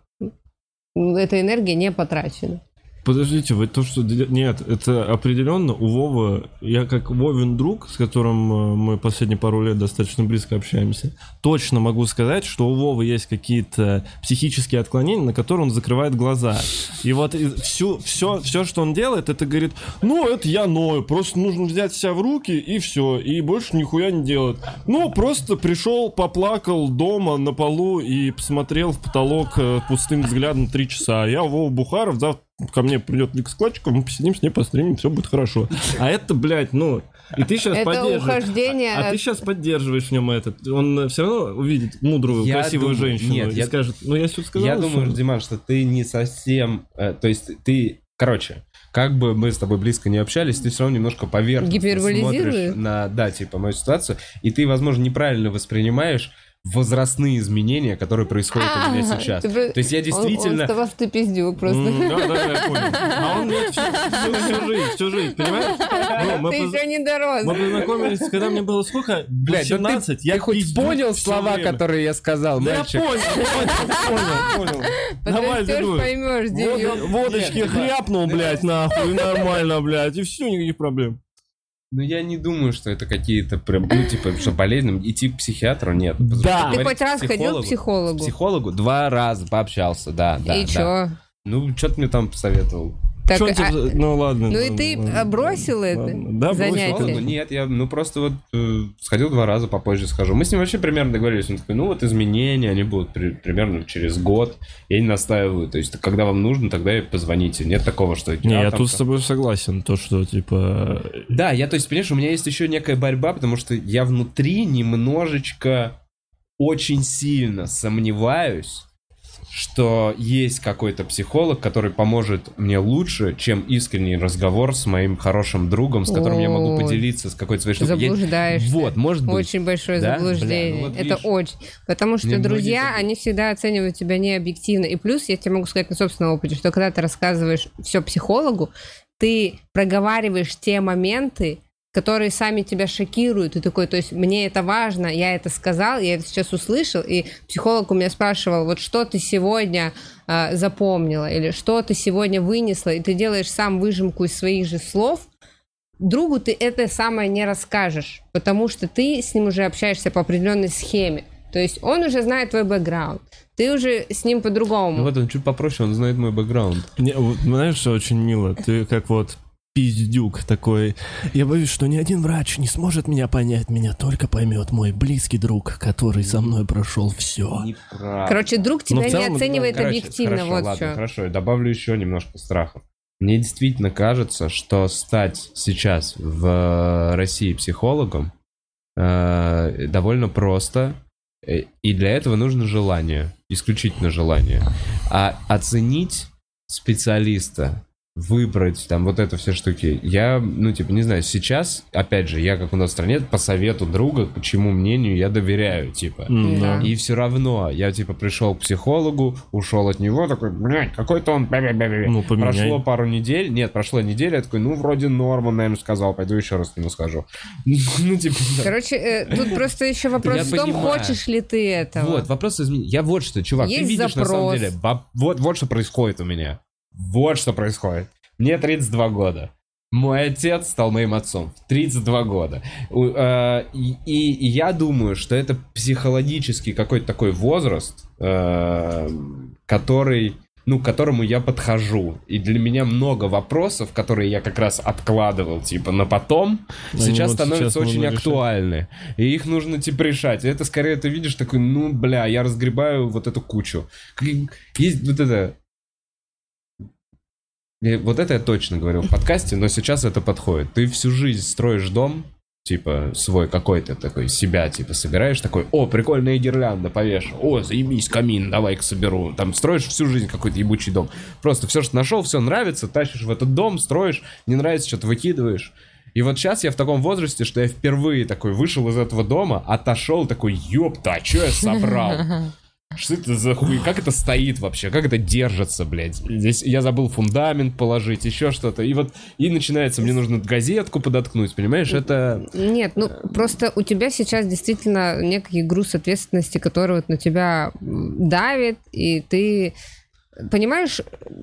Speaker 3: эта энергия не потрачена.
Speaker 2: Подождите, вы то, что... дел- Нет, это определенно у Вовы... Я как Вовин друг, с которым э, мы последние пару лет достаточно близко общаемся, точно могу сказать, что у Вовы есть какие-то психические отклонения, на которые он закрывает глаза. И вот и всю, все, все, что он делает, это говорит, ну, это я ною, просто нужно взять себя в руки и все, и больше нихуя не делать. Ну, просто пришел, поплакал дома на полу и посмотрел в потолок э, пустым взглядом три часа. А Я Вова Бухаров, завтра ко мне придет Лекс Клачков, мы посидим с ней, постримим, все будет хорошо. А это, блядь, ну... И ты сейчас
Speaker 3: Это
Speaker 2: поддерживаешь.
Speaker 3: ухождение
Speaker 2: А, а ты
Speaker 3: от-
Speaker 2: сейчас поддерживаешь в нем этот. Он все равно увидит мудрую,
Speaker 1: Я
Speaker 2: красивую
Speaker 1: думаю-
Speaker 2: женщину
Speaker 1: нет,
Speaker 2: и
Speaker 1: я-
Speaker 2: скажет, ну я все сказал.
Speaker 1: Я
Speaker 2: что
Speaker 1: думаю,
Speaker 2: ли?»
Speaker 1: Диман, что ты не совсем... э, То есть ты... Короче, как бы мы с тобой близко не общались, ты все равно немножко поверхностно
Speaker 3: Гиперболизирую?
Speaker 1: смотришь на, да, типа, мою ситуацию, и ты, возможно, неправильно воспринимаешь возрастные изменения, которые происходят у меня
Speaker 3: А,
Speaker 1: сейчас.
Speaker 3: ты бы-
Speaker 1: То есть я
Speaker 3: Он, он
Speaker 1: действительно...
Speaker 3: с тобой ты пиздюк просто. <laughs>
Speaker 2: М, Да, да, я понял. А он нет, всю, всю- всю жизнь, всю жизнь, понимаешь? Ну, мы,
Speaker 3: Ты
Speaker 2: поз-
Speaker 3: еще не дорос.
Speaker 2: мы познакомились, когда мне было сколько?
Speaker 1: Блядь, да ты-
Speaker 2: 17.
Speaker 1: ты,
Speaker 2: я
Speaker 1: хоть
Speaker 2: пиздюк
Speaker 1: понял
Speaker 2: всё
Speaker 1: слова,
Speaker 2: время.
Speaker 1: которые я сказал,
Speaker 2: Да я
Speaker 1: мальчик?
Speaker 2: понял, понял, понял, понял. Давай,
Speaker 3: Подрастешь,
Speaker 2: дедуль.
Speaker 3: поймешь,
Speaker 2: Воды-
Speaker 3: дебил.
Speaker 2: водочки
Speaker 3: типа-
Speaker 1: Нет, давай.
Speaker 2: хряпнул, блядь, нахуй, и нормально, блядь, и все, никаких проблем.
Speaker 1: Ну, я не думаю, что это какие-то прям, ну, типа, что болезненно. Идти к психиатру нет.
Speaker 2: Да.
Speaker 3: Ты
Speaker 1: Говорить
Speaker 3: хоть раз ходил к
Speaker 1: К
Speaker 3: психологу?
Speaker 1: психологу два раза пообщался, да, да.
Speaker 3: И
Speaker 1: да.
Speaker 3: чё?
Speaker 1: Ну, что ты мне там посоветовал?
Speaker 3: Так,
Speaker 2: Чё он
Speaker 3: а-
Speaker 2: тебе за- Ну ладно.
Speaker 3: Ну и
Speaker 2: ладно,
Speaker 3: ты,
Speaker 2: ладно.
Speaker 3: а, бросил это
Speaker 2: Ладно. Да, бросил.
Speaker 3: занятие?
Speaker 1: Психологу? Нет, я, ну, просто вот э, сходил два раза, попозже схожу. Мы с ним вообще примерно договорились. Он такой, ну, вот изменения, они будут при- примерно через год. Я не настаиваю. То есть, когда вам нужно, тогда и позвоните. Нет такого, что...
Speaker 2: Не,
Speaker 1: «А,
Speaker 2: я
Speaker 1: там
Speaker 2: тут
Speaker 1: как-то».
Speaker 2: с тобой согласен, то, что, типа,
Speaker 1: Да, я, то есть, понимаешь, у меня есть еще некая борьба, потому что я внутри немножечко очень сильно сомневаюсь, что есть какой-то психолог, который поможет мне лучше, чем искренний разговор с моим хорошим другом, с которым я могу
Speaker 3: Ой.
Speaker 1: поделиться с какой-то своей штукой. Я-
Speaker 3: Заблуждаешься.
Speaker 1: Вот, может быть.
Speaker 3: Очень большое
Speaker 1: Да?
Speaker 3: заблуждение.
Speaker 1: Бля, ну вот
Speaker 3: это
Speaker 1: видишь.
Speaker 3: очень. Потому что
Speaker 1: Мне многие
Speaker 3: друзья,
Speaker 1: так
Speaker 3: они всегда оценивают тебя необъективно. И плюс, я тебе могу сказать на собственном опыте, что когда ты рассказываешь все психологу, ты проговариваешь те моменты, которые сами тебя шокируют. И такой, то есть мне это важно, я это сказал, я это сейчас услышал. И психолог у меня спрашивал, вот что ты сегодня а, запомнила или что ты сегодня вынесла, и ты делаешь сам выжимку из своих же слов, другу ты это самое не расскажешь, потому что ты с ним уже общаешься по определенной схеме. То есть он уже знает твой бэкграунд, ты уже с ним
Speaker 1: Ну
Speaker 3: по-другому.
Speaker 1: вот он чуть попроще, он знает мой бэкграунд.
Speaker 2: Не, вот, знаешь, что очень мило? Ты как вот пиздюк такой. Я боюсь, что ни один врач не сможет меня понять. Меня только поймет мой близкий друг, который со мной прошел все.
Speaker 1: Неправда.
Speaker 3: Короче, друг
Speaker 1: Ну,
Speaker 3: тебя
Speaker 2: в целом,
Speaker 3: не оценивает
Speaker 1: Короче,
Speaker 3: объективно,
Speaker 1: хорошо,
Speaker 3: вот
Speaker 1: ладно,
Speaker 3: что.
Speaker 1: Хорошо, я добавлю еще немножко страхов. Мне действительно кажется, что стать сейчас в э, России психологом э, довольно просто. Э, И для этого нужно желание, исключительно желание. А оценить специалиста, выбрать там вот это все штуки, я, ну, типа, не знаю, сейчас, опять же, я как у нас в стране, по совету друга, к чему мнению я доверяю, типа.
Speaker 3: Да.
Speaker 1: И все равно я типа пришел к психологу, ушел от него, такой, блядь, какой-то он. бля-бля-бля-бля».
Speaker 2: Ну, поменяй.
Speaker 1: прошло пару недель, нет, прошла неделя, я такой, ну вроде норм, он, наверное, сказал, пойду еще раз к нему схожу. <laughs> Ну типа. да.
Speaker 3: Короче, э, тут просто еще вопрос в том,
Speaker 1: понимаю.
Speaker 3: хочешь ли ты этого.
Speaker 1: Вот вопрос изменения. Я вот что, чувак, ты
Speaker 3: Есть
Speaker 1: видишь на самом
Speaker 3: запрос.
Speaker 1: деле, баб- вот вот что происходит у меня, вот что происходит. Мне 32 года. Мой отец стал моим отцом в 32 года. У- э, и, и- и я думаю, что это психологический какой-то такой возраст, э, который, ну, к которому я подхожу. И для меня много вопросов, которые я как раз откладывал, типа, на потом,
Speaker 2: Они
Speaker 1: сейчас
Speaker 2: Ну, вот
Speaker 1: становятся
Speaker 2: сейчас нужно
Speaker 1: очень
Speaker 2: решать.
Speaker 1: актуальны. И их нужно, типа, решать. И это скорее ты видишь такой, ну, бля, я разгребаю вот эту кучу. Как- Есть вот это... И вот это я точно говорил в подкасте, но сейчас это подходит. Ты всю жизнь строишь дом, типа, свой какой-то такой, себя, типа, собираешь, такой, о, прикольная гирлянда повешу, о, заебись, камин, давай-ка соберу. Там строишь всю жизнь какой-то ебучий дом. Просто все, что нашел, все нравится, тащишь в этот дом, строишь, не нравится, что-то выкидываешь. И вот сейчас я в таком возрасте, что я впервые такой вышел из этого дома, отошел такой, ёпта, а что я собрал? Что это за хуй? Как это стоит вообще? Как это держится, блядь? Здесь я забыл фундамент положить, еще что-то. И вот, и начинается, мне нужно газетку подоткнуть, понимаешь? Это...
Speaker 3: Нет, ну
Speaker 2: Э.
Speaker 3: просто у тебя сейчас действительно некий груз ответственности, который вот на тебя м, давит, и ты Понимаешь,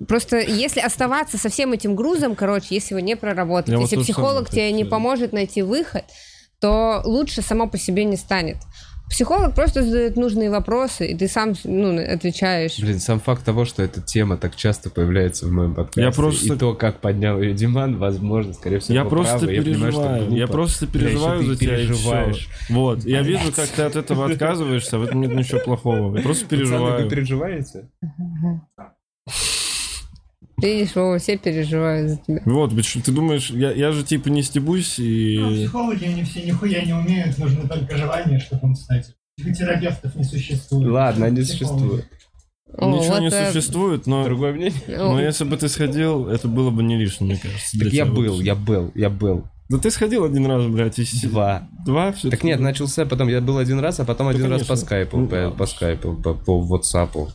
Speaker 3: просто если оставаться со всем этим грузом, короче, если его не проработать,
Speaker 2: Я вот
Speaker 3: если
Speaker 2: то же самое
Speaker 3: психолог
Speaker 2: хочу
Speaker 3: тебе не
Speaker 2: сказать.
Speaker 3: поможет найти выход, то лучше само по себе не станет. Психолог просто задает нужные вопросы, и ты сам ну, отвечаешь.
Speaker 1: Блин, сам факт того, что эта тема так часто появляется в моем подкасте,
Speaker 2: Я просто-
Speaker 1: и то, как поднял ее Диман, возможно, скорее всего,
Speaker 2: Я
Speaker 1: вы
Speaker 2: просто
Speaker 1: правы. понимаю, что
Speaker 2: переживаю.
Speaker 1: глупо.
Speaker 2: Я просто
Speaker 1: Бля, еще
Speaker 2: переживаю
Speaker 1: ты
Speaker 2: за тебя. и всё.
Speaker 1: переживаешь.
Speaker 2: Вот. Я вижу, как ты от этого отказываешься, а в этом нет ничего плохого. Я просто
Speaker 1: Пацаны,
Speaker 2: переживаю.
Speaker 1: вы переживаете?
Speaker 3: Видишь, Вова, все переживают за тебя.
Speaker 2: Вот, потому что ты думаешь, я, я же типа не стебусь
Speaker 4: Ну,
Speaker 2: и...
Speaker 4: психологи, они все нихуя не умеют, нужно только желание, чтобы он стать. Психотерапевтов не существует.
Speaker 1: Ладно, они
Speaker 4: Психологи.
Speaker 1: существуют.
Speaker 3: О,
Speaker 2: Ничего
Speaker 3: вот,
Speaker 2: не ну,
Speaker 3: э,
Speaker 2: существует, но,
Speaker 1: Другое мнение?
Speaker 3: о,
Speaker 2: но если бы ты сходил, это было бы не лишним, мне кажется. для
Speaker 1: Так я
Speaker 2: тебя.
Speaker 1: был, я был, я был.
Speaker 2: Да ты сходил один раз, блядь, и... с-
Speaker 1: Два.
Speaker 2: Два все
Speaker 1: Так нет, начался потом, я был один раз, а потом один раз
Speaker 2: конечно.
Speaker 1: по скайпу,
Speaker 2: Ну,
Speaker 1: по,
Speaker 2: да.
Speaker 1: по скайпу, по, по WhatsApp.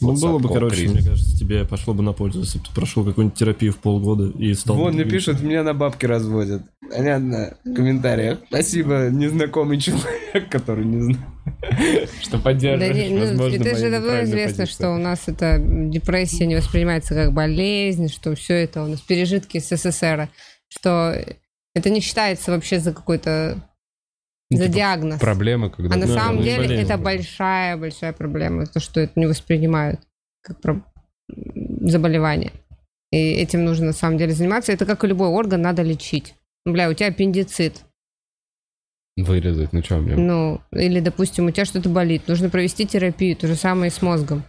Speaker 2: Ну, было бы,
Speaker 1: WhatsApp,
Speaker 2: короче,
Speaker 1: Крис.
Speaker 2: мне кажется, тебе пошло бы на пользу, если бы ты прошел какую-нибудь терапию в полгода и стал...
Speaker 1: Вон мне
Speaker 2: другим.
Speaker 1: пишут, меня на бабки разводят. Понятно, в комментариях. Спасибо, незнакомый человек, который не знает, <laughs> что
Speaker 3: Да не,
Speaker 1: поддерживаешь,
Speaker 3: ну,
Speaker 1: возможно,
Speaker 3: это
Speaker 1: мою
Speaker 3: же давно
Speaker 1: неправильную
Speaker 3: известно,
Speaker 1: позицию.
Speaker 3: что у нас это депрессия не воспринимается как болезнь, что все это у нас пережитки СССР, что это не считается вообще за какой-то
Speaker 1: Ну,
Speaker 3: за
Speaker 1: типа,
Speaker 3: диагноз.
Speaker 1: Проблема, когда...
Speaker 3: А на
Speaker 1: ты-
Speaker 2: да,
Speaker 3: самом
Speaker 2: ну,
Speaker 3: деле
Speaker 2: болезнь
Speaker 3: это
Speaker 2: вроде.
Speaker 3: большая-большая проблема, то, что это не воспринимают как про- заболевание. И этим нужно на самом деле заниматься. Это как и любой орган, надо лечить. Бля, у тебя аппендицит.
Speaker 1: Вырезать, ну что мне?
Speaker 3: Ну, или, допустим, у тебя что-то болит, нужно провести терапию, то же самое и с мозгом.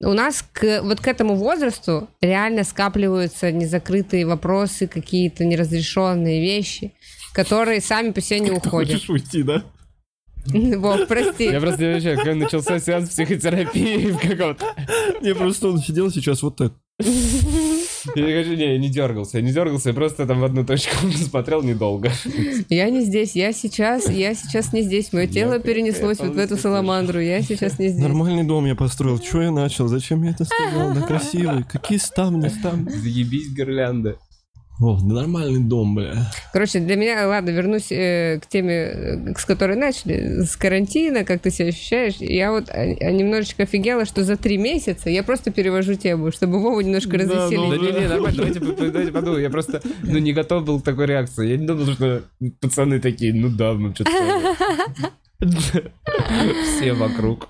Speaker 3: У нас к, вот к этому возрасту реально скапливаются незакрытые вопросы, какие-то неразрешенные вещи, которые сами по себе не уходят.
Speaker 2: Хочешь уйти, да? <laughs>
Speaker 3: <laughs> Бог,
Speaker 1: Я
Speaker 3: прости.
Speaker 1: просто не отвечаю, когда начался сеанс психотерапии в каком-то...
Speaker 2: Не, просто он сидел сейчас вот так.
Speaker 1: Я не хочу, не, я не дергался, я не дергался, я просто там в одну точку <laughs> смотрел недолго.
Speaker 3: Я не здесь, я сейчас, я сейчас не здесь. Мое тело перенеслось вот в эту саламандру, я сейчас не здесь.
Speaker 2: Нормальный дом я построил. Чё я начал? Зачем я это сказал? Да красивый. Какие ставни, ставни.
Speaker 1: Заебись гирлянды.
Speaker 2: О, да нормальный дом, бля.
Speaker 3: Короче, для меня, ладно, вернусь э, к теме, э, с которой начали, с карантина, как ты себя ощущаешь. Я вот э, немножечко офигела, что за три месяца я просто перевожу тему, чтобы Вову немножко
Speaker 2: Да,
Speaker 1: Да
Speaker 3: развеселить.
Speaker 2: ну,
Speaker 1: не, не, нормально, давайте, по- давайте подумаем. Я просто, ну, не готов был к такой реакции. Я не думал, что пацаны такие, ну да, мы что-то... Все вокруг.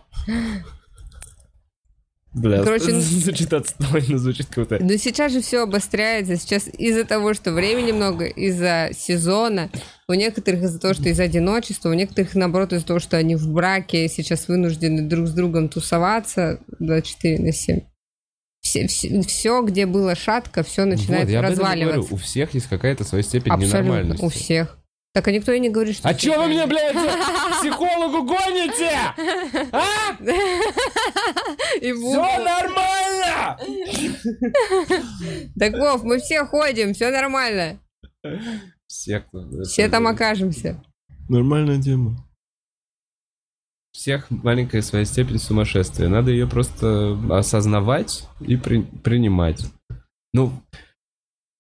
Speaker 1: Бля,
Speaker 3: Короче,
Speaker 1: <laughs>
Speaker 3: ну-
Speaker 1: звучит отстойно, звучит круто.
Speaker 3: Но сейчас же все обостряется. Сейчас из-за того, что времени много, из-за сезона, у некоторых из-за того, что из одиночества, у некоторых, наоборот, из-за того, что они в браке и сейчас вынуждены друг с другом тусоваться 24 на 7. Все, все, всё, где было шатко, все начинает
Speaker 1: Вот, я об этом и
Speaker 3: разваливаться.
Speaker 1: говорю, у всех есть какая-то своя степень
Speaker 3: Абсолютно,
Speaker 1: ненормальности.
Speaker 3: у всех. Так, а никто и не говорит, что...
Speaker 1: А
Speaker 3: все
Speaker 1: чё вы меня,
Speaker 3: правильно. <laughs>
Speaker 1: блядь, к психологу гоните? А?
Speaker 3: И
Speaker 1: Все
Speaker 3: Вова-
Speaker 1: нормально!
Speaker 3: Так, Вов, мы все ходим, все нормально.
Speaker 1: Все, кто-
Speaker 3: Все там
Speaker 1: это-
Speaker 3: окажемся.
Speaker 2: Нормальная тема.
Speaker 1: всех маленькая своя степень сумасшествия. Надо ее просто осознавать и при- принимать. Ну,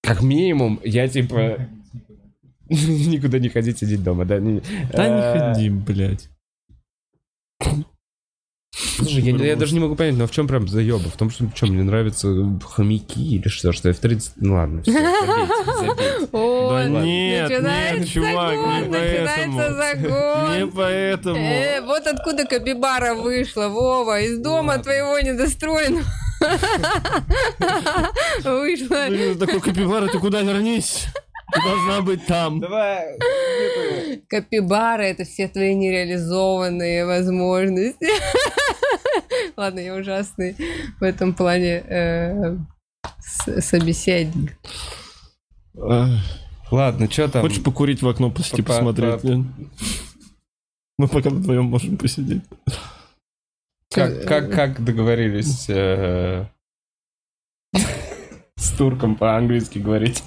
Speaker 1: как минимум, я типа <laughs> никуда не ходить, сидеть дома, да? не-
Speaker 2: Да не
Speaker 1: Э,
Speaker 2: ходи, блядь.
Speaker 1: Слушай, я, не- я даже не могу понять, но в чем прям заеба? В том, что, что мне нравятся хомяки или что, что я в 30... Ну ладно, <laughs> все,
Speaker 3: О,
Speaker 2: Да нет,
Speaker 3: начинается
Speaker 2: нет, чувак,
Speaker 3: загон,
Speaker 2: не поэтому.
Speaker 3: начинается
Speaker 2: Не
Speaker 3: загон.
Speaker 2: поэтому.
Speaker 3: Э, вот откуда Капибара вышла, Вова, из дома твоего недостроенного. <laughs> Вышла.
Speaker 2: Блин, Ну, такой капибара, ты куда вернись? Ты должна быть там.
Speaker 1: Давай.
Speaker 3: Капибара — это все твои нереализованные возможности. <laughs> Ладно, я ужасный в этом плане э, с- собеседник.
Speaker 2: Эх.
Speaker 1: Ладно, что там?
Speaker 2: Хочешь покурить в окно, посиди,
Speaker 1: По- по-
Speaker 2: посмотреть?
Speaker 1: по-
Speaker 2: Нет? Мы пока вдвоем можем посидеть.
Speaker 1: Как, как, как договорились э, с турком по-английски говорить?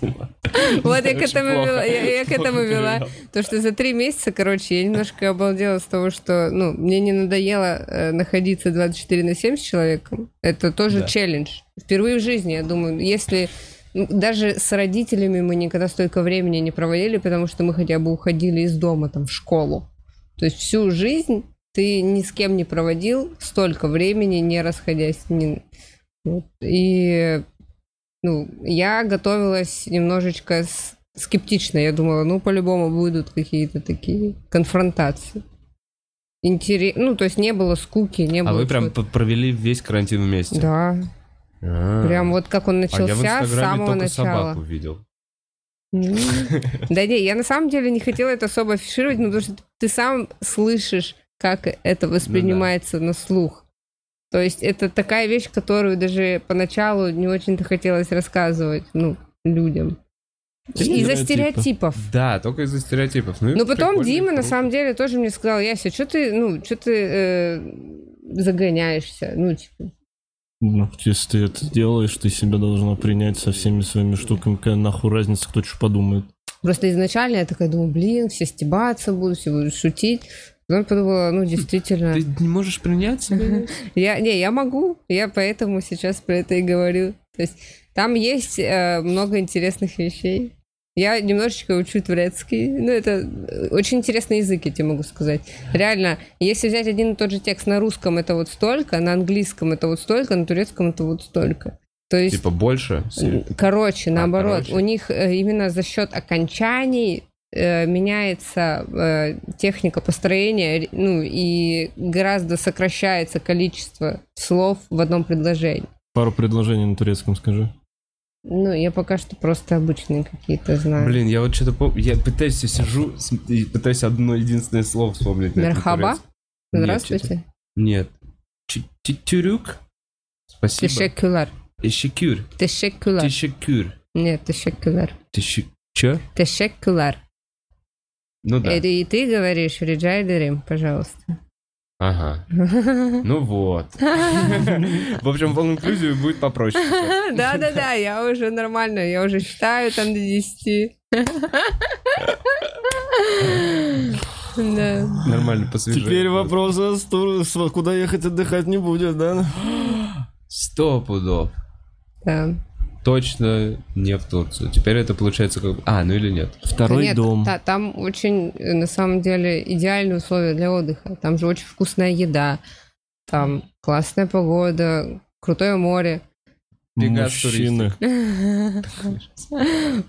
Speaker 3: Вот я к
Speaker 1: Очень
Speaker 3: этому
Speaker 1: плохо.
Speaker 3: вела, я, я к этому
Speaker 1: Плохо
Speaker 3: вела.
Speaker 1: перевел.
Speaker 3: То, что за три месяца, короче, я немножко обалдела с того, что, ну, мне не надоело э, находиться 24 на 7 с человеком. Это тоже
Speaker 1: Да.
Speaker 3: челлендж. Впервые в жизни, я думаю, если... ну, Даже с родителями мы никогда столько времени не проводили, потому что мы хотя бы уходили из дома, там, в школу. То есть всю жизнь ты ни с кем не проводил столько времени, не расходясь. ни- Вот. И ну, я готовилась немножечко с- скептично. Я думала, ну, по-любому будут какие-то такие конфронтации. Интерес... Ну, то есть не было скуки, не было...
Speaker 1: А вы прям
Speaker 3: чего-то.
Speaker 1: п- провели весь карантин вместе?
Speaker 3: Да,
Speaker 1: А.
Speaker 3: прям вот как он
Speaker 1: А я в
Speaker 3: начался с
Speaker 1: Инстаграме
Speaker 3: самого
Speaker 1: только
Speaker 3: начала.
Speaker 1: собаку видел.
Speaker 3: Ну, Да не, я на самом деле не хотела это особо афишировать, но потому что ты сам слышишь, как это воспринимается на слух. То есть это такая вещь, которую даже поначалу не очень-то хотелось рассказывать, ну, людям. Из-за
Speaker 2: Стереотипы.
Speaker 3: стереотипов.
Speaker 1: Да, только из-за стереотипов. Ну,
Speaker 3: Но Ну, потом Дима, на самом деле, тоже мне сказал, Яся, что ты, ну, что ты э, загоняешься? Ну, типа,
Speaker 2: Ну, если ты это делаешь, ты себя должна принять со всеми своими штуками. Какая нахуй разница, кто что подумает.
Speaker 3: Просто изначально я такая думаю, блин, все стебаться будут, все будут шутить. Потом подумала, ну, действительно.
Speaker 1: Ты не можешь принять себя?
Speaker 3: Я, не, я могу, я поэтому сейчас про это и говорю. То есть там есть э, много интересных вещей. Я немножечко учу турецкий, ну это э, очень интересный язык, я тебе могу сказать. Реально, если взять один и тот же текст на русском, это вот столько, на английском это вот столько, на турецком это вот столько. То есть
Speaker 1: Типа больше?
Speaker 3: Короче, наоборот,
Speaker 1: А, короче.
Speaker 3: у них э, именно за счет окончаний э, меняется э, техника построения, ре- ну и гораздо сокращается количество слов в одном предложении.
Speaker 2: Пару предложений на турецком скажи.
Speaker 3: Ну, я пока что просто обычные какие-то знаю.
Speaker 1: Блин, я вот что-то помню. Я пытаюсь, я сижу с- и пытаюсь одно единственное слово вспомнить. на этом
Speaker 3: Мерхаба?
Speaker 1: турецком. Нет,
Speaker 3: Здравствуйте.
Speaker 1: Нет. Чи- чи- Тюрюк? Спасибо.
Speaker 3: Тешекюлар.
Speaker 1: Тещекюр.
Speaker 3: Тешекюлар.
Speaker 1: Тещекюр.
Speaker 3: Нет, тешекюлар.
Speaker 1: Тещи- Чё?
Speaker 3: Тешекюлар.
Speaker 1: Ну да.
Speaker 3: Это Э, и ты говоришь, Риджай Дерим, пожалуйста.
Speaker 1: Ага.
Speaker 3: <laughs>
Speaker 1: Ну вот. В общем, в инклюзию будет попроще.
Speaker 3: <laughs> Да-да-да, я уже нормально, я уже считаю там до 10. Да.
Speaker 1: Нормально посвежее.
Speaker 2: Теперь
Speaker 1: будет.
Speaker 2: вопрос, а с тур- с- куда ехать отдыхать не будет, да?
Speaker 1: Сто пудов.
Speaker 3: да.
Speaker 1: Точно не в Турцию. Теперь это получается как... бы- А, ну или нет.
Speaker 2: Второй
Speaker 3: Нет,
Speaker 2: дом.
Speaker 3: та- там очень, э, на самом деле, идеальные условия для отдыха. Там же очень вкусная еда, там классная погода, крутое море.
Speaker 1: Пегас
Speaker 2: Мужчины.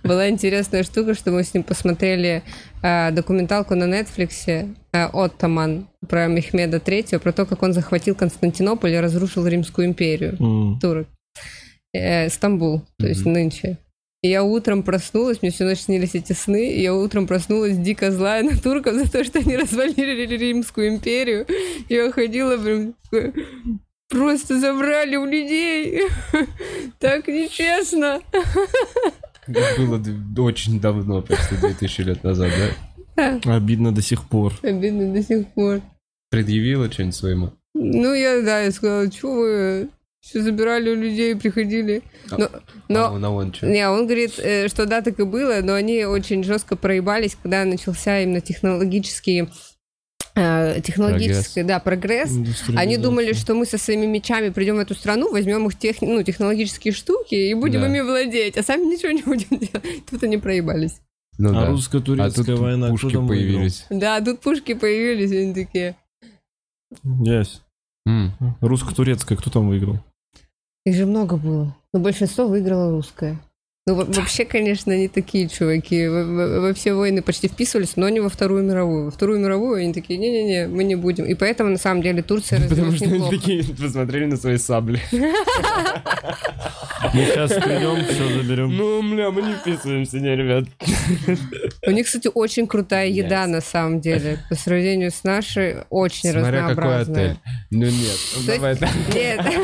Speaker 3: Была интересная штука, что мы с ним посмотрели э, документалку на Нетфликсе «Оттаман» про Мехмеда Третьего, про то, как он захватил Константинополь и разрушил Римскую империю.
Speaker 2: М.
Speaker 3: турок. Э, Стамбул, то есть
Speaker 1: Мгм.
Speaker 3: нынче. И я утром проснулась, мне всю ночь снились эти сны, и я утром проснулась дико злая на турков за то, что они развалили Ри- Римскую империю. Я ходила прям такая, просто забрали у людей. <laughs> Так нечестно.
Speaker 1: Было д- очень давно, почти 2000 лет назад, да?
Speaker 2: Обидно до сих пор.
Speaker 3: Обидно до сих пор.
Speaker 1: Предъявила что-нибудь своему?
Speaker 3: Ну, я, да, я сказала, что вы все забирали у людей, приходили. Но, но
Speaker 1: А он, а он чё?
Speaker 3: Не, он говорит, э, что да, так и было, но они очень жестко проебались, когда начался именно технологический, э, технологический, да, прогресс. Они думали, что мы со своими мечами придем в эту страну, возьмем их тех, ну, технологические штуки и будем
Speaker 1: Да.
Speaker 3: ими владеть, а сами ничего не будем делать. <laughs> Тут они проебались.
Speaker 1: Ну
Speaker 2: А
Speaker 1: да. А
Speaker 2: русско-турецкая
Speaker 1: тут
Speaker 2: война, кто
Speaker 1: пушки
Speaker 2: там выиграл?
Speaker 1: появились.
Speaker 3: Да, тут пушки появились, и они такие.
Speaker 2: Ясь.
Speaker 1: М.
Speaker 2: Русско-турецкая, кто там выиграл?
Speaker 3: Их же много было. Но большинство выиграло русское. Ну, во- вообще, конечно, они такие чуваки. Во, во- во все войны почти вписывались, но не во Вторую мировую. Во Вторую мировую они такие, не-не-не, мы не будем. И поэтому, на самом деле, Турция
Speaker 1: Потому
Speaker 3: развилась
Speaker 1: что они
Speaker 3: неплохо.
Speaker 1: такие посмотрели на свои сабли.
Speaker 2: Мы сейчас придем, все заберем.
Speaker 1: <laughs> Ну, бля, мы не вписываемся, не, ребят.
Speaker 3: У них, кстати, очень крутая еда, на самом деле. По сравнению с нашей, очень
Speaker 1: Смотря какой
Speaker 3: разнообразная.
Speaker 1: отель. Ну нет, ну,
Speaker 3: То
Speaker 1: давай
Speaker 3: есть-
Speaker 1: так.
Speaker 3: <laughs>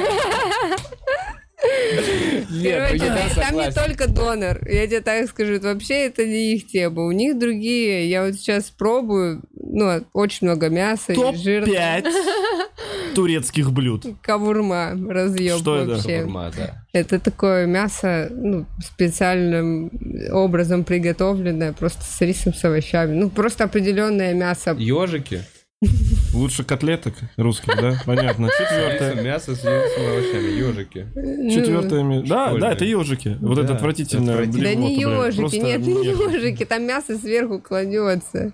Speaker 3: Нет,
Speaker 1: Нет,
Speaker 3: короче,
Speaker 1: ну, еда,
Speaker 3: там не
Speaker 1: согласен.
Speaker 3: только донор. Я тебе так скажу, это вообще это не их тема. У них другие. Я вот сейчас пробую, ну, очень много мяса и жира. <laughs>
Speaker 2: Топ-5 турецких блюд.
Speaker 3: Кавурма, разъем
Speaker 2: Что это?
Speaker 3: вообще.
Speaker 1: Шаурма, да.
Speaker 3: Это такое мясо, ну, специальным образом приготовленное, просто с рисом, с овощами. Ну, просто определенное мясо.
Speaker 1: Ёжики.
Speaker 2: Лучше котлеток русских, да? Понятно.
Speaker 1: Мясо,
Speaker 2: Четвертое.
Speaker 1: мясо с яйцами, овощи, ежики.
Speaker 3: Ну,
Speaker 2: Четвертое. ми- Да,
Speaker 1: Школьные.
Speaker 2: да, это ежики. Вот
Speaker 1: Да,
Speaker 2: это отвратительное
Speaker 1: отвратительно.
Speaker 2: блюдо,
Speaker 3: Да не
Speaker 2: блядь,
Speaker 3: ежики,
Speaker 2: просто
Speaker 3: нет, не
Speaker 2: мерзко.
Speaker 3: ежики, там мясо сверху кладется.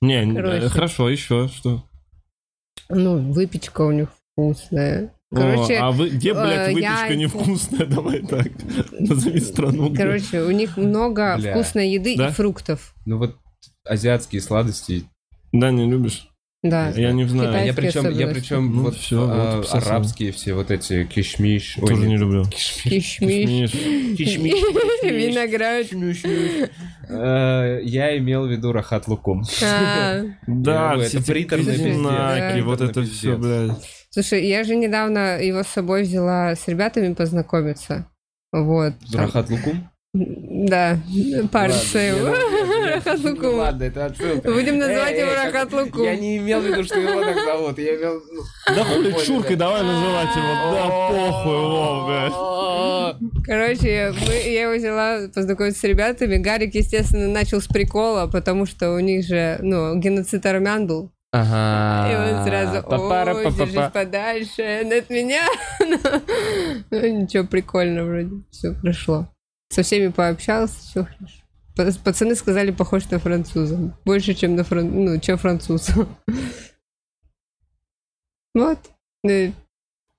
Speaker 2: Не, н-
Speaker 3: Короче.
Speaker 2: хорошо, еще что?
Speaker 3: Ну, выпечка у них вкусная. Короче,
Speaker 2: а вы, где, блядь,
Speaker 3: э,
Speaker 2: выпечка
Speaker 3: я-
Speaker 2: невкусная? <laughs> Давай так, назови страну. где.
Speaker 3: короче, у них много
Speaker 1: Бля.
Speaker 3: вкусной еды
Speaker 2: Да?
Speaker 3: и фруктов.
Speaker 1: Ну вот азиатские сладости.
Speaker 2: Да, не любишь?
Speaker 3: Да.
Speaker 2: Я не знаю.
Speaker 1: Я
Speaker 3: Китайские
Speaker 1: причем, я
Speaker 3: особенности.
Speaker 1: причем
Speaker 2: Ну
Speaker 1: вот,
Speaker 2: всё,
Speaker 1: а,
Speaker 2: вот обсосал.
Speaker 1: арабские все вот эти кишмиш. ой,
Speaker 2: Тоже не люблю.
Speaker 3: Кишмиш. <laughs>
Speaker 1: Кишмиш.
Speaker 3: Виноград.
Speaker 1: Э, Я имел в виду рахат лукум.
Speaker 3: А,
Speaker 2: Да,
Speaker 1: люблю, это
Speaker 2: все эти
Speaker 1: приторный
Speaker 3: пиздец.
Speaker 2: знаки,
Speaker 3: Да.
Speaker 2: вот это
Speaker 1: Приторный
Speaker 2: все,
Speaker 1: пиздец.
Speaker 2: блядь.
Speaker 3: Слушай, я же недавно его с собой взяла с ребятами познакомиться. Вот.
Speaker 1: Рахат лукум?
Speaker 3: Да, парень
Speaker 1: Ладно,
Speaker 3: своего.
Speaker 1: не надо.
Speaker 3: Рахат
Speaker 1: Ну
Speaker 3: лукум.
Speaker 1: Ладно, это отсылка.
Speaker 3: Будем называть
Speaker 1: Эй,
Speaker 3: его
Speaker 1: эй,
Speaker 3: Рахат
Speaker 1: как-
Speaker 3: лукум.
Speaker 1: Я не имел в виду, что его так зовут. Я имел... ну,
Speaker 2: Да хули
Speaker 1: поняли,
Speaker 2: чуркой, давай называть его. Да похуй, во, блядь.
Speaker 3: Короче, мы, я его взяла познакомиться с ребятами. Гарик, естественно, начал с прикола, потому что у них же, ну, геноцид армян был.
Speaker 1: Ага.
Speaker 3: И он сразу,
Speaker 1: Папара,
Speaker 3: ой,
Speaker 1: папапа.
Speaker 3: держись подальше от меня. <laughs> Ну, ничего, прикольно вроде. Все прошло. Со всеми пообщался, все хорошо. Па- Пацаны сказали, похож на француза. Больше, чем на фран... ну, чем француз. <laughs> Вот. Ну,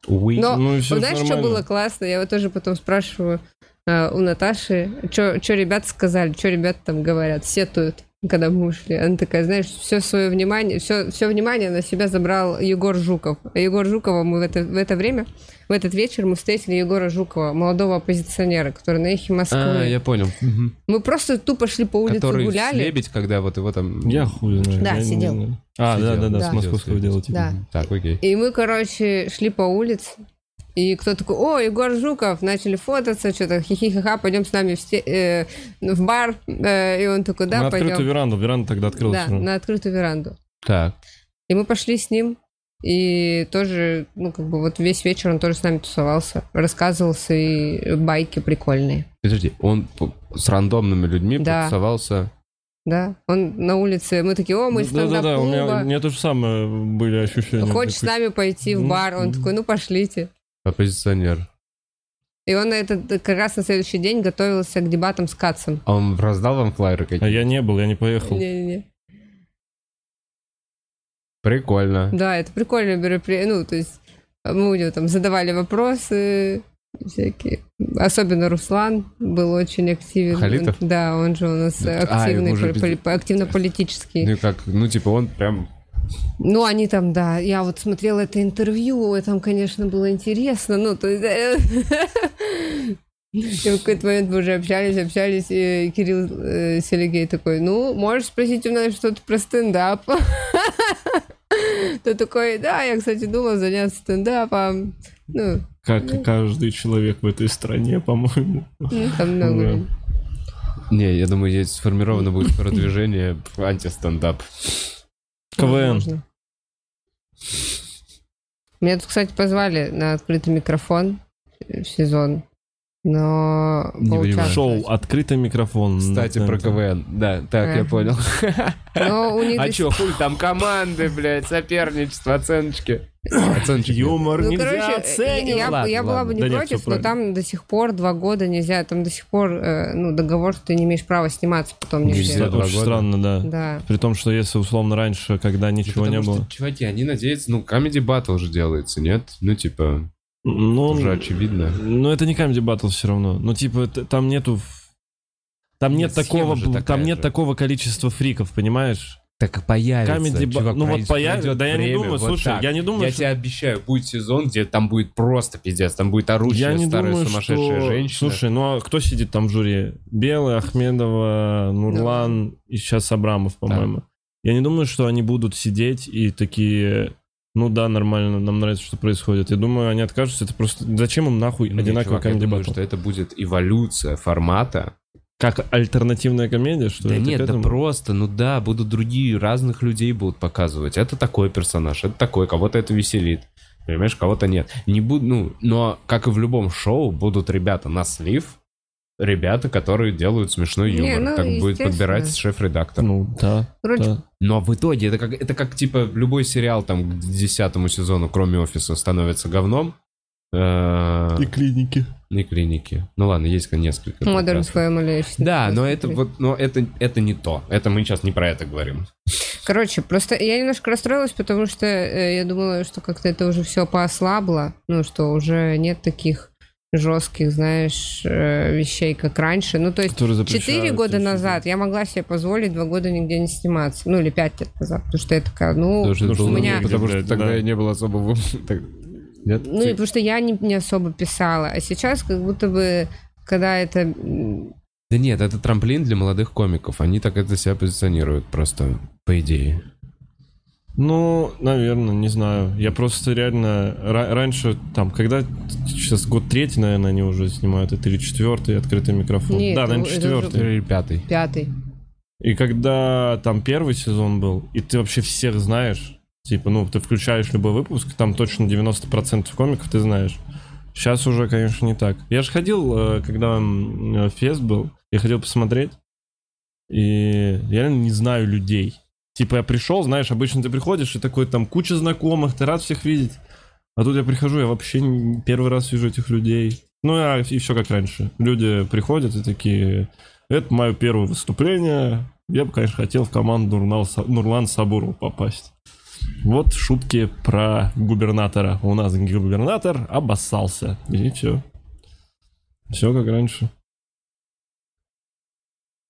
Speaker 1: Уи.
Speaker 3: Но
Speaker 2: ну и всё
Speaker 3: знаешь, что
Speaker 2: нормально.
Speaker 3: было классно? Я вот тоже потом спрашиваю э, у Наташи, что ребята сказали, что ребята там говорят, сетуют, когда мы ушли. Она такая, знаешь, все свое внимание, все, все внимание на себя забрал Егор Жуков. А Егор Жукова мы в это, в это время, в этот вечер мы встретили Егора Жукова, молодого оппозиционера, который на эхе Москвы.
Speaker 1: А, я понял. Мгм.
Speaker 3: Мы просто тупо шли по улице,
Speaker 1: Который
Speaker 3: гуляли.
Speaker 1: лебедь, когда вот его там...
Speaker 2: Я хуй знаю.
Speaker 3: Да,
Speaker 2: я не
Speaker 3: сидел.
Speaker 2: знаю. А, да, да, да,
Speaker 3: Да.
Speaker 2: с московского дела. типа.
Speaker 3: Да.
Speaker 1: Так, окей.
Speaker 3: И мы, короче, шли по улице. И кто такой, о, Егор Жуков, начали фототься, что-то хихи-ха-ха, пойдем с нами в, сте- э, в бар. Э, и он такой, да,
Speaker 2: На открытую
Speaker 3: пойдем.
Speaker 2: веранду, веранда тогда открылась. ну.
Speaker 3: Да,
Speaker 2: всё равно.
Speaker 3: на открытую веранду.
Speaker 1: Так.
Speaker 3: И мы пошли с ним. И тоже, ну, как бы вот весь вечер он тоже с нами тусовался, рассказывался и байки прикольные.
Speaker 1: Подожди, он п- с рандомными людьми
Speaker 3: Да.
Speaker 1: потусовался.
Speaker 3: Да, он на улице, мы такие, о, мы из
Speaker 2: да, да, да, у меня, у
Speaker 3: стендап-клуба,
Speaker 2: меня то же самое были ощущения.
Speaker 3: хочешь с
Speaker 2: Такой,
Speaker 3: нами пойти в
Speaker 2: Ну,
Speaker 3: бар? Он
Speaker 2: ну.
Speaker 3: такой, ну, пошлите.
Speaker 1: Оппозиционер.
Speaker 3: И он на этот, э, как раз на следующий день готовился к дебатам с Кацем.
Speaker 1: А он раздал вам флайеры
Speaker 2: А
Speaker 1: какие-то?
Speaker 2: я не был, я не поехал.
Speaker 3: Не-не-не.
Speaker 1: Прикольно.
Speaker 3: Да, это прикольное мероприятие. Ну, то есть мы у него там задавали вопросы всякие. Особенно Руслан был очень активен.
Speaker 1: Халитов?
Speaker 3: Он- да, он же у нас
Speaker 1: Да, а,
Speaker 3: активный,
Speaker 1: его уже
Speaker 3: поли-
Speaker 1: пизде-
Speaker 3: поли- активно-политический.
Speaker 1: Ну и как, ну типа он прям...
Speaker 3: Ну, они там, да, я вот смотрела это интервью, и там, конечно, было интересно, ну, то есть... э, <laughs> И в какой-то момент мы уже общались, общались, и Кирилл э, Селигей такой, ну, можешь спросить у нас что-то про стендап? <laughs> Ты такой, да, я, кстати, думал заняться стендапом. Ну,
Speaker 2: Как и каждый человек в этой стране, по-моему.
Speaker 3: ну, там много.
Speaker 2: Да.
Speaker 3: людей.
Speaker 1: Не, я думаю, здесь сформировано
Speaker 3: <laughs>
Speaker 1: будет продвижение антистендап.
Speaker 2: КВН.
Speaker 3: Возможно. Меня тут, кстати, позвали на открытый микрофон э, в сезон, но
Speaker 1: Не понимаю.
Speaker 3: поучаствовать.
Speaker 2: Шоу «Открытый микрофон».
Speaker 1: Кстати, про КВН. Да, так, я
Speaker 3: Ага. <laughs>
Speaker 1: понял.
Speaker 3: Но Ну, у них
Speaker 1: А
Speaker 3: до
Speaker 1: чё, хуй там команды, блядь, соперничество, оценочки. Оценочки.
Speaker 2: Юмор
Speaker 3: Ну,
Speaker 2: нельзя
Speaker 3: короче,
Speaker 2: оценивать.
Speaker 3: я,
Speaker 1: Ладно,
Speaker 3: я была бы не
Speaker 2: Да нет,
Speaker 3: против,
Speaker 2: всё
Speaker 3: но там до сих пор два года нельзя, там до сих пор э, ну, договор, что ты не имеешь права сниматься потом нигде.
Speaker 1: Нельзя. два
Speaker 2: Очень
Speaker 1: года.
Speaker 2: странно, да.
Speaker 3: Да.
Speaker 2: При том, что если условно раньше, когда
Speaker 3: Типа
Speaker 2: ничего не
Speaker 1: Потому
Speaker 2: было...
Speaker 1: что, чуваки, они надеются, ну, Comedy Battle уже делается, нет? Ну, типа,
Speaker 2: Ну,
Speaker 1: уже очевидно.
Speaker 2: ну, это не Comedy Battle все равно. Ну, типа, это- там нету... в- Там нет
Speaker 1: Нет, схема
Speaker 2: такого,
Speaker 1: же
Speaker 2: там
Speaker 1: такая
Speaker 2: нет
Speaker 1: же.
Speaker 2: такого количества фриков, понимаешь?
Speaker 1: Так и появится.
Speaker 2: Comedy Ba-
Speaker 1: чувак,
Speaker 2: ну, вот
Speaker 1: пройдет-
Speaker 2: появится,
Speaker 1: пройдет
Speaker 2: да я не
Speaker 1: время,
Speaker 2: думаю, слушай, я не думаю,
Speaker 1: Я
Speaker 2: что-
Speaker 1: тебе обещаю, будет сезон, где там будет просто пиздец, там будет орущая старая сумасшедшая женщина.
Speaker 2: Слушай, ну а кто сидит там в жюри? Белый, Ахмедова, Нурлан и сейчас Абрамов, по-моему. Я не думаю, что они будут сидеть и такие... Ну да, нормально, нам нравится, что происходит. Я думаю, они откажутся. Это просто... Зачем им нахуй
Speaker 1: Ну,
Speaker 2: одинаковый
Speaker 1: чувак, я
Speaker 2: комедий
Speaker 1: думаю,
Speaker 2: батл?
Speaker 1: что это будет эволюция формата.
Speaker 2: Как альтернативная комедия, что
Speaker 1: да
Speaker 2: ли? Ты к
Speaker 1: нет, да
Speaker 2: этому?
Speaker 1: просто, ну да, будут другие, разных людей будут показывать. Это такой персонаж, это такой, кого-то это веселит. Понимаешь, кого-то нет. Не буду, ну, но как и в любом шоу, будут ребята на слив, ребята, которые делают смешной
Speaker 3: Не,
Speaker 1: юмор.
Speaker 3: ну,
Speaker 1: так будет
Speaker 3: естественно.
Speaker 1: подбирать шеф-редактор.
Speaker 2: Ну, да.
Speaker 3: Короче,
Speaker 2: да.
Speaker 1: Но в итоге это как, это как типа любой сериал там к десятому сезону, кроме офиса, становится говном. Э,
Speaker 2: клиники.
Speaker 1: и клиники. Ну ладно, есть несколько.
Speaker 3: Модерн
Speaker 1: подкастов.
Speaker 3: Слэм или что-то
Speaker 1: Да, но
Speaker 3: такое.
Speaker 1: это вот, но это, это не то. Это мы сейчас не про это говорим.
Speaker 3: Короче, просто я немножко расстроилась, потому что э, я думала, что как-то это уже все поослабло, ну, что уже нет таких жестких, знаешь, э, вещей, как раньше. Ну, то есть,
Speaker 2: Которые запрещают
Speaker 3: четыре года
Speaker 2: и всё
Speaker 3: назад я могла себе позволить два года нигде не сниматься. Ну, или пять лет назад, потому что я такая, ну...
Speaker 1: Потому что
Speaker 2: ну,
Speaker 1: это
Speaker 2: у
Speaker 1: было-
Speaker 3: меня-
Speaker 1: Потому что
Speaker 2: Да.
Speaker 1: тогда не было особого... <laughs> так, Нет?
Speaker 3: Ну, и потому что я не, не особо писала. А сейчас как будто бы, когда это... м,
Speaker 1: Да нет, это трамплин для молодых комиков. Они так это себя позиционируют просто, по идее.
Speaker 2: Ну, наверное, не знаю. Я просто реально ра- раньше, там, когда сейчас год третий, наверное, они уже снимают, это или четвертый открытый микрофон.
Speaker 3: Не,
Speaker 2: да,
Speaker 3: это-
Speaker 2: наверное,
Speaker 3: это
Speaker 2: четвертый.
Speaker 1: Или пятый.
Speaker 3: Пятый.
Speaker 2: И когда там первый сезон был, и ты вообще всех знаешь, типа, ну, ты включаешь любой выпуск, там точно 90% комиков ты знаешь. Сейчас уже, конечно, не так. Я же ходил, э, когда м, э, фест был, я ходил посмотреть, и я реально не знаю людей. Типа я пришел, знаешь, обычно ты приходишь, и такой там куча знакомых, ты рад всех видеть. А тут я прихожу, я вообще не- первый раз вижу этих людей. Ну а и все как раньше. Люди приходят и такие, это мое первое выступление. Я бы, конечно, хотел в команду Нурнал Са- Нурлан Сабурова попасть. Вот шутки про губернатора. У нас губернатор обоссался. И все. Все как раньше.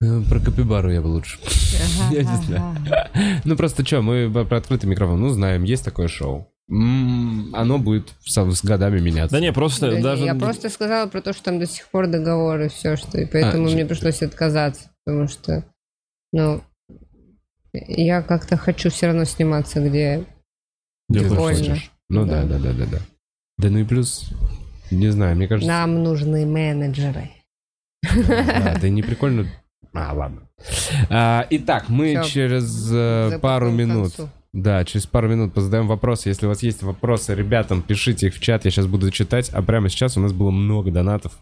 Speaker 1: Э, Про Капибару я бы лучше. <laughs> Я не знаю.
Speaker 3: Ага.
Speaker 1: Ну просто что, мы б- про открытый микрофон, ну знаем, есть такое шоу. М, Оно будет со- с годами меняться.
Speaker 2: Да не, просто
Speaker 3: Да не,
Speaker 2: даже...
Speaker 3: Я просто сказала про то, что там до сих пор договор и все, что... И поэтому
Speaker 1: А,
Speaker 3: мне
Speaker 1: ж-
Speaker 3: пришлось отказаться, потому что, ну, я как-то хочу все равно сниматься, где...
Speaker 2: Где
Speaker 1: Ты
Speaker 3: больно.
Speaker 1: хочешь. Ну да, да, да, да, да. Да ну и плюс, не знаю, мне кажется...
Speaker 3: Нам нужны менеджеры.
Speaker 1: <laughs> Да, да не прикольно. А, ладно. А, итак, мы
Speaker 3: Всё.
Speaker 1: через э,
Speaker 3: Запустим
Speaker 1: пару
Speaker 3: к
Speaker 1: минут.
Speaker 3: концу.
Speaker 1: Да, через пару минут позадаем вопросы. Если у вас есть вопросы, ребятам, пишите их в чат, я сейчас буду читать. А прямо сейчас у нас было много донатов.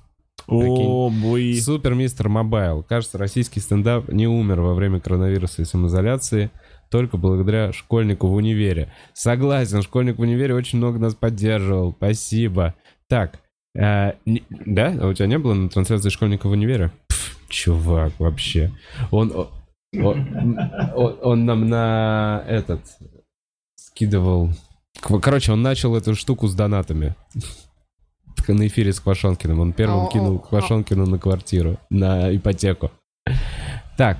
Speaker 2: О, бой.
Speaker 1: Супер Мистер Мобайл. Кажется, российский стендап не умер во время коронавируса и самоизоляции только благодаря школьнику в универе. Согласен, школьник в универе очень много нас поддерживал. Спасибо. Так, э, не- да? А у тебя не было на трансляции школьника в универе? Пф, чувак, вообще. Он, о- о- он, он нам на этот скидывал. Кво- Короче, он начал эту штуку с донатами. Так На эфире с Квашонкиным. Он первым
Speaker 3: Ау,
Speaker 1: кинул
Speaker 3: ау,
Speaker 1: Квашонкину на квартиру, на ипотеку. Так.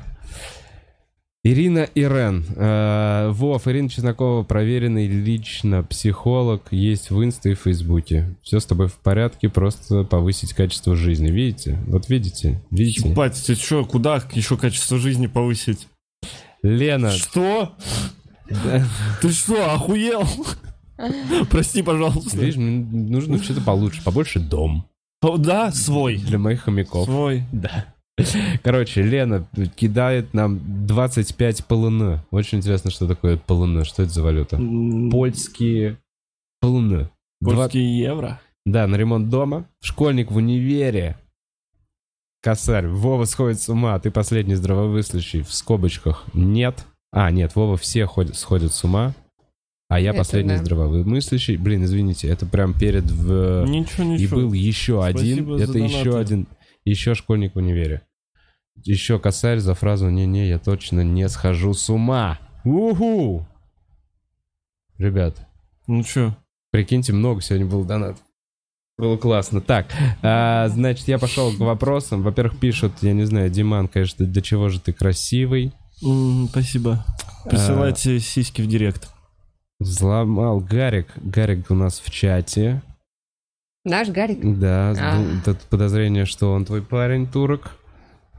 Speaker 1: Ирина Ирен. Э, Вов, Ирина Чеснокова, проверенный лично психолог, есть в Инсте и Фейсбуке. Все с тобой в порядке, просто повысить качество жизни. Видите? Вот видите? Видите?
Speaker 2: Ебать, ты что, куда еще качество жизни повысить?
Speaker 1: Лена,
Speaker 2: Что? Ты что, <laughs> охуел? Прости, пожалуйста.
Speaker 1: видишь, мне нужно что-то получше, побольше дом
Speaker 2: О, Да, свой.
Speaker 1: для моих хомяков.
Speaker 2: Свой.
Speaker 1: Короче, Лена кидает нам 25 полн. Очень интересно, что такое полн, что это за валюта.
Speaker 2: М,
Speaker 1: Польские полн. Два-
Speaker 2: Польские евро.
Speaker 1: Да, на ремонт дома. Школьник в универе. Косарь, Вова сходит с ума, ты последний здравомыслящий, в скобочках. Нет. А, нет, Вова все ходят, сходят с ума, а я
Speaker 3: Это
Speaker 1: последний
Speaker 3: да.
Speaker 1: здравомыслящий. Блин, извините, это прям перед в...
Speaker 2: Ничего,
Speaker 1: Э, И
Speaker 2: ничего.
Speaker 1: был еще один,
Speaker 2: Ну Спасибо за
Speaker 1: это еще
Speaker 2: донаты.
Speaker 1: один, еще школьник в универе. Еще косарь за фразу «Не-не, я точно не схожу с ума». Уху! Ребят,
Speaker 2: Ну что?
Speaker 1: Прикиньте, много сегодня было донат. Было классно. Так, а, значит, я пошел к вопросам. Во-первых, пишут, я не знаю, Диман, конечно, для чего же ты красивый?
Speaker 2: Спасибо. Присылайте сиськи в директ.
Speaker 1: Взломал Гарик. Гарик у нас в чате.
Speaker 3: Наш Гарик.
Speaker 1: Да,
Speaker 3: А.
Speaker 1: был тут подозрение, что он твой парень, турок.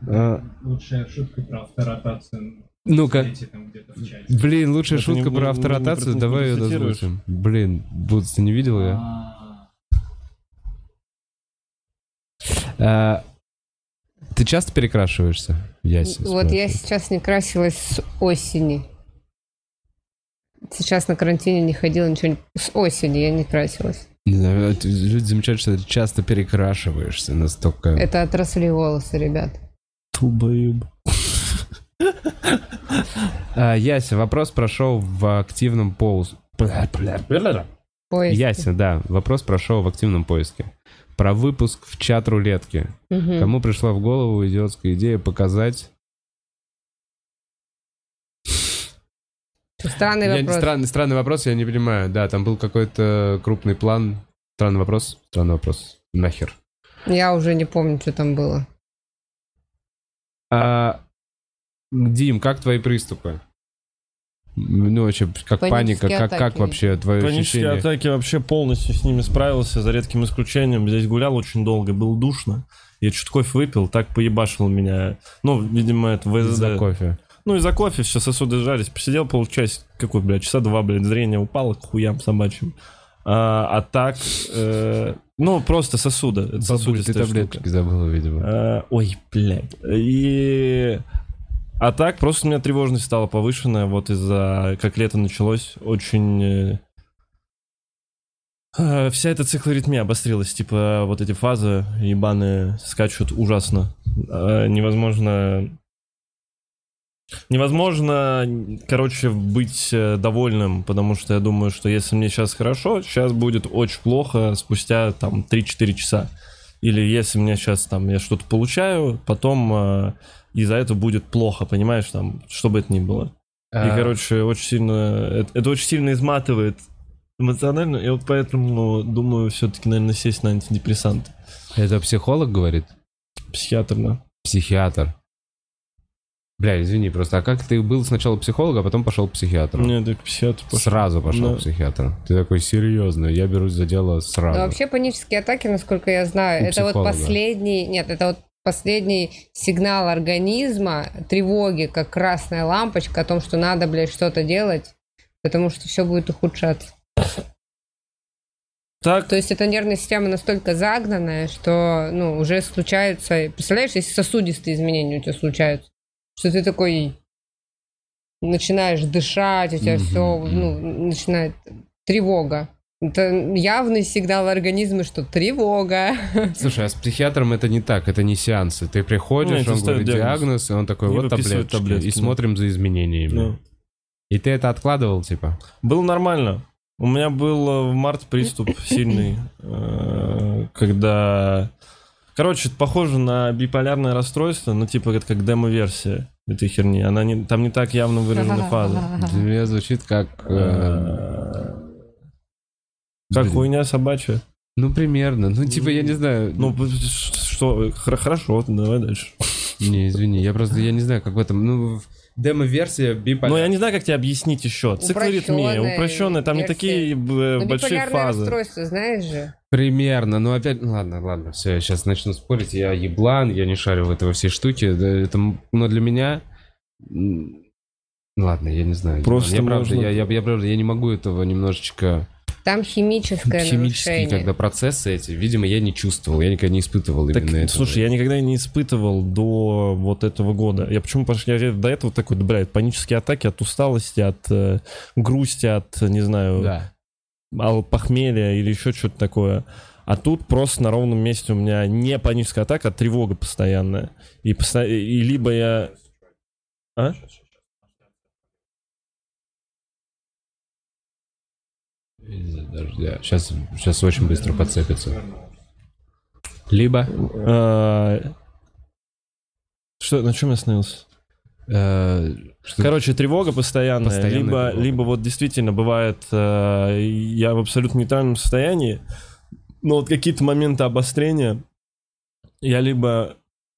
Speaker 1: А,
Speaker 4: Лучшая шутка про авторотацию.
Speaker 1: ну-ка,
Speaker 4: Видите, там где-то в чате.
Speaker 1: блин, лучшая
Speaker 2: Это не-
Speaker 1: шутка
Speaker 2: не-
Speaker 1: про
Speaker 2: не- не
Speaker 1: авторотацию,
Speaker 2: про- не
Speaker 1: давай ее
Speaker 2: процитируешь?
Speaker 1: озвучим. Блин, Бутс, ты не видел ее?
Speaker 4: А,
Speaker 1: А, ты часто перекрашиваешься? Яся
Speaker 3: Вот я
Speaker 1: спрашивает.
Speaker 3: сейчас не красилась с осени. Сейчас на карантине не ходила, ничего не... С осени я не красилась.
Speaker 1: Не знаю, вот люди замечают, что ты часто перекрашиваешься настолько.
Speaker 3: Это отросли волосы, ребят.
Speaker 2: Тубоеб.
Speaker 1: А, Яся, вопрос прошел в активном поиске.
Speaker 3: Поиск.
Speaker 1: Яся, да, вопрос прошел в активном поиске. Про выпуск в чат рулетки.
Speaker 3: Мгм.
Speaker 1: Кому пришла в голову идиотская идея показать...
Speaker 3: Странный
Speaker 1: Я не-
Speaker 3: вопрос.
Speaker 1: странный, странный вопрос, я не понимаю. Да, там был какой-то крупный план. Странный вопрос. Странный вопрос. Нахер.
Speaker 3: Я уже не помню, что там было.
Speaker 1: А, Дим, как твои приступы? Ну, вообще, как паника,
Speaker 3: Панические
Speaker 1: как, как
Speaker 3: атаки.
Speaker 1: вообще твои
Speaker 2: Панические
Speaker 1: ощущения?
Speaker 2: атаки вообще полностью с ними справился, за редким исключением. Здесь гулял очень долго, было душно. Я чуть кофе выпил, так поебашил меня. Ну, видимо, это ВСД.
Speaker 1: За кофе.
Speaker 2: Ну, из-за кофе все сосуды сжались. Посидел полчасика, какой, блядь, часа два, блядь, зрение упало к хуям собачьим. А, а так, э, ну, просто сосуды. Это
Speaker 1: Бабуль, ты
Speaker 2: сосудистая штука.
Speaker 1: таблеточки забыла, видимо.
Speaker 2: Э, Ой, блядь. И... А так, просто у меня тревожность стала повышенная, вот из-за, как лето началось, очень... э, э, Вся эта циклоритмия обострилась, типа вот эти фазы ебаные скачут ужасно. Э, Невозможно... Невозможно, короче, быть э, довольным, потому что я думаю, что если мне сейчас хорошо, сейчас будет очень плохо спустя там 3-4 часа. Или если мне сейчас там я что-то получаю, потом э, из-за этого будет плохо, понимаешь, там, что бы это ни было. И,
Speaker 1: А,
Speaker 2: короче, очень сильно. Это, это очень сильно изматывает эмоционально. И вот поэтому ну, думаю, все-таки, наверное, сесть на антидепрессанты.
Speaker 1: Это психолог говорит?
Speaker 2: Психиатр, да.
Speaker 1: Психиатр. Бля, извини, просто, а как ты был сначала психолога, а потом пошел к психиатру?
Speaker 2: Нет, так психиатр пошел.
Speaker 1: Сразу пошел
Speaker 2: Да.
Speaker 1: к психиатру. Ты такой, серьезно, я берусь за дело
Speaker 3: Но
Speaker 1: сразу.
Speaker 3: Ну, вообще панические атаки, насколько я знаю,
Speaker 1: У
Speaker 3: это вот
Speaker 1: психолога.
Speaker 3: последний, нет, это вот последний сигнал организма тревоги, как красная лампочка о том, что надо, блядь, что-то делать, потому что все будет ухудшаться.
Speaker 2: Так,
Speaker 3: То есть эта нервная система настолько загнанная, что, ну, уже случаются, представляешь, если сосудистые изменения у тебя случаются, что ты такой начинаешь дышать, у тебя
Speaker 1: Мгм,
Speaker 3: все,
Speaker 1: мгм.
Speaker 3: ну, начинает тревога. Это явный сигнал организма, что тревога.
Speaker 1: Слушай, а с психиатром это не так, это не сеансы. Ты
Speaker 2: Нет,
Speaker 1: приходишь,
Speaker 2: тебе
Speaker 1: он
Speaker 2: ставят
Speaker 1: говорит
Speaker 2: диагноз.
Speaker 1: диагноз, и он такой,
Speaker 2: И
Speaker 1: вот
Speaker 2: выписывают
Speaker 1: таблеточки,
Speaker 2: таблетки,
Speaker 1: и
Speaker 2: да.
Speaker 1: смотрим за изменениями.
Speaker 2: ну,
Speaker 1: И ты это откладывал, типа?
Speaker 2: было нормально. У меня был э, в март приступ сильный, э, когда... Короче, это похоже на биполярное расстройство, но типа это как демо-версия этой херни. Она не, там не так явно выражены
Speaker 3: <laughs>
Speaker 2: фазы.
Speaker 1: Для меня звучит как...
Speaker 2: А.
Speaker 1: э,
Speaker 2: Как
Speaker 1: блин.
Speaker 2: хуйня собачья.
Speaker 1: Ну, примерно. Ну, типа, я не знаю.
Speaker 2: Ну, б- ш- что, хр- хорошо, давай дальше.
Speaker 1: Не, извини, я просто, я не знаю, как в этом... Ну, в- демо-версия
Speaker 2: Но Ну, я
Speaker 1: биполярная.
Speaker 2: не знаю, как тебе объяснить еще. Циклоритмия,
Speaker 3: Упрощенная
Speaker 2: упрощенная, там не
Speaker 3: версия.
Speaker 2: такие
Speaker 3: Ну,
Speaker 2: б, большие
Speaker 3: биполярное
Speaker 2: фазы.
Speaker 3: расстройство, знаешь же.
Speaker 1: Примерно, но опять... ну, Ладно, ладно, все, я сейчас начну спорить. Я еблан, я не шарю в этой во всей штуке. Да, Это... м- Но для меня... м, Ладно, я не знаю.
Speaker 2: Просто
Speaker 1: я правда,
Speaker 2: можно-
Speaker 1: я, я, я правда, я не могу этого немножечко...
Speaker 3: Там химическое
Speaker 1: Химические
Speaker 3: нарушение.
Speaker 1: когда процессы эти, видимо, я не чувствовал, я никогда не испытывал
Speaker 2: Так,
Speaker 1: именно это.
Speaker 2: слушай, я никогда не испытывал до вот этого года. Я почему пош- я до этого такой, да, бля, это панические атаки от усталости, от э, грусти, от, не знаю,
Speaker 1: Да.
Speaker 2: ал- похмелья или еще что-то такое. А тут просто на ровном месте у меня не паническая атака, а тревога постоянная. И, посто- и либо я... А?
Speaker 1: Из-за дождя. Сейчас, сейчас очень быстро подцепится. Либо...
Speaker 2: А, Что, на чем я остановился?
Speaker 1: э, что-
Speaker 2: Короче, тревога постоянная,
Speaker 1: Постоянная
Speaker 2: либо,
Speaker 1: тревога.
Speaker 2: либо вот действительно бывает, э, я в абсолютно нейтральном состоянии, но вот какие-то моменты обострения, я либо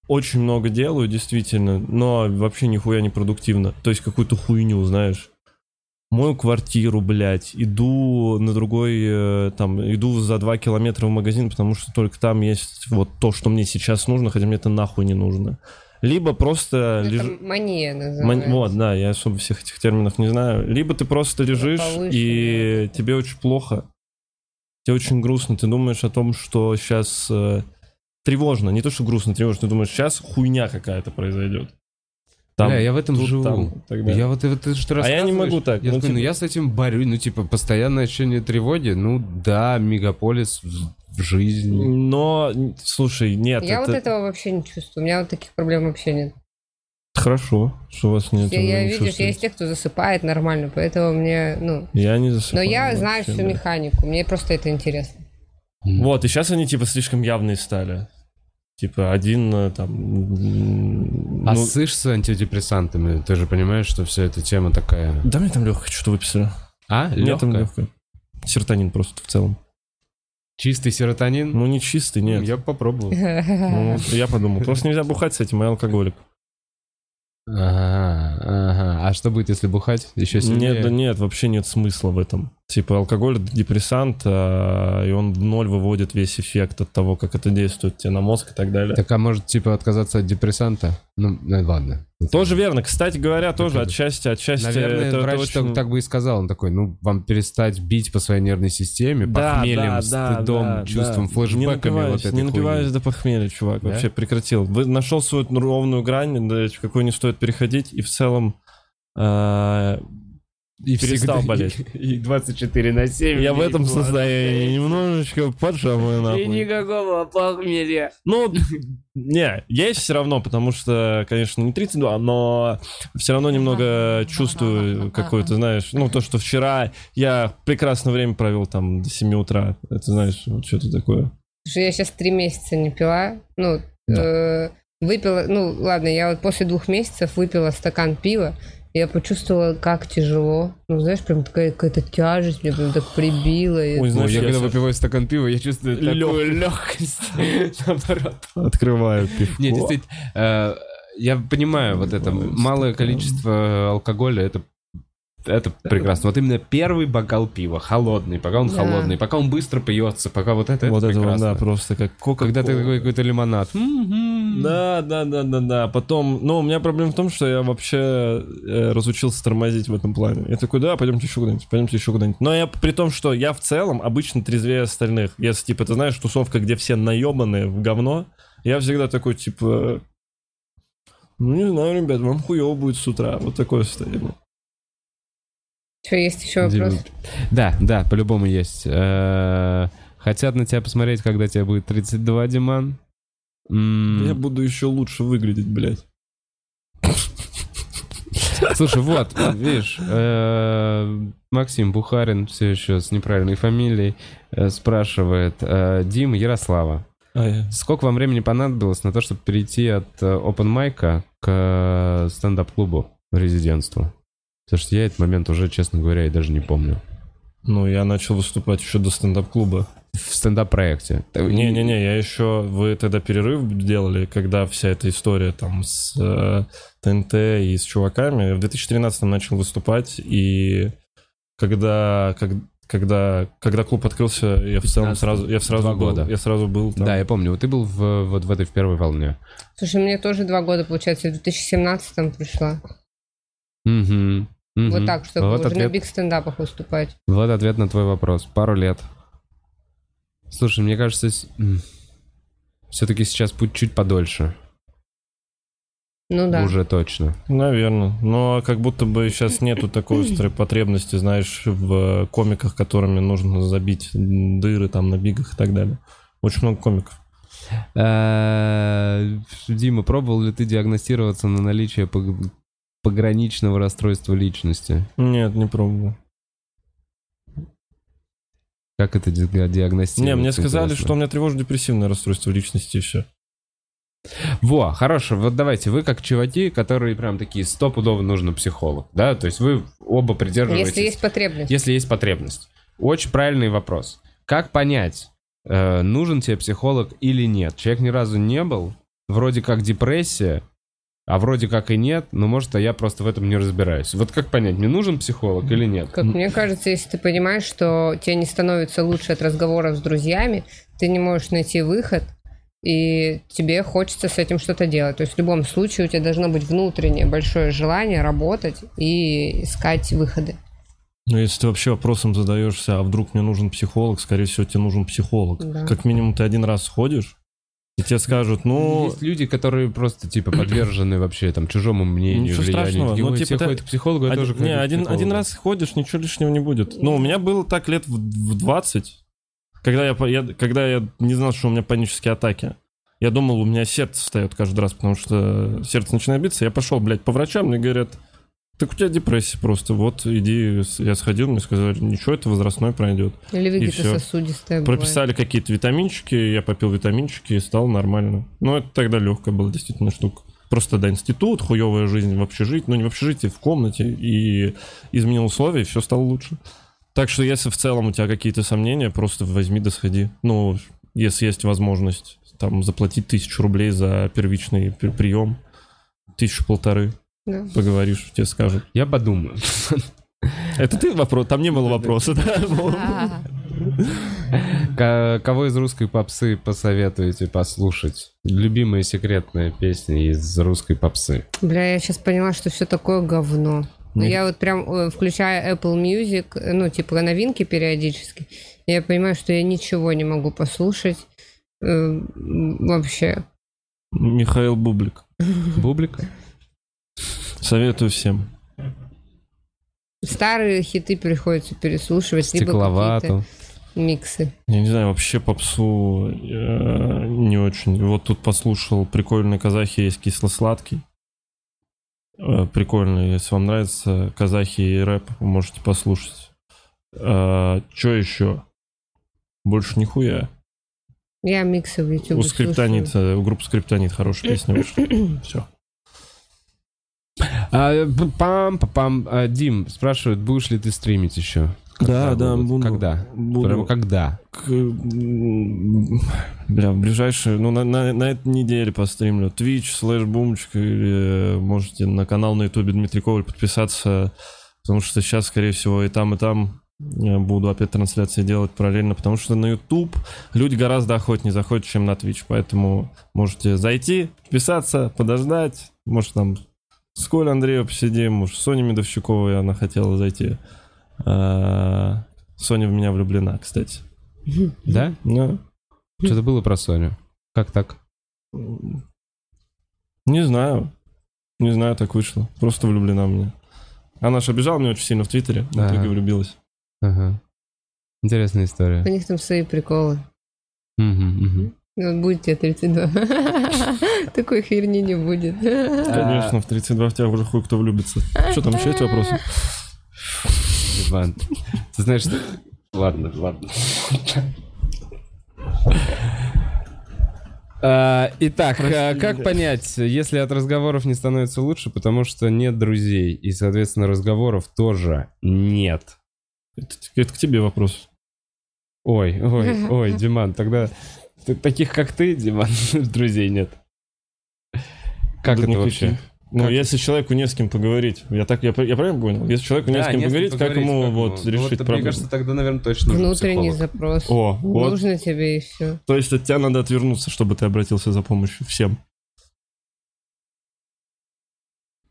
Speaker 2: очень много делаю, действительно, но вообще нихуя не продуктивно, то есть какую-то хуйню, знаешь. Мою квартиру, блядь, иду на другой, э, там, иду за два километра в магазин, потому что только там есть вот то, что мне сейчас нужно, хотя мне это нахуй не нужно. Либо просто
Speaker 3: Это
Speaker 2: лежу...
Speaker 3: мания
Speaker 2: Ман-
Speaker 3: называется.
Speaker 2: Вот, да, я особо всех этих терминов не знаю. Либо ты просто лежишь,
Speaker 3: повышенное
Speaker 2: и тебе очень плохо. Тебе очень грустно, ты думаешь о том, что сейчас тревожно. Не то, что грустно, тревожно, ты думаешь, сейчас хуйня какая-то произойдет. Там,
Speaker 1: Бля, я в этом
Speaker 2: тут,
Speaker 1: живу.
Speaker 2: там, и так далее.
Speaker 1: Я вот это что
Speaker 2: А я не
Speaker 1: рассказываешь,
Speaker 2: могу так,
Speaker 1: Я
Speaker 2: ну,
Speaker 1: такой, ну
Speaker 2: типа-
Speaker 1: я с этим борюсь. Ну, типа, постоянное ощущение тревоги. Ну да, мегаполис в, в
Speaker 2: Ну.
Speaker 1: жизни.
Speaker 2: Но, слушай, нет,
Speaker 3: Я
Speaker 2: это...
Speaker 3: вот этого вообще не чувствую. У меня вот таких проблем вообще нет.
Speaker 2: Хорошо, что у вас нет.
Speaker 3: Я,
Speaker 2: вы не
Speaker 3: я, видишь, я из
Speaker 2: чувствуете.
Speaker 3: тех, кто засыпает нормально, поэтому мне, ну...
Speaker 2: Я не
Speaker 3: Но
Speaker 2: засыпаю
Speaker 3: я знаю
Speaker 2: вообще,
Speaker 3: всю
Speaker 2: да.
Speaker 3: механику, мне просто это интересно. <laughs>
Speaker 2: Вот, и сейчас они, типа, слишком явные стали. Типа, один э, там... м,
Speaker 1: А
Speaker 2: ну,
Speaker 1: сышь с антидепрессантами, ты же понимаешь, что вся эта тема такая...
Speaker 2: Да мне там легкое что-то выписали.
Speaker 1: А?
Speaker 2: Мне там
Speaker 1: Лёгкая?
Speaker 2: легкое. Сертонин просто в целом.
Speaker 1: Чистый серотонин?
Speaker 2: Ну, не чистый, нет.
Speaker 1: Я бы попробовал.
Speaker 2: Ну, я подумал, просто нельзя бухать с этим, я алкоголик.
Speaker 1: Ага, ага. А что будет, если бухать? Еще сильнее?
Speaker 2: Нет, да нет, вообще нет смысла в этом. Типа алкоголь это депрессант, а, и он в ноль выводит весь эффект от того, как это действует тебе на мозг и так далее.
Speaker 1: Так а может, типа, отказаться от депрессанта? Ну, ну, ладно.
Speaker 2: Тоже верно. Кстати говоря, тоже
Speaker 1: это-
Speaker 2: отчасти, отчасти
Speaker 1: Наверное,
Speaker 2: это, это
Speaker 1: врач так-
Speaker 2: очень-
Speaker 1: так бы и сказал. Он такой, ну, вам перестать бить по своей нервной системе,
Speaker 2: Да,
Speaker 1: похмельем,
Speaker 2: да, да,
Speaker 1: стыдом,
Speaker 2: да,
Speaker 1: чувством,
Speaker 2: да. Не
Speaker 1: флешбэками
Speaker 2: напиваюсь,
Speaker 1: вот этой
Speaker 2: Не
Speaker 1: хуйни».
Speaker 2: напиваюсь до похмелья, чувак,
Speaker 1: Да?
Speaker 2: вообще прекратил. Вы нашел свою ровную грань, да, в какую не стоит переходить, и в целом э,
Speaker 1: И
Speaker 2: перестал
Speaker 1: всегда-
Speaker 2: болеть.
Speaker 1: <laughs> И 24 на 7.
Speaker 2: Я в этом
Speaker 1: Ладно.
Speaker 2: состоянии немножечко поджамаю
Speaker 1: И
Speaker 2: нахуй.
Speaker 1: никакого похмелья.
Speaker 2: Ну, не, есть все равно, потому что, конечно, не 32, но все равно немного чувствую какое-то, знаешь, ну, то, что вчера я прекрасное время провел там до 7 утра. Это, знаешь, вот что-то такое.
Speaker 3: Слушай, я сейчас три месяца не пила. Ну,
Speaker 2: Да.
Speaker 3: э, выпила... Ну, ладно, я вот после двух месяцев выпила стакан пива. и Я почувствовала, как тяжело. Ну, знаешь, прям такая какая-то тяжесть, меня прям так прибило. и-
Speaker 2: Ой,
Speaker 1: Ну,
Speaker 2: знаешь,
Speaker 1: я
Speaker 2: я
Speaker 1: когда
Speaker 2: с-
Speaker 1: выпиваю стакан пива, я чувствую такую легкость. Наоборот.
Speaker 2: Открываю пивко.
Speaker 1: Не, действительно, э, я понимаю вот это.
Speaker 2: Бывает
Speaker 1: Малое
Speaker 2: такое.
Speaker 1: количество э, алкоголя, это это прекрасно. Вот именно первый бокал пива, холодный, пока он
Speaker 3: Да.
Speaker 1: холодный, пока он быстро пьется, пока вот это,
Speaker 2: Вот
Speaker 1: это
Speaker 2: это, вот,
Speaker 1: прекрасно.
Speaker 2: да, просто как кока
Speaker 1: Когда ты такой какой-то лимонад. М-м-м.
Speaker 2: Да, да, да, да, да. Потом, но у меня проблема в том, что я вообще э, разучился тормозить в этом плане. Я такой, да, пойдемте еще куда-нибудь, пойдемте еще куда-нибудь. Но я при том, что я в целом обычно трезвее остальных. Если, типа, ты знаешь, тусовка, где все наебаны в говно, я всегда такой, типа, ну не знаю, ребят, вам хуево будет с утра. Вот такое состояние.
Speaker 3: Чё, есть еще вопрос?
Speaker 1: Дебют. Да, да, по-любому есть. Э, Хотят на тебя посмотреть, когда тебе будет 32, Диман. М,
Speaker 2: Я буду еще лучше выглядеть, блядь.
Speaker 1: Слушай, вот, видишь, э, Максим Бухарин все еще с неправильной фамилией э, спрашивает э, Дима Ярослава.
Speaker 2: А я-
Speaker 1: Сколько вам времени понадобилось на то, чтобы перейти от э, open майка к э, стендап-клубу резидентству? Потому что я этот момент уже, честно говоря, и даже не помню.
Speaker 2: Ну, я начал выступать еще до стендап-клуба.
Speaker 1: В стендап-проекте.
Speaker 2: Не-не-не, я еще... Вы тогда перерыв делали, когда вся эта история там с э, ТНТ и с чуваками. Я В 2013 начал выступать, и когда... как- когда, когда клуб открылся, я в целом
Speaker 1: 15,
Speaker 2: сразу, я сразу
Speaker 1: два
Speaker 2: был,
Speaker 1: года.
Speaker 2: я сразу был там.
Speaker 1: Да, я помню. Вот ты был в, вот в этой в первой волне.
Speaker 3: Слушай, мне тоже два года, получается, я в 2017-м пришла.
Speaker 1: Мгм. Мгм.
Speaker 3: Вот так, чтобы
Speaker 1: вот
Speaker 3: уже на
Speaker 1: ответ,
Speaker 3: биг-стендапах выступать.
Speaker 1: вот ответ на твой вопрос. Пару лет. Слушай, мне кажется, все-таки сейчас путь чуть подольше.
Speaker 3: Ну да.
Speaker 1: Уже точно.
Speaker 2: Наверное. Но как будто бы сейчас нету такой острой потребности, знаешь, в э, комиках, которыми нужно забить дыры там на бигах и так далее. Очень много комиков.
Speaker 1: Э, Дима, пробовал ли ты диагностироваться на наличие пог- пограничного расстройства личности?
Speaker 2: Нет, не пробовал.
Speaker 1: Как это ди- диагностировать?
Speaker 2: Не, мне сказали,
Speaker 1: интересно?
Speaker 2: что у меня тревожно-депрессивное расстройство личности и все.
Speaker 1: Во, хорошо, вот давайте, вы как чуваки, которые прям такие, стопудово нужно психолог, да? То есть вы оба придерживаетесь...
Speaker 3: Если есть потребность.
Speaker 1: если есть потребность. Очень правильный вопрос. Как понять, э, нужен тебе психолог или нет? Человек ни разу не был, вроде как депрессия, а вроде как и нет, но может, а я просто в этом не разбираюсь. Вот как понять, мне нужен психолог или нет?
Speaker 3: Как мне кажется, если ты понимаешь, что тебе не становится лучше от разговоров с друзьями, ты не можешь найти выход, и тебе хочется с этим что-то делать. То есть в любом случае у тебя должно быть внутреннее большое желание работать и искать выходы.
Speaker 2: Но Ну, если ты вообще вопросом задаешься, а вдруг мне нужен психолог, скорее всего, тебе нужен психолог.
Speaker 3: Да.
Speaker 2: Как минимум ты один раз сходишь, и тебе скажут, ну...
Speaker 1: Есть люди, которые просто, типа, подвержены вообще, там, чужому мнению,
Speaker 2: Ничего
Speaker 1: влиянию.
Speaker 2: страшного,
Speaker 1: Такие,
Speaker 2: ну,
Speaker 1: «Ой,
Speaker 2: типа,
Speaker 1: все
Speaker 2: ты-
Speaker 1: ходят к психологу, я тоже
Speaker 2: Один, не,
Speaker 1: хожу к
Speaker 2: один,
Speaker 1: психологу».
Speaker 2: один раз ходишь, ничего лишнего не будет. Ну, у меня было так лет в, в 20, когда я, по- я- когда я не знал, что у меня панические атаки. Я думал, у меня сердце встает каждый раз, потому что сердце начинает биться. Я пошел, блядь, по врачам, мне говорят, Так у тебя депрессия просто. Вот иди, с- я сходил, мне сказали, ничего, это возрастной пройдет.
Speaker 3: Или
Speaker 2: всё.
Speaker 3: вегетососудистая бывает.
Speaker 2: Прописали какие-то витаминчики, я попил витаминчики и стало нормально. Ну, это тогда легкая была действительно штука. Просто, да, институт, хуевая жизнь в общежитии, ну, не в общежитии, в комнате, и изменил условия, и все стало лучше. Так что, если в целом у тебя какие-то сомнения, просто возьми да сходи. Ну, если есть возможность, там, заплатить тысячу рублей за первичный пр- прием, тысячу-полторы,
Speaker 3: Да.
Speaker 2: поговоришь, тебе скажут.
Speaker 1: Я подумаю.
Speaker 2: Это ты вопрос, там не было вопроса, да?
Speaker 3: А,
Speaker 1: К- Кого из русской попсы посоветуете послушать? Любимые секретные песни из русской попсы.
Speaker 3: Бля, я сейчас поняла, что все такое говно. Но
Speaker 2: Не-
Speaker 3: я вот прям э, включаю Apple Music, э, ну, типа новинки периодически, и я понимаю, что я ничего не могу послушать э, м, вообще.
Speaker 2: Михаил Бублик.
Speaker 1: Бублика?
Speaker 2: Советую всем.
Speaker 3: Старые хиты приходится переслушивать, либо какие-то
Speaker 1: Стекловату.
Speaker 3: миксы.
Speaker 2: Я не знаю, вообще попсу э, не очень. Вот тут послушал прикольный казахи есть кисло-сладкий. Э, прикольный. Если вам нравится казахи и рэп, вы можете послушать. Э, Че еще? Больше нихуя.
Speaker 3: Я миксы в YouTube
Speaker 2: У скриптонита, у группы скриптонит хорошая песня вышла. Все.
Speaker 1: А, б- пам па пам А, Дим спрашивает, будешь ли ты стримить еще? Когда будут? Когда? Прямо когда?
Speaker 2: к, м, Бля, в ближайшие, ну, на, на, на этой неделе постримлю. Twitch, слэш бумочка, или э, можете на канал на ютубе Дмитрий Коваль подписаться, потому что сейчас, скорее всего, и там, и там э, буду опять трансляции делать параллельно, потому что на YouTube люди гораздо охотнее заходят, чем на Twitch, поэтому можете зайти, подписаться, подождать, может, там с Колей Андреевым посидим, может, с Соней Медовщиковой она хотела зайти. А, Соня в меня влюблена, кстати.
Speaker 1: Да?
Speaker 2: Да.
Speaker 1: Что-то было про Соню. Как так?
Speaker 2: Не знаю. Не знаю, так вышло. Просто влюблена в меня. Она же обижала меня очень сильно в Твиттере. В
Speaker 1: Ага.
Speaker 2: итоге влюбилась.
Speaker 1: Ага. Интересная история.
Speaker 3: У них там свои приколы.
Speaker 1: Мгм, мгм.
Speaker 3: Ну, вот будет тебе 32. <laughs> Такой херни не будет.
Speaker 2: Конечно, в 32 в тебя уже хуй кто влюбится. Что там, еще есть вопросы?
Speaker 1: Ебан. Ты знаешь, что... Ладно, ладно. А, Итак, а, как понять, если от разговоров не становится лучше, потому что нет друзей, и, соответственно, разговоров тоже нет.
Speaker 2: Это, это к тебе вопрос.
Speaker 1: Ой, ой, ой, Диман, тогда т- таких, как ты, Диман, <laughs> друзей нет. Как
Speaker 2: Да
Speaker 1: это
Speaker 2: никаких.
Speaker 1: вообще?
Speaker 2: Ну,
Speaker 1: Как?
Speaker 2: если человеку не с кем поговорить, я так, я, пр- я правильно понял? Если человеку не с кем поговорить, как ему вот решить
Speaker 1: Ну, Мне
Speaker 2: проблему?
Speaker 1: кажется, тогда, наверное, точно
Speaker 3: Внутренний запрос.
Speaker 2: О, вот.
Speaker 3: Нужно тебе и все.
Speaker 2: То есть от тебя надо отвернуться, чтобы ты обратился за помощью всем.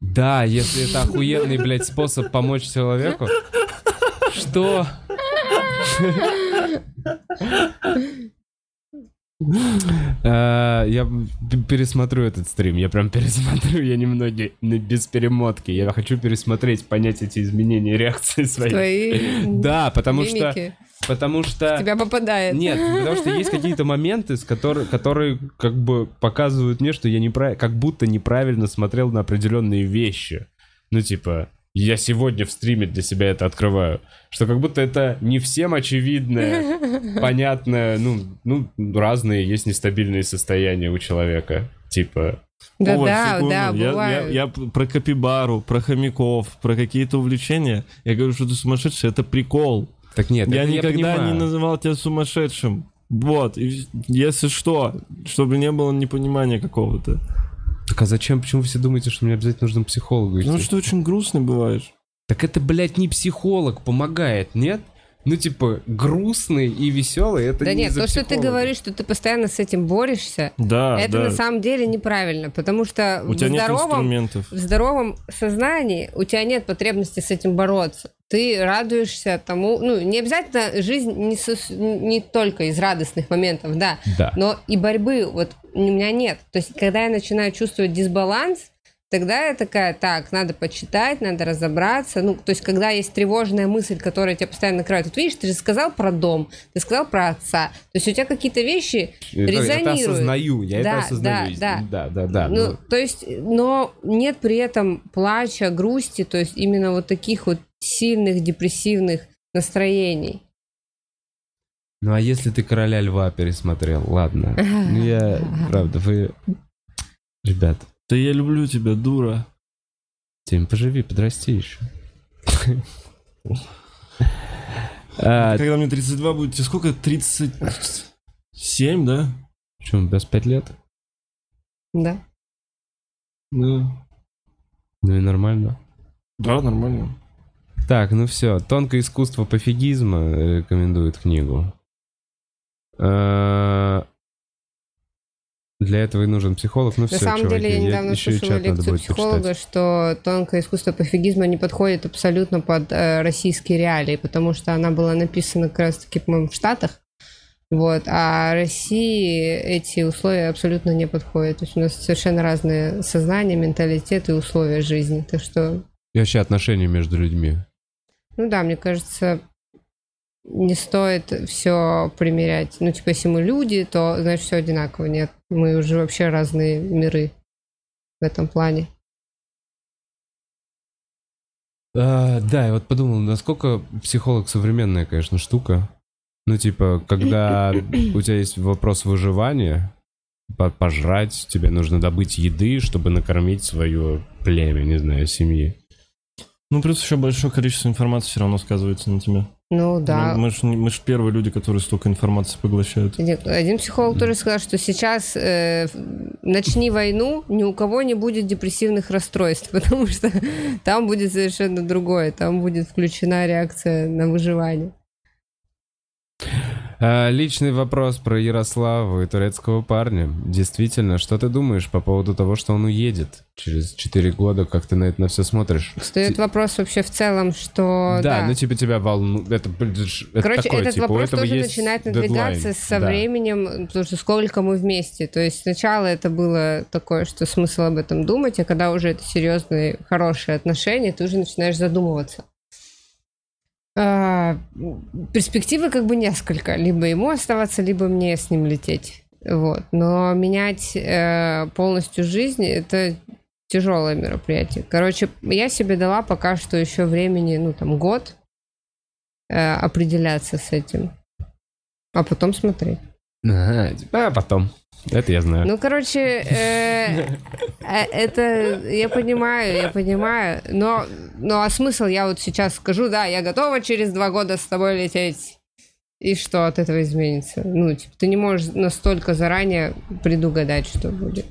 Speaker 1: Да, если это охуенный, блядь, способ помочь человеку. Что? Э, Я п- пересмотрю этот стрим, я прям пересмотрю, я немного ну, без перемотки. Я хочу пересмотреть, понять эти изменения реакции своей.
Speaker 3: Твои
Speaker 1: Да, потому что...
Speaker 3: мимики.
Speaker 1: Потому что...
Speaker 3: Тебя <laughs> попадает.
Speaker 1: Нет, потому что есть какие-то моменты, с которые, которые как бы показывают мне, что я неправильно, как будто неправильно смотрел на определенные вещи. Ну, типа, я сегодня в стриме для себя это открываю. Что как будто это не всем очевидное, понятное, ну, ну, разные есть нестабильные состояния у человека. Типа,
Speaker 3: Да,
Speaker 2: Ой,
Speaker 3: да,
Speaker 2: секунду.
Speaker 3: да,
Speaker 2: я, я-
Speaker 3: бывает.
Speaker 2: я п- про капибару, про хомяков, про какие-то увлечения. Я говорю, что ты сумасшедший, это прикол.
Speaker 1: так нет,
Speaker 2: я
Speaker 1: это
Speaker 2: никогда
Speaker 1: понимаю.
Speaker 2: не называл тебя сумасшедшим. Вот, и если что, чтобы не было непонимания какого-то. Ну,
Speaker 1: Так а зачем, почему вы все думаете, что мне обязательно нужно к психологу идти?
Speaker 2: Потому что ты очень грустный бываешь.
Speaker 1: Так это, блядь, не психолог помогает, нет? Ну, типа, грустный и веселый, это
Speaker 3: Да
Speaker 1: не
Speaker 3: нет,
Speaker 1: из-за
Speaker 3: то, что ты
Speaker 1: психолога.
Speaker 3: говоришь, что ты постоянно с этим борешься,
Speaker 2: Да,
Speaker 3: это
Speaker 2: А, да.
Speaker 3: на самом деле неправильно, потому что
Speaker 2: У
Speaker 3: в
Speaker 2: тебя нет
Speaker 3: здоровом
Speaker 2: инструментов.
Speaker 3: в здоровом сознании у тебя нет потребности с этим бороться. Ты радуешься тому, ну, не обязательно жизнь не, сос- не только из радостных моментов, да,
Speaker 1: Да.
Speaker 3: но и борьбы вот у меня нет. То есть, когда я начинаю чувствовать дисбаланс, Тогда я такая, так, надо почитать, надо разобраться. Ну, то есть, когда есть тревожная мысль, которая тебя постоянно накрывает. Вот видишь, ты же сказал про дом, ты сказал про отца. То есть, у тебя какие-то вещи
Speaker 1: Я это
Speaker 3: резонируют.
Speaker 1: осознаю, я
Speaker 3: Да,
Speaker 1: это
Speaker 3: да,
Speaker 1: осознаю.
Speaker 3: да.
Speaker 1: да, да, да,
Speaker 3: ну,
Speaker 1: ну,
Speaker 3: то есть, но нет при этом плача, грусти, то есть именно вот таких вот сильных депрессивных настроений.
Speaker 1: Ну а если ты короля льва пересмотрел, ладно. Ну
Speaker 3: <laughs>
Speaker 1: я, правда, вы. Ребят,
Speaker 2: Да я люблю тебя, дура.
Speaker 1: Тим, поживи, подрасти еще. А,
Speaker 2: Когда мне 32 будет, тебе сколько? 37, да?
Speaker 1: Че, у нас 5 лет?
Speaker 3: Да.
Speaker 2: Да.
Speaker 1: Ну и нормально.
Speaker 2: Да, нормально.
Speaker 1: Так, ну все. Тонкое искусство пофигизма э, рекомендует книгу. Э, Для этого и нужен психолог. Ну
Speaker 3: На
Speaker 1: все,
Speaker 3: самом деле, я недавно слушала лекцию психолога, что тонкое искусство пофигизма не подходит абсолютно под э, российские реалии, потому что она была написана как раз-таки, по-моему, в Штатах. Вот, а России эти условия абсолютно не подходят. То есть у нас совершенно разные сознания, менталитет и условия жизни. Так что,
Speaker 1: И вообще отношения между людьми.
Speaker 3: ну да, мне кажется, не стоит все примерять. Ну, типа, если мы люди, то, значит, все одинаково. Нет, мы уже вообще разные миры в этом плане.
Speaker 1: А, да, я вот подумал, насколько психолог современная, конечно, штука. Ну, типа,
Speaker 3: <coughs>
Speaker 1: когда у тебя есть вопрос выживания, по- пожрать, тебе нужно добыть еды, чтобы накормить свое племя, не знаю, семьи.
Speaker 2: Ну, плюс еще большое количество информации все равно сказывается на тебя.
Speaker 3: Ну да.
Speaker 2: Ну, Мы же мы ж первые люди, которые столько информации поглощают.
Speaker 3: Один- Один психолог тоже сказал, что сейчас э, в- начни войну, ни у кого не будет депрессивных расстройств, <laughs> потому что там будет совершенно другое, там будет включена реакция на выживание.
Speaker 1: А, личный вопрос про Ярославу и турецкого парня. Действительно, что ты думаешь по поводу того, что он уедет через 4 года? Как ты на это на все смотришь?
Speaker 3: Встает вопрос вообще в целом, что...
Speaker 1: да, ну типа тебя волнует. Это, блин, это
Speaker 3: Короче,
Speaker 1: такое,
Speaker 3: этот
Speaker 1: типа, у
Speaker 3: вопрос
Speaker 1: этого
Speaker 3: тоже
Speaker 1: есть
Speaker 3: начинает
Speaker 1: дедлайн.
Speaker 3: надвигаться со
Speaker 1: Да.
Speaker 3: временем, потому что сколько мы вместе. То есть сначала это было такое, что смысл об этом думать, а когда уже это серьезные, хорошие отношения, ты уже начинаешь задумываться. А, перспективы как бы несколько. Либо ему оставаться, либо мне с ним лететь. Вот. Но менять э, полностью жизнь, это тяжелое мероприятие. Короче, я себе дала пока что еще времени, ну там год э, определяться с этим, а потом смотреть.
Speaker 1: Ага, типа, а потом. Это я знаю.
Speaker 3: Ну, короче, э, э, это я понимаю, я понимаю, но, но а смысл я вот сейчас скажу, да, я готова через два года с тобой лететь. И что от этого изменится? Ну, типа, ты не можешь настолько заранее предугадать, что будет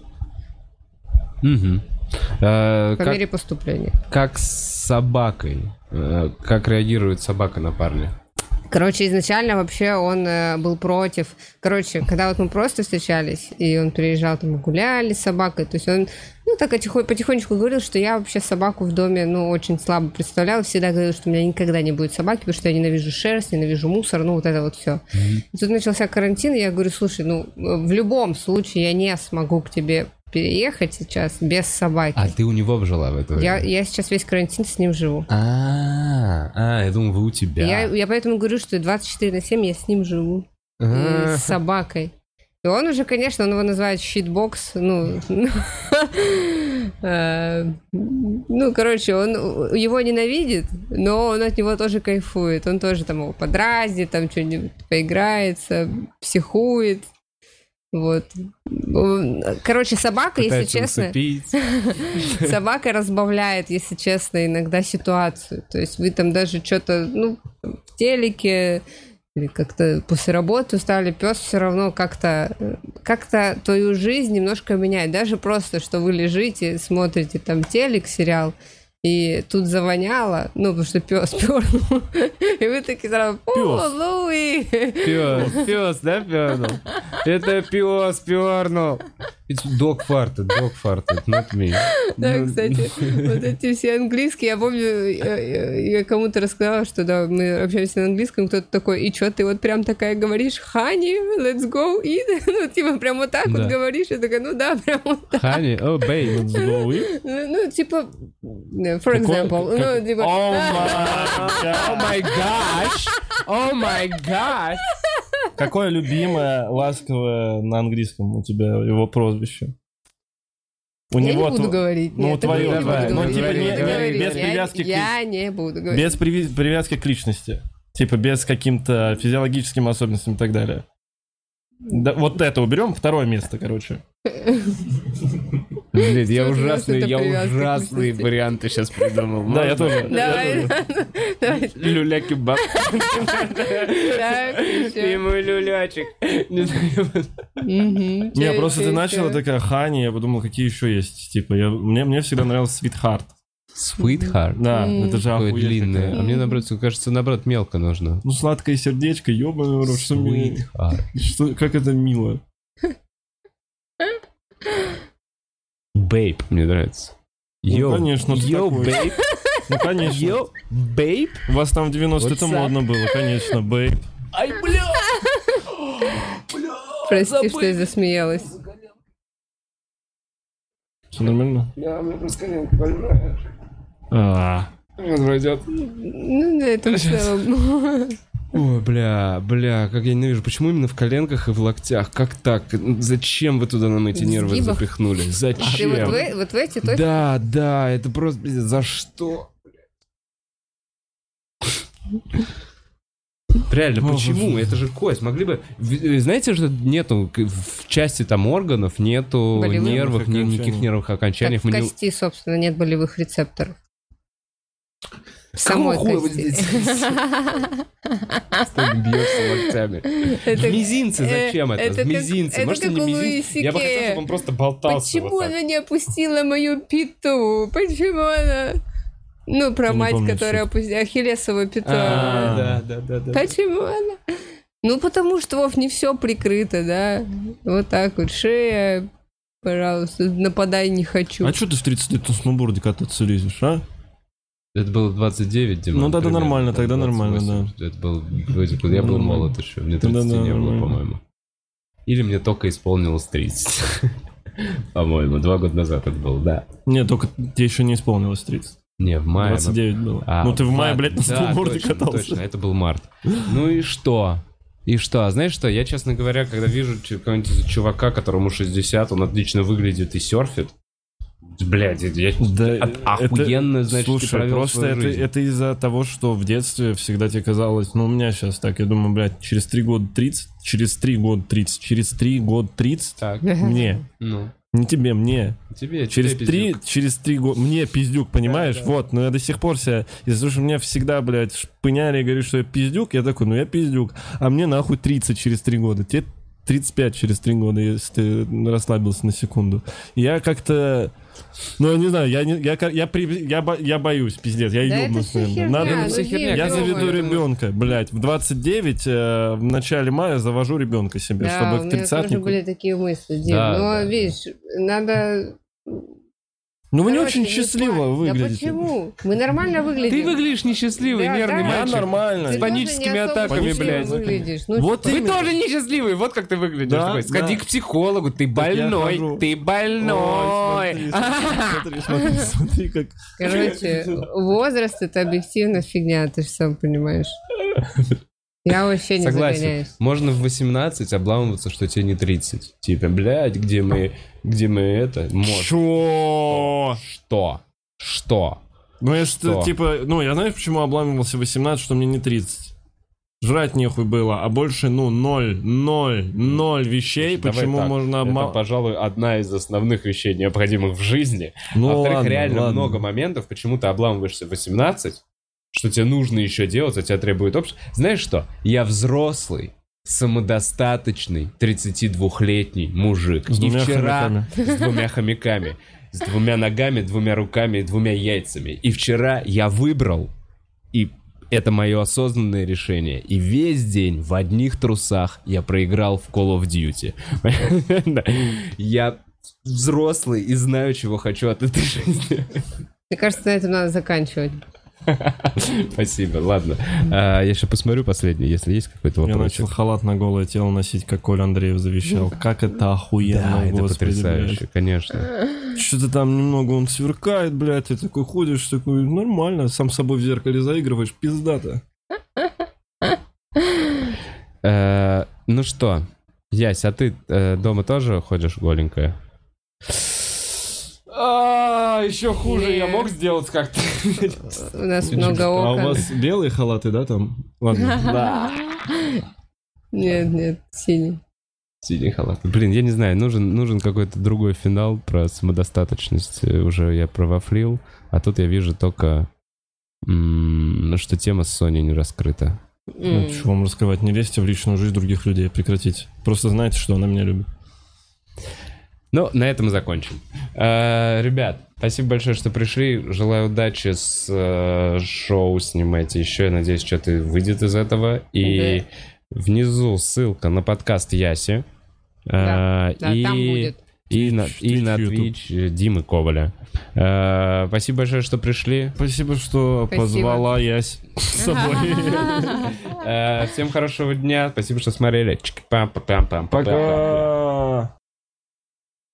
Speaker 3: Ну.
Speaker 1: Мгм. Э,
Speaker 3: по
Speaker 1: как,
Speaker 3: мере поступления.
Speaker 1: как с собакой? Э, как реагирует собака на парня?
Speaker 3: Короче, изначально вообще он э, был против. Короче, когда вот мы просто встречались, и он приезжал, там мы гуляли с собакой, то есть он, ну, так отихо- потихонечку говорил, что я вообще собаку в доме, ну, очень слабо представлял, всегда говорил, что у меня никогда не будет собаки, потому что я ненавижу шерсть, ненавижу мусор, ну, вот это вот все. И тут начался карантин, и я говорю, слушай, ну, э, в любом случае я не смогу к тебе переехать сейчас без собаки.
Speaker 1: А ты у него жила в это
Speaker 3: я,
Speaker 1: время?
Speaker 3: я сейчас весь карантин с ним живу.
Speaker 1: А, а, я думал, вы у тебя.
Speaker 3: Я, я поэтому говорю, что 24 на 7 я с ним живу.
Speaker 1: А.
Speaker 3: и с собакой. И он уже, конечно, он его называет щитбокс. Ну, <laughs> ну, э, ну, короче, он э, его ненавидит, но он от него тоже кайфует. Он тоже там его подразнит, там что-нибудь поиграется, психует. Вот. Он, Короче, собака, если
Speaker 1: Пытается
Speaker 3: честно...
Speaker 1: усыпить.
Speaker 3: <laughs> Собака разбавляет, если честно, иногда ситуацию. То есть вы там даже что-то, ну, в телеке или как-то после работы устали, пес все равно как-то как-то твою жизнь немножко меняет. Даже просто, что вы лежите, смотрите там телек, сериал, и тут завоняло, ну, потому что пес <laughs> пернул. И вы такие сразу, «О, ну
Speaker 2: Пёс.
Speaker 3: Луи!
Speaker 1: Пёс, пёс, да, пёрнул? Это пёс пёрнул. Dog farted, dog farted, not me.
Speaker 3: <laughs> Да,
Speaker 1: Ну,
Speaker 3: кстати, вот эти все английские, я помню, я, я- я кому-то рассказала, что да, мы общаемся на английском, кто-то такой, и что ты вот прям такая говоришь, honey, let's go eat, <laughs> ну, типа, прям вот так
Speaker 1: Да.
Speaker 3: вот говоришь, я такая, ну да, прям вот так,
Speaker 1: Honey, oh, babe.
Speaker 2: Let's go eat.
Speaker 3: ну, ну, типа, for
Speaker 2: Какое-
Speaker 3: example,
Speaker 2: как-
Speaker 3: ну, типа,
Speaker 1: Oh
Speaker 3: «А,
Speaker 1: my, oh my gosh, oh my gosh.
Speaker 2: Какое любимое ласковое на английском у тебя его прозвище? У
Speaker 3: я не
Speaker 2: него
Speaker 3: буду
Speaker 2: тв-
Speaker 3: говорить,
Speaker 2: ну,
Speaker 3: нет, я
Speaker 2: твоё,
Speaker 3: не буду
Speaker 1: давай, ну,
Speaker 3: говорить,
Speaker 1: типа, не- не-
Speaker 3: говори,
Speaker 2: без
Speaker 3: я-
Speaker 2: привязки к
Speaker 3: Я не буду говорить.
Speaker 2: без приви- привязки к личности. Типа без каким-то физиологическим особенностям и так далее. Да, вот это уберем, второе место, короче.
Speaker 1: Блин, я
Speaker 3: Всё,
Speaker 1: ужасный,
Speaker 3: это
Speaker 1: я
Speaker 3: привязка к
Speaker 1: ужасные
Speaker 3: личности.
Speaker 1: варианты сейчас придумал.
Speaker 2: Да, я тоже.
Speaker 3: Давай, давай,
Speaker 1: Люля-кебаб.
Speaker 3: <laughs> так,
Speaker 1: И
Speaker 3: еще.
Speaker 1: мой люлячик. Не знаю.
Speaker 3: Мгм,
Speaker 2: Не,
Speaker 3: чё,
Speaker 2: просто
Speaker 3: чё,
Speaker 2: ты
Speaker 3: чё?
Speaker 2: начала такая Хани, я подумал, какие еще есть. Типа, я- мне, мне всегда нравился Sweetheart.
Speaker 1: Sweetheart.
Speaker 2: Да,
Speaker 3: М.
Speaker 2: это же
Speaker 1: Такое
Speaker 2: охуеть
Speaker 1: длинное.
Speaker 2: какая.
Speaker 1: А мне, наоборот, кажется, наоборот, мелко нужно.
Speaker 2: Ну, сладкое сердечко, ёбаный в рот, что мне-
Speaker 1: Sweetheart.
Speaker 2: что- Как это мило.
Speaker 1: Бейб мне нравится.
Speaker 2: Ну,
Speaker 1: Йоу.
Speaker 2: конечно, что
Speaker 1: Йоу,
Speaker 2: такое?
Speaker 1: бейб.
Speaker 2: Ну, конечно.
Speaker 1: Йоу, бейб.
Speaker 2: У вас там в 90 это
Speaker 1: What's up?
Speaker 2: модно было, конечно, бейб.
Speaker 1: Ай, бля.
Speaker 3: Прости, что я засмеялась.
Speaker 2: Все нормально?
Speaker 1: Я, мне просто коленка больная.
Speaker 2: А.
Speaker 1: Он пройдет.
Speaker 3: Ну, на этом все.
Speaker 1: Ой, бля, бля, как я ненавижу. Почему именно в коленках и в локтях? Как так? Зачем вы туда нам эти
Speaker 3: В
Speaker 1: нервы
Speaker 3: сгибах. <laughs>
Speaker 1: запихнули?
Speaker 3: Ты вот
Speaker 1: Зачем?
Speaker 3: в- вот в эти точки.
Speaker 1: Да, да, это просто... блин, За что? Реально,
Speaker 2: О,
Speaker 1: почему?
Speaker 2: боже.
Speaker 1: Это же кость. Могли бы... в- э, Знаете, что нету к- в части там органов, нету
Speaker 3: Болевых.
Speaker 1: нервов, ни- никаких
Speaker 2: Окончаний.
Speaker 1: нервных окончаний.
Speaker 3: Как в
Speaker 1: Мы не-
Speaker 3: кости, собственно, нет болевых рецепторов. В самой
Speaker 1: хуя вы
Speaker 3: кости.
Speaker 1: Ты бьешься локтями.
Speaker 3: <laughs> Это-
Speaker 1: В мизинце
Speaker 3: э,
Speaker 1: зачем это?
Speaker 3: это
Speaker 1: в
Speaker 3: как-
Speaker 1: мизинце.
Speaker 3: это
Speaker 1: Может,
Speaker 3: как
Speaker 1: не
Speaker 3: у
Speaker 1: мизинец?
Speaker 3: Луи
Speaker 1: Я бы
Speaker 3: Си
Speaker 1: хотел,
Speaker 3: Кея.
Speaker 1: чтобы он просто болтался
Speaker 3: Почему
Speaker 1: вот так.
Speaker 3: она не опустила мою питу? Почему она... Ну, про
Speaker 2: Я не
Speaker 3: мать,
Speaker 2: помню
Speaker 3: которая опустила Ахиллесовую питу.
Speaker 2: А,
Speaker 1: Да, да, да, да.
Speaker 3: Почему она? Ну, потому что, Вов, не все прикрыто, да? Вот так вот. Шея, пожалуйста, нападай не хочу.
Speaker 2: А что ты в 30 лет на сноуборде кататься лезешь, а?
Speaker 1: Это было 29, Дима.
Speaker 2: Ну да, да, нормально, тогда нормально,
Speaker 1: Это был, вроде бы, я был
Speaker 2: Нормально.
Speaker 1: молод еще, мне 30
Speaker 2: Да-да,
Speaker 1: не было,
Speaker 2: нормально.
Speaker 1: по-моему. Или мне только исполнилось 30. <laughs> По-моему, два года назад это было, да.
Speaker 2: Не, только тебе еще не исполнилось 30.
Speaker 1: Не, в мае.
Speaker 2: 29 было.
Speaker 1: ну, А,
Speaker 2: ну ты в мае,
Speaker 1: ладно,
Speaker 2: блядь, на
Speaker 1: да,
Speaker 2: сноуборде
Speaker 1: точно,
Speaker 2: катался.
Speaker 1: Точно, это был март. Ну и что? И что? А Знаешь что? Я, честно говоря, когда вижу ч- какого-нибудь чувака, которому 60, он отлично выглядит и серфит. Блядь, я...
Speaker 2: Да,
Speaker 1: От- охуенно, значит, ты
Speaker 2: слушай,
Speaker 1: провел
Speaker 2: просто
Speaker 1: свою
Speaker 2: это,
Speaker 1: жизнь.
Speaker 2: это из-за того, что в детстве всегда тебе казалось, ну у меня сейчас так, я думаю, блядь, через три года 30, через три года 30, через три года 30,
Speaker 1: <laughs> Так,
Speaker 2: мне,
Speaker 1: ну,
Speaker 2: не тебе, мне,
Speaker 1: тебе...
Speaker 2: через
Speaker 1: тебе
Speaker 2: три,
Speaker 1: пиздюк.
Speaker 2: через три года, мне пиздюк, понимаешь,
Speaker 1: да.
Speaker 2: вот, но я до сих пор себя, из-за того, что меня всегда, блядь, шпыняли и говорили, что я пиздюк, я такой, ну я пиздюк, а мне нахуй 30 через три года, тебе 35 через три года, если ты расслабился на секунду. Я как-то... Ну, я не знаю, я, не, я, ка- я, при- я, бо- я боюсь, пиздец, я
Speaker 3: Да это
Speaker 2: ебнусь,
Speaker 3: все
Speaker 2: наверное.
Speaker 3: херня.
Speaker 2: Надо-
Speaker 1: ну,
Speaker 3: ну,
Speaker 1: херня,
Speaker 2: я
Speaker 3: Дима.
Speaker 1: Я
Speaker 2: заведу
Speaker 1: думаю,
Speaker 2: ребенка, блядь. В 29, э, в начале мая завожу ребенка себе,
Speaker 3: Да,
Speaker 2: чтобы
Speaker 3: у
Speaker 2: к
Speaker 3: меня тоже
Speaker 2: 30
Speaker 3: были такие мысли, Дим.
Speaker 1: Да,
Speaker 3: Но,
Speaker 1: да, да.
Speaker 3: видишь, надо...
Speaker 2: Ну, вы не очень
Speaker 3: Короче, не
Speaker 2: счастливо
Speaker 3: плачь.
Speaker 2: выглядите.
Speaker 3: Да почему? Мы нормально выглядим.
Speaker 1: Ты выглядишь несчастливый,
Speaker 3: Да,
Speaker 1: нервный
Speaker 3: да.
Speaker 2: Я
Speaker 1: мальчик.
Speaker 2: нормально.
Speaker 3: Ты
Speaker 1: с паническими
Speaker 3: тоже не особо
Speaker 1: атаками,
Speaker 3: счастливо
Speaker 2: блядь.
Speaker 3: выглядишь. Ну,
Speaker 2: Вот
Speaker 1: Ты
Speaker 2: именно.
Speaker 1: тоже несчастливый, вот как ты выглядишь.
Speaker 2: Да,
Speaker 1: такой. Сходи
Speaker 2: да.
Speaker 1: к психологу, ты больной,
Speaker 2: хожу.
Speaker 1: ты больной.
Speaker 2: Ой, смотри, смотри, смотри, смотри, как...
Speaker 3: Короче, возраст это объективно фигня, ты же сам понимаешь. Я вообще не
Speaker 1: Согласен.
Speaker 3: загоняюсь.
Speaker 1: Можно в 18 обламываться, что тебе не 30. Типа, блядь, где мы, где мы это? Может.
Speaker 2: Чё?
Speaker 1: Что? Что?
Speaker 2: Ну, я что,
Speaker 1: Что?
Speaker 2: типа... Ну, я знаешь, почему обламывался в 18, что мне не 30? Жрать нехуй было, а больше, ну, ноль, ноль, ноль вещей,
Speaker 1: Давай
Speaker 2: почему
Speaker 1: так,
Speaker 2: можно
Speaker 1: Это,
Speaker 2: обманывать.
Speaker 1: пожалуй, одна из основных вещей, необходимых в жизни.
Speaker 2: Ну,
Speaker 1: А Во-вторых,
Speaker 2: ладно,
Speaker 1: реально
Speaker 2: ладно.
Speaker 1: много моментов, почему ты обламываешься в 18, что тебе нужно еще делать, а тебя требует общество. Знаешь что? Я взрослый, самодостаточный 32-летний мужик.
Speaker 2: С
Speaker 1: И
Speaker 2: двумя
Speaker 1: вчера
Speaker 2: хомяками.
Speaker 1: с двумя хомяками, с двумя ногами, двумя руками и двумя яйцами. И вчера я выбрал, и это мое осознанное решение. И весь день в одних трусах я проиграл в Call of Duty. Я взрослый и знаю, чего хочу от этой жизни.
Speaker 3: Мне кажется, на этом надо заканчивать.
Speaker 1: Спасибо, ладно. А, я еще посмотрю последний, если есть какой-то
Speaker 2: Я начал
Speaker 1: вопрос.
Speaker 2: халат на голое тело носить, как Коля Андреев завещал. Как это охуенно,
Speaker 1: Да, это
Speaker 2: господи, блядь.
Speaker 1: потрясающе, конечно.
Speaker 2: Что-то там немного он сверкает, блядь, ты такой ходишь, такой, нормально, сам с собой в зеркале заигрываешь, пиздато.
Speaker 1: Э, Ну что, Ясь, а ты э, дома тоже ходишь голенькая? Еще
Speaker 3: А, хуже, я мог
Speaker 1: сделать как-то.
Speaker 3: У нас много
Speaker 2: А у
Speaker 3: окон.
Speaker 2: вас белые халаты, да, там?
Speaker 3: <laughs>
Speaker 2: Ладно.
Speaker 3: Нет, нет, синий.
Speaker 1: Синий халат. Блин, я не знаю, нужен, нужен какой-то другой финал про самодостаточность. Э, Уже я провафлил, а тут я вижу только, м, ну, что тема с Соней не раскрыта.
Speaker 2: Ну,
Speaker 3: М.
Speaker 2: чего вам раскрывать? Не лезьте в личную жизнь других людей, прекратите. Просто знайте, что она меня любит.
Speaker 1: Ну, на этом и закончим. Э, Ребят, спасибо большое, что пришли. Желаю удачи с э, шоу снимайте еще. Я надеюсь, что-то выйдет из этого. И внизу ссылка на подкаст Яси. Э,
Speaker 3: Да,
Speaker 1: и...
Speaker 3: там будет.
Speaker 1: И на,
Speaker 2: Twitch,
Speaker 1: и на
Speaker 2: Twitch, YouTube.
Speaker 1: Twitch Димы Коваля. Э, спасибо большое, что пришли.
Speaker 2: Спасибо, что
Speaker 3: Спасибо.
Speaker 2: позвала Ясь с собой.
Speaker 1: Э, всем хорошего дня. Спасибо, что смотрели. Чик-пам-пам-пам-пам-пам.
Speaker 2: Пока.